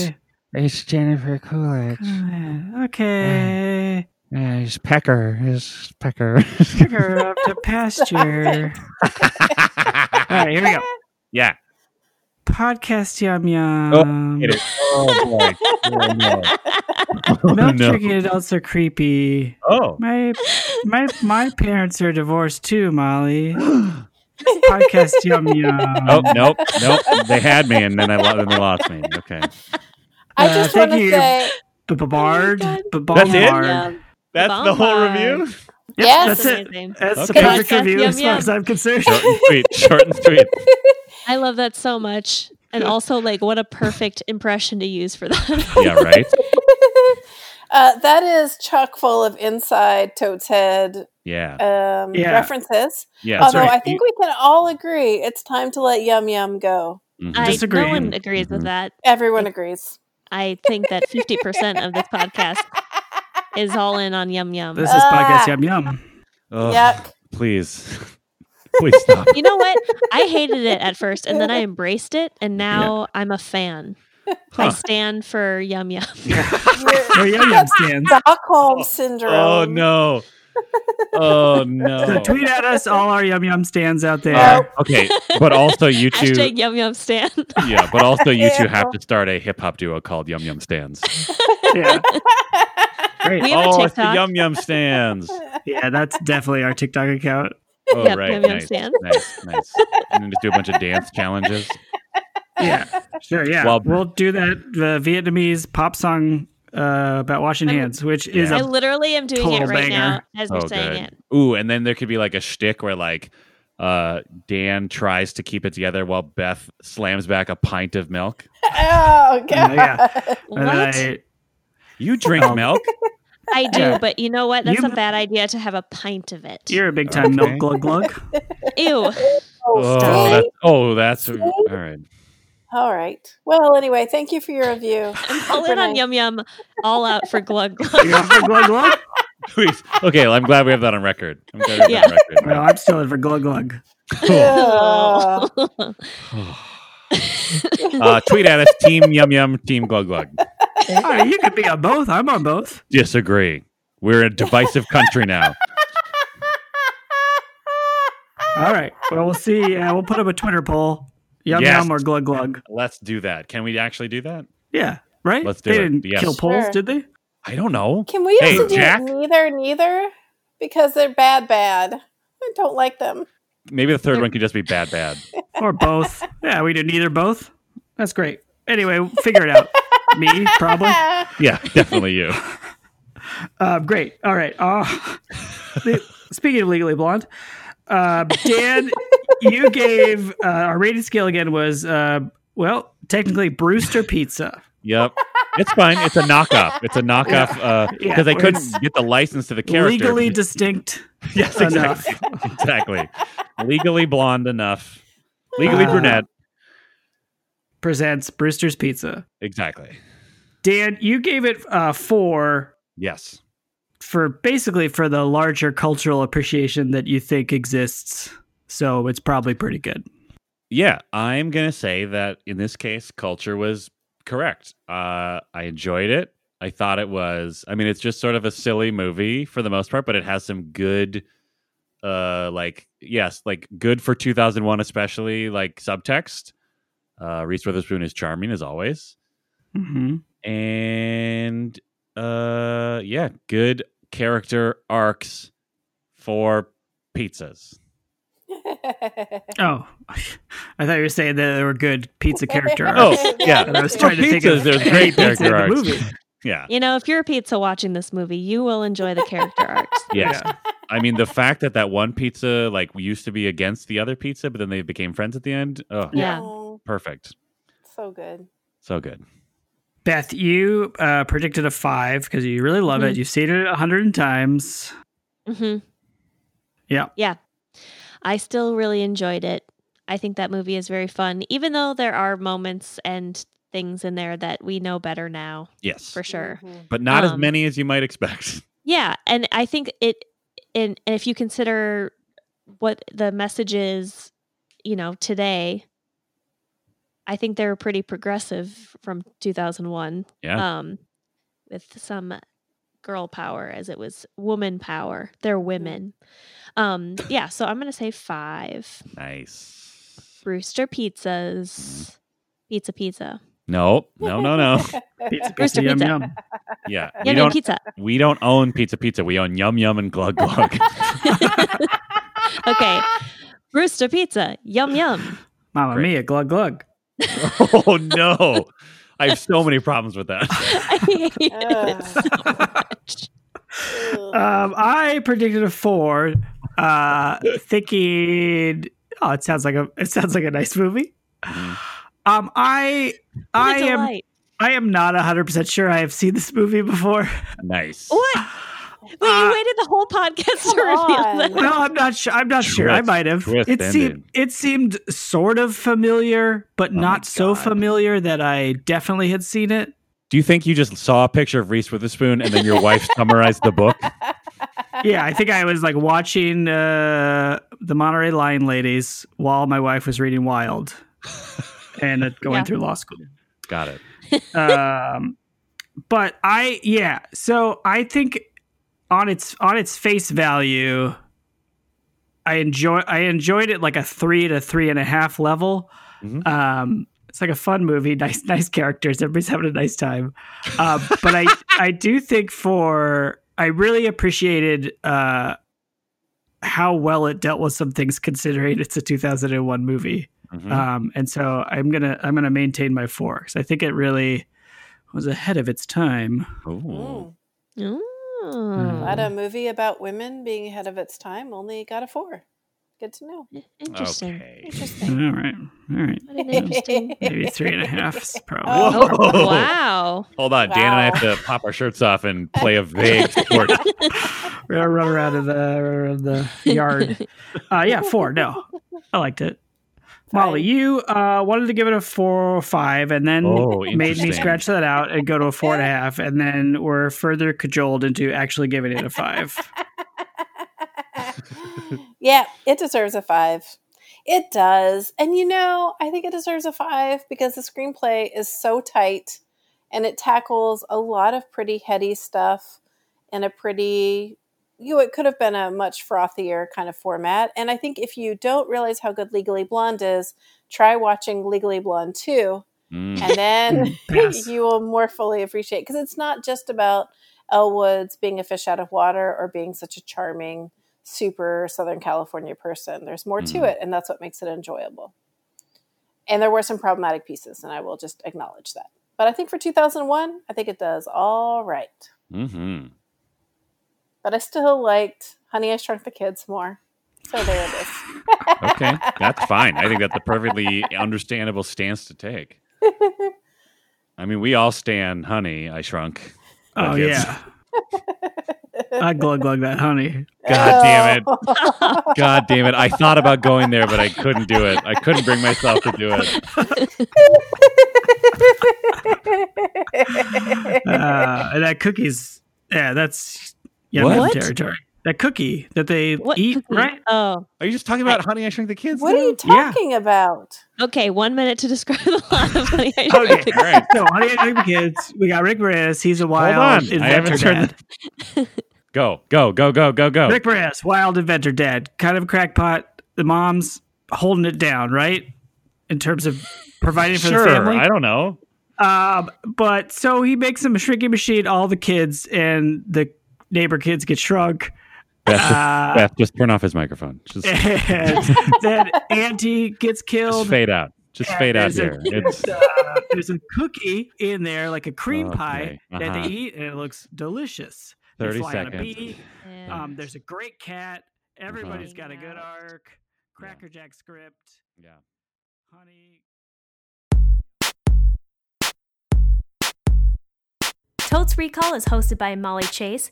Hey,
It's Jennifer Coolidge.
Colette. Uh, Okay,
Yeah, it's Pecker. It's Pecker.
pick her up to pasture. All right, here we go.
yeah.
Podcast yum
Oh,
yum.
Get it. Oh boy. Oh, no.
Milk
no.
drinking adults are creepy.
Oh.
My my my parents are divorced too, Molly. Podcast yum yum.
Oh nope, nope. They had me, and then I lo- then they lost me. Okay,
I
Uh,
just
thank
want to
you.
say
Babard.
Oh my
Babard.
That's it?
Yep,
that's the whole review.
Yes.
That's it.
amazing.
That's the
Okay. Oh.
perfect
Podcast
review
yum
as far
yum.
as I'm concerned.
Short and sweet. Short and sweet.
I love that so much. And also, like, what a perfect impression to use for that.
Yeah, right.
uh, that is chock full of inside Toad's head
Yeah,
um,
Yeah.
references.
yeah.
Although
sorry.
I think we can all agree it's time to let Yum Yum go.
Mhm.
I,
Disagree. Mm-hmm.
no one agrees with
Mhm.
that.
Everyone agrees.
I think that 50% of this podcast is all in on Yum Yum.
This is
Ah.
podcast yum yum.
Mm-hmm. Ugh,
Yuck.
Please, please stop.
you know what? I hated it at first and then I embraced it and now I'm a fan. I
Huh.
stand for Yum Yum.
Where
You're-
yum yum stands.
Stockholm syndrome.
Oh no. Oh
So
no.
tweet at us all our yum yum stands out there.
No.
Okay, but also you two.
Hashtag Yum Yum Stan.
Yeah, but also you two have to start a hip hop duo called Yum Yum Stands.
Yeah. Great.
We have a
Oh, it's the
TikTok.
Yum Yum Stands.
Yeah, that's definitely our TikTok account.
Oh
Yep,
right,
Yum Yum
nice,
Stan.
nice, nice. And then just do a bunch of dance challenges.
Yeah. Sure, yeah.
Well-
we'll do that the Vietnamese pop song uh, about washing
I'm-
hands, which is
Yeah.
I
a
literally am doing it
Total
right now
banger.
as you're
Oh,
saying
good.
it.
Ooh, and then there could be like a shtick where like uh Dan tries to keep it together while Beth slams back a pint of milk.
Oh, God.
yeah.
What?
and
I,
then
You
Oh,
drink milk?
do,
Yeah.
but you know what? That's
You-
a bad idea to have a pint of it.
I, you're a big time
Okay.
milk glug glug.
Ew.
Oh,
Oh,
see?
that's, oh, that's
See?
all right.
All right. Well, anyway, thank you for your review.
All in on
Nice.
Yum Yum, all out for Glug Glug.
You up for glug glug?
Please. Okay, well, I'm glad we have that on record. I'm glad we have
Yeah.
that on
No,
record.
I'm still in for glug glug.
Cool.
Yeah.
Uh, tweet at us, Team Yum Yum, Team Glug Glug.
All right, you could be on both. I'm on both.
Disagree. We're a divisive country now.
All right. Well, we'll see. Uh, we'll put up a Twitter poll. Yum
Yes.
yum or glug glug.
Let's do that. Can we actually do that?
Yeah. Right?
Let's do
they
it.
didn't
Yes.
kill polls,
Sure.
did they?
I don't know.
Can we
Hey,
also do
Jack?
neither, neither? Because they're bad, bad. I don't like them.
Maybe the third one could just be bad, bad.
or both. Yeah, we did either both. That's great. Anyway, figure it out. Me, probably.
Yeah, definitely you.
Uh, great. All right. Uh, the- speaking of Legally Blonde, uh, Dan, you gave uh, our rating scale again was uh, Well, technically Brewster Pizza.
Yep. It's fine. It's a knockoff. It's a knockoff uh, because
Yeah,
they
it's
couldn't get the license to the character.
Legally distinct.
yes,
enough.
exactly. exactly. Legally blonde enough. Legally
Uh,
brunette.
presents Brewster's Pizza.
Exactly.
Dan, you gave it uh, four
Yes.
for basically for the larger cultural appreciation that you think exists. So it's probably pretty good.
Yeah, I'm gonna say that in this case, culture was correct. Uh, I enjoyed it. I thought it was. I mean, it's just sort of a silly movie for the most part, but it has some good, uh, like yes, like good for 2001, especially like subtext. Uh, Reese Witherspoon is charming as always.
Mm-hmm.
and uh yeah good character arcs for pizzas
Oh, I thought you were saying that there were good pizza character
Oh,
arcs.
yeah.
And I was
For
trying to think of
pizzas, there's great
pizza in
character
the
arcs.
movie.
yeah
You know, if you're a pizza watching this movie, you will enjoy the character arcs.
yes
Yeah.
i mean the fact that that one pizza like used to be against the other pizza but then they became friends at the end oh
Yeah.
Oh,
perfect
so good.
so good
Beth, you uh, predicted a five because you really love it. You've seen it a hundred times.
hmm
Yeah.
Yeah. I still really enjoyed it. I think that movie is very fun, even though there are moments and things in there that we know better now,
yes
for sure.
Mhm.
but not as
Um,
many as you might expect
Yeah, and I think it, and, and if you consider what the message is, you know, today, I think they were pretty progressive from 2001.
Yeah.
Um, with some girl power, as it was woman power. They're women. Um, yeah, so I'm gonna say five.
nice
Brewster
Mm-hmm.
Pizzas, pizza, pizza.
no no
Oh,
no no
Pizza,
Brewster
pizza, yum,
Pizza.
yum.
yeah we
Yum yum
don't
pizza.
we don't own pizza pizza we own yum yum and glug glug
Okay, Brewster Pizza. Yum yum.
Mama
Great.
mia, glug glug.
oh no i have so many problems with that
I hate it
Ugh.
so
Ugh.
much.
Um, I predicted a four, uh, thinking, oh, it sounds like a it sounds like a nice movie.
Mhm.
Um, I I
It's a
am
delight.
I am not hundred percent sure I have seen this movie before.
nice
What? Wait,
Uh,
you waited the whole podcast to
come on.
reveal that.
No, I'm not sure. I'm not sure. I
Twist-
might have.
twist
It seemed
ended.
it seemed sort of familiar, but
Oh my
not so
God.
familiar that I definitely had seen it.
Do you think you just saw a picture of Reese Witherspoon and then your wife summarized the book?
yeah, I think I was like watching uh, the Monterey Lion Ladies while my wife was reading Wild and uh, going
Yeah.
through law school.
Got it.
Um, but I yeah, so I think on its on its face value, I enjoy I enjoyed it like a three to three and a half level.
Mhm.
Um, it's like a fun movie, nice nice characters, everybody's having a nice time. Uh, but I I do think for I really appreciated uh, how well it dealt with some things, considering it's a 2001 movie.
Mhm.
Uh,
Um, and so I'm gonna I'm gonna maintain my four because I think it really was ahead of its time.
Ooh.
Mm.
Hmm.
Ooh.
Glad a movie about women being ahead of its time only got a four. Good to know.
Interesting.
Okay.
All
Interesting.
right, all right,
What an interesting.
maybe three and a half is probably.
Oh.
Oh,
Whoa.
wow.
Hold on, Dan and I
Wow.
have to pop our shirts off and play a vague sport.
We're gonna run around in the, run around the yard. Uh, yeah, four. No, I liked it. Molly,
Fine.
you uh, wanted to give it a four or five, and then
Oh,
made me
interesting.
scratch that out and go to a four and a half, and then were further cajoled into actually giving it a five.
yeah, it deserves a five. It does. And you know, I think it deserves a five because the screenplay is so tight and it tackles a lot of pretty heady stuff in a pretty, you know, it could have been a much frothier kind of format. And I think if you don't realize how good Legally Blonde is, try watching Legally Blonde 2
Mm.
and then
Pass.
you will more fully appreciate because it's not just about Elwood's being a fish out of water or being such a charming, super Southern California person. There's more to
Mhm.
it, and that's what makes it enjoyable. And there were some problematic pieces, and I will just acknowledge that. But I think for 2001, I think it does all right.
hmm
But I still liked Honey, I Shrunk the Kids more. So there it is.
Okay, that's fine. I think that's a perfectly understandable stance to take. I mean, we all stand, honey. I shrunk.
Oh
Like, it's-
yeah. I glug glug that honey.
Oh, God damn
Oh.
it.
damn it.
God damn it! I thought about going there, but I couldn't do it. I couldn't bring myself to do it.
Uh, that cookiees. Yeah, that's yeah
What?
territory. That cookie that they
What
eat,
cookie?
right?
Oh,
Are you just talking about Honey, I Shrunk the Kids?
what are you
Yeah.
talking about?
okay. One minute to describe the lot of Honey, I
Oh,
Shrunk
Okay,
the
all right. So, Honey, I Shrunk the Kids. We got Rick Moranis. He's a wild
on, I
inventor
haven't turned
dad.
Go, go, go, go, go, go.
Rick Moranis, wild inventor dad, kind of a crackpot. The mom's holding it down, right? In terms of providing for
sure,
the family.
I don't know.
Um, but so he makes him a shrinking machine. All the kids and the neighbor kids get shrunk.
Beth,
Uh,
just, Beth, just turn off his microphone. Just, just
And then Auntie gets killed.
fade out. Just
Yeah,
fade out
there's a-
here. It's
Uh, there's a cookie in there, like a cream pie
Okay,
that
uh-huh.
they eat, and it looks delicious. They
thirty
fly on a
seconds.
bee.
Kids.
Um, there's a great cat. Everybody's got a good
Yeah.
arc. Cracker Jack script.
Uh-huh. Yeah.
Honey.
Totes Recall is hosted by Molly Chase,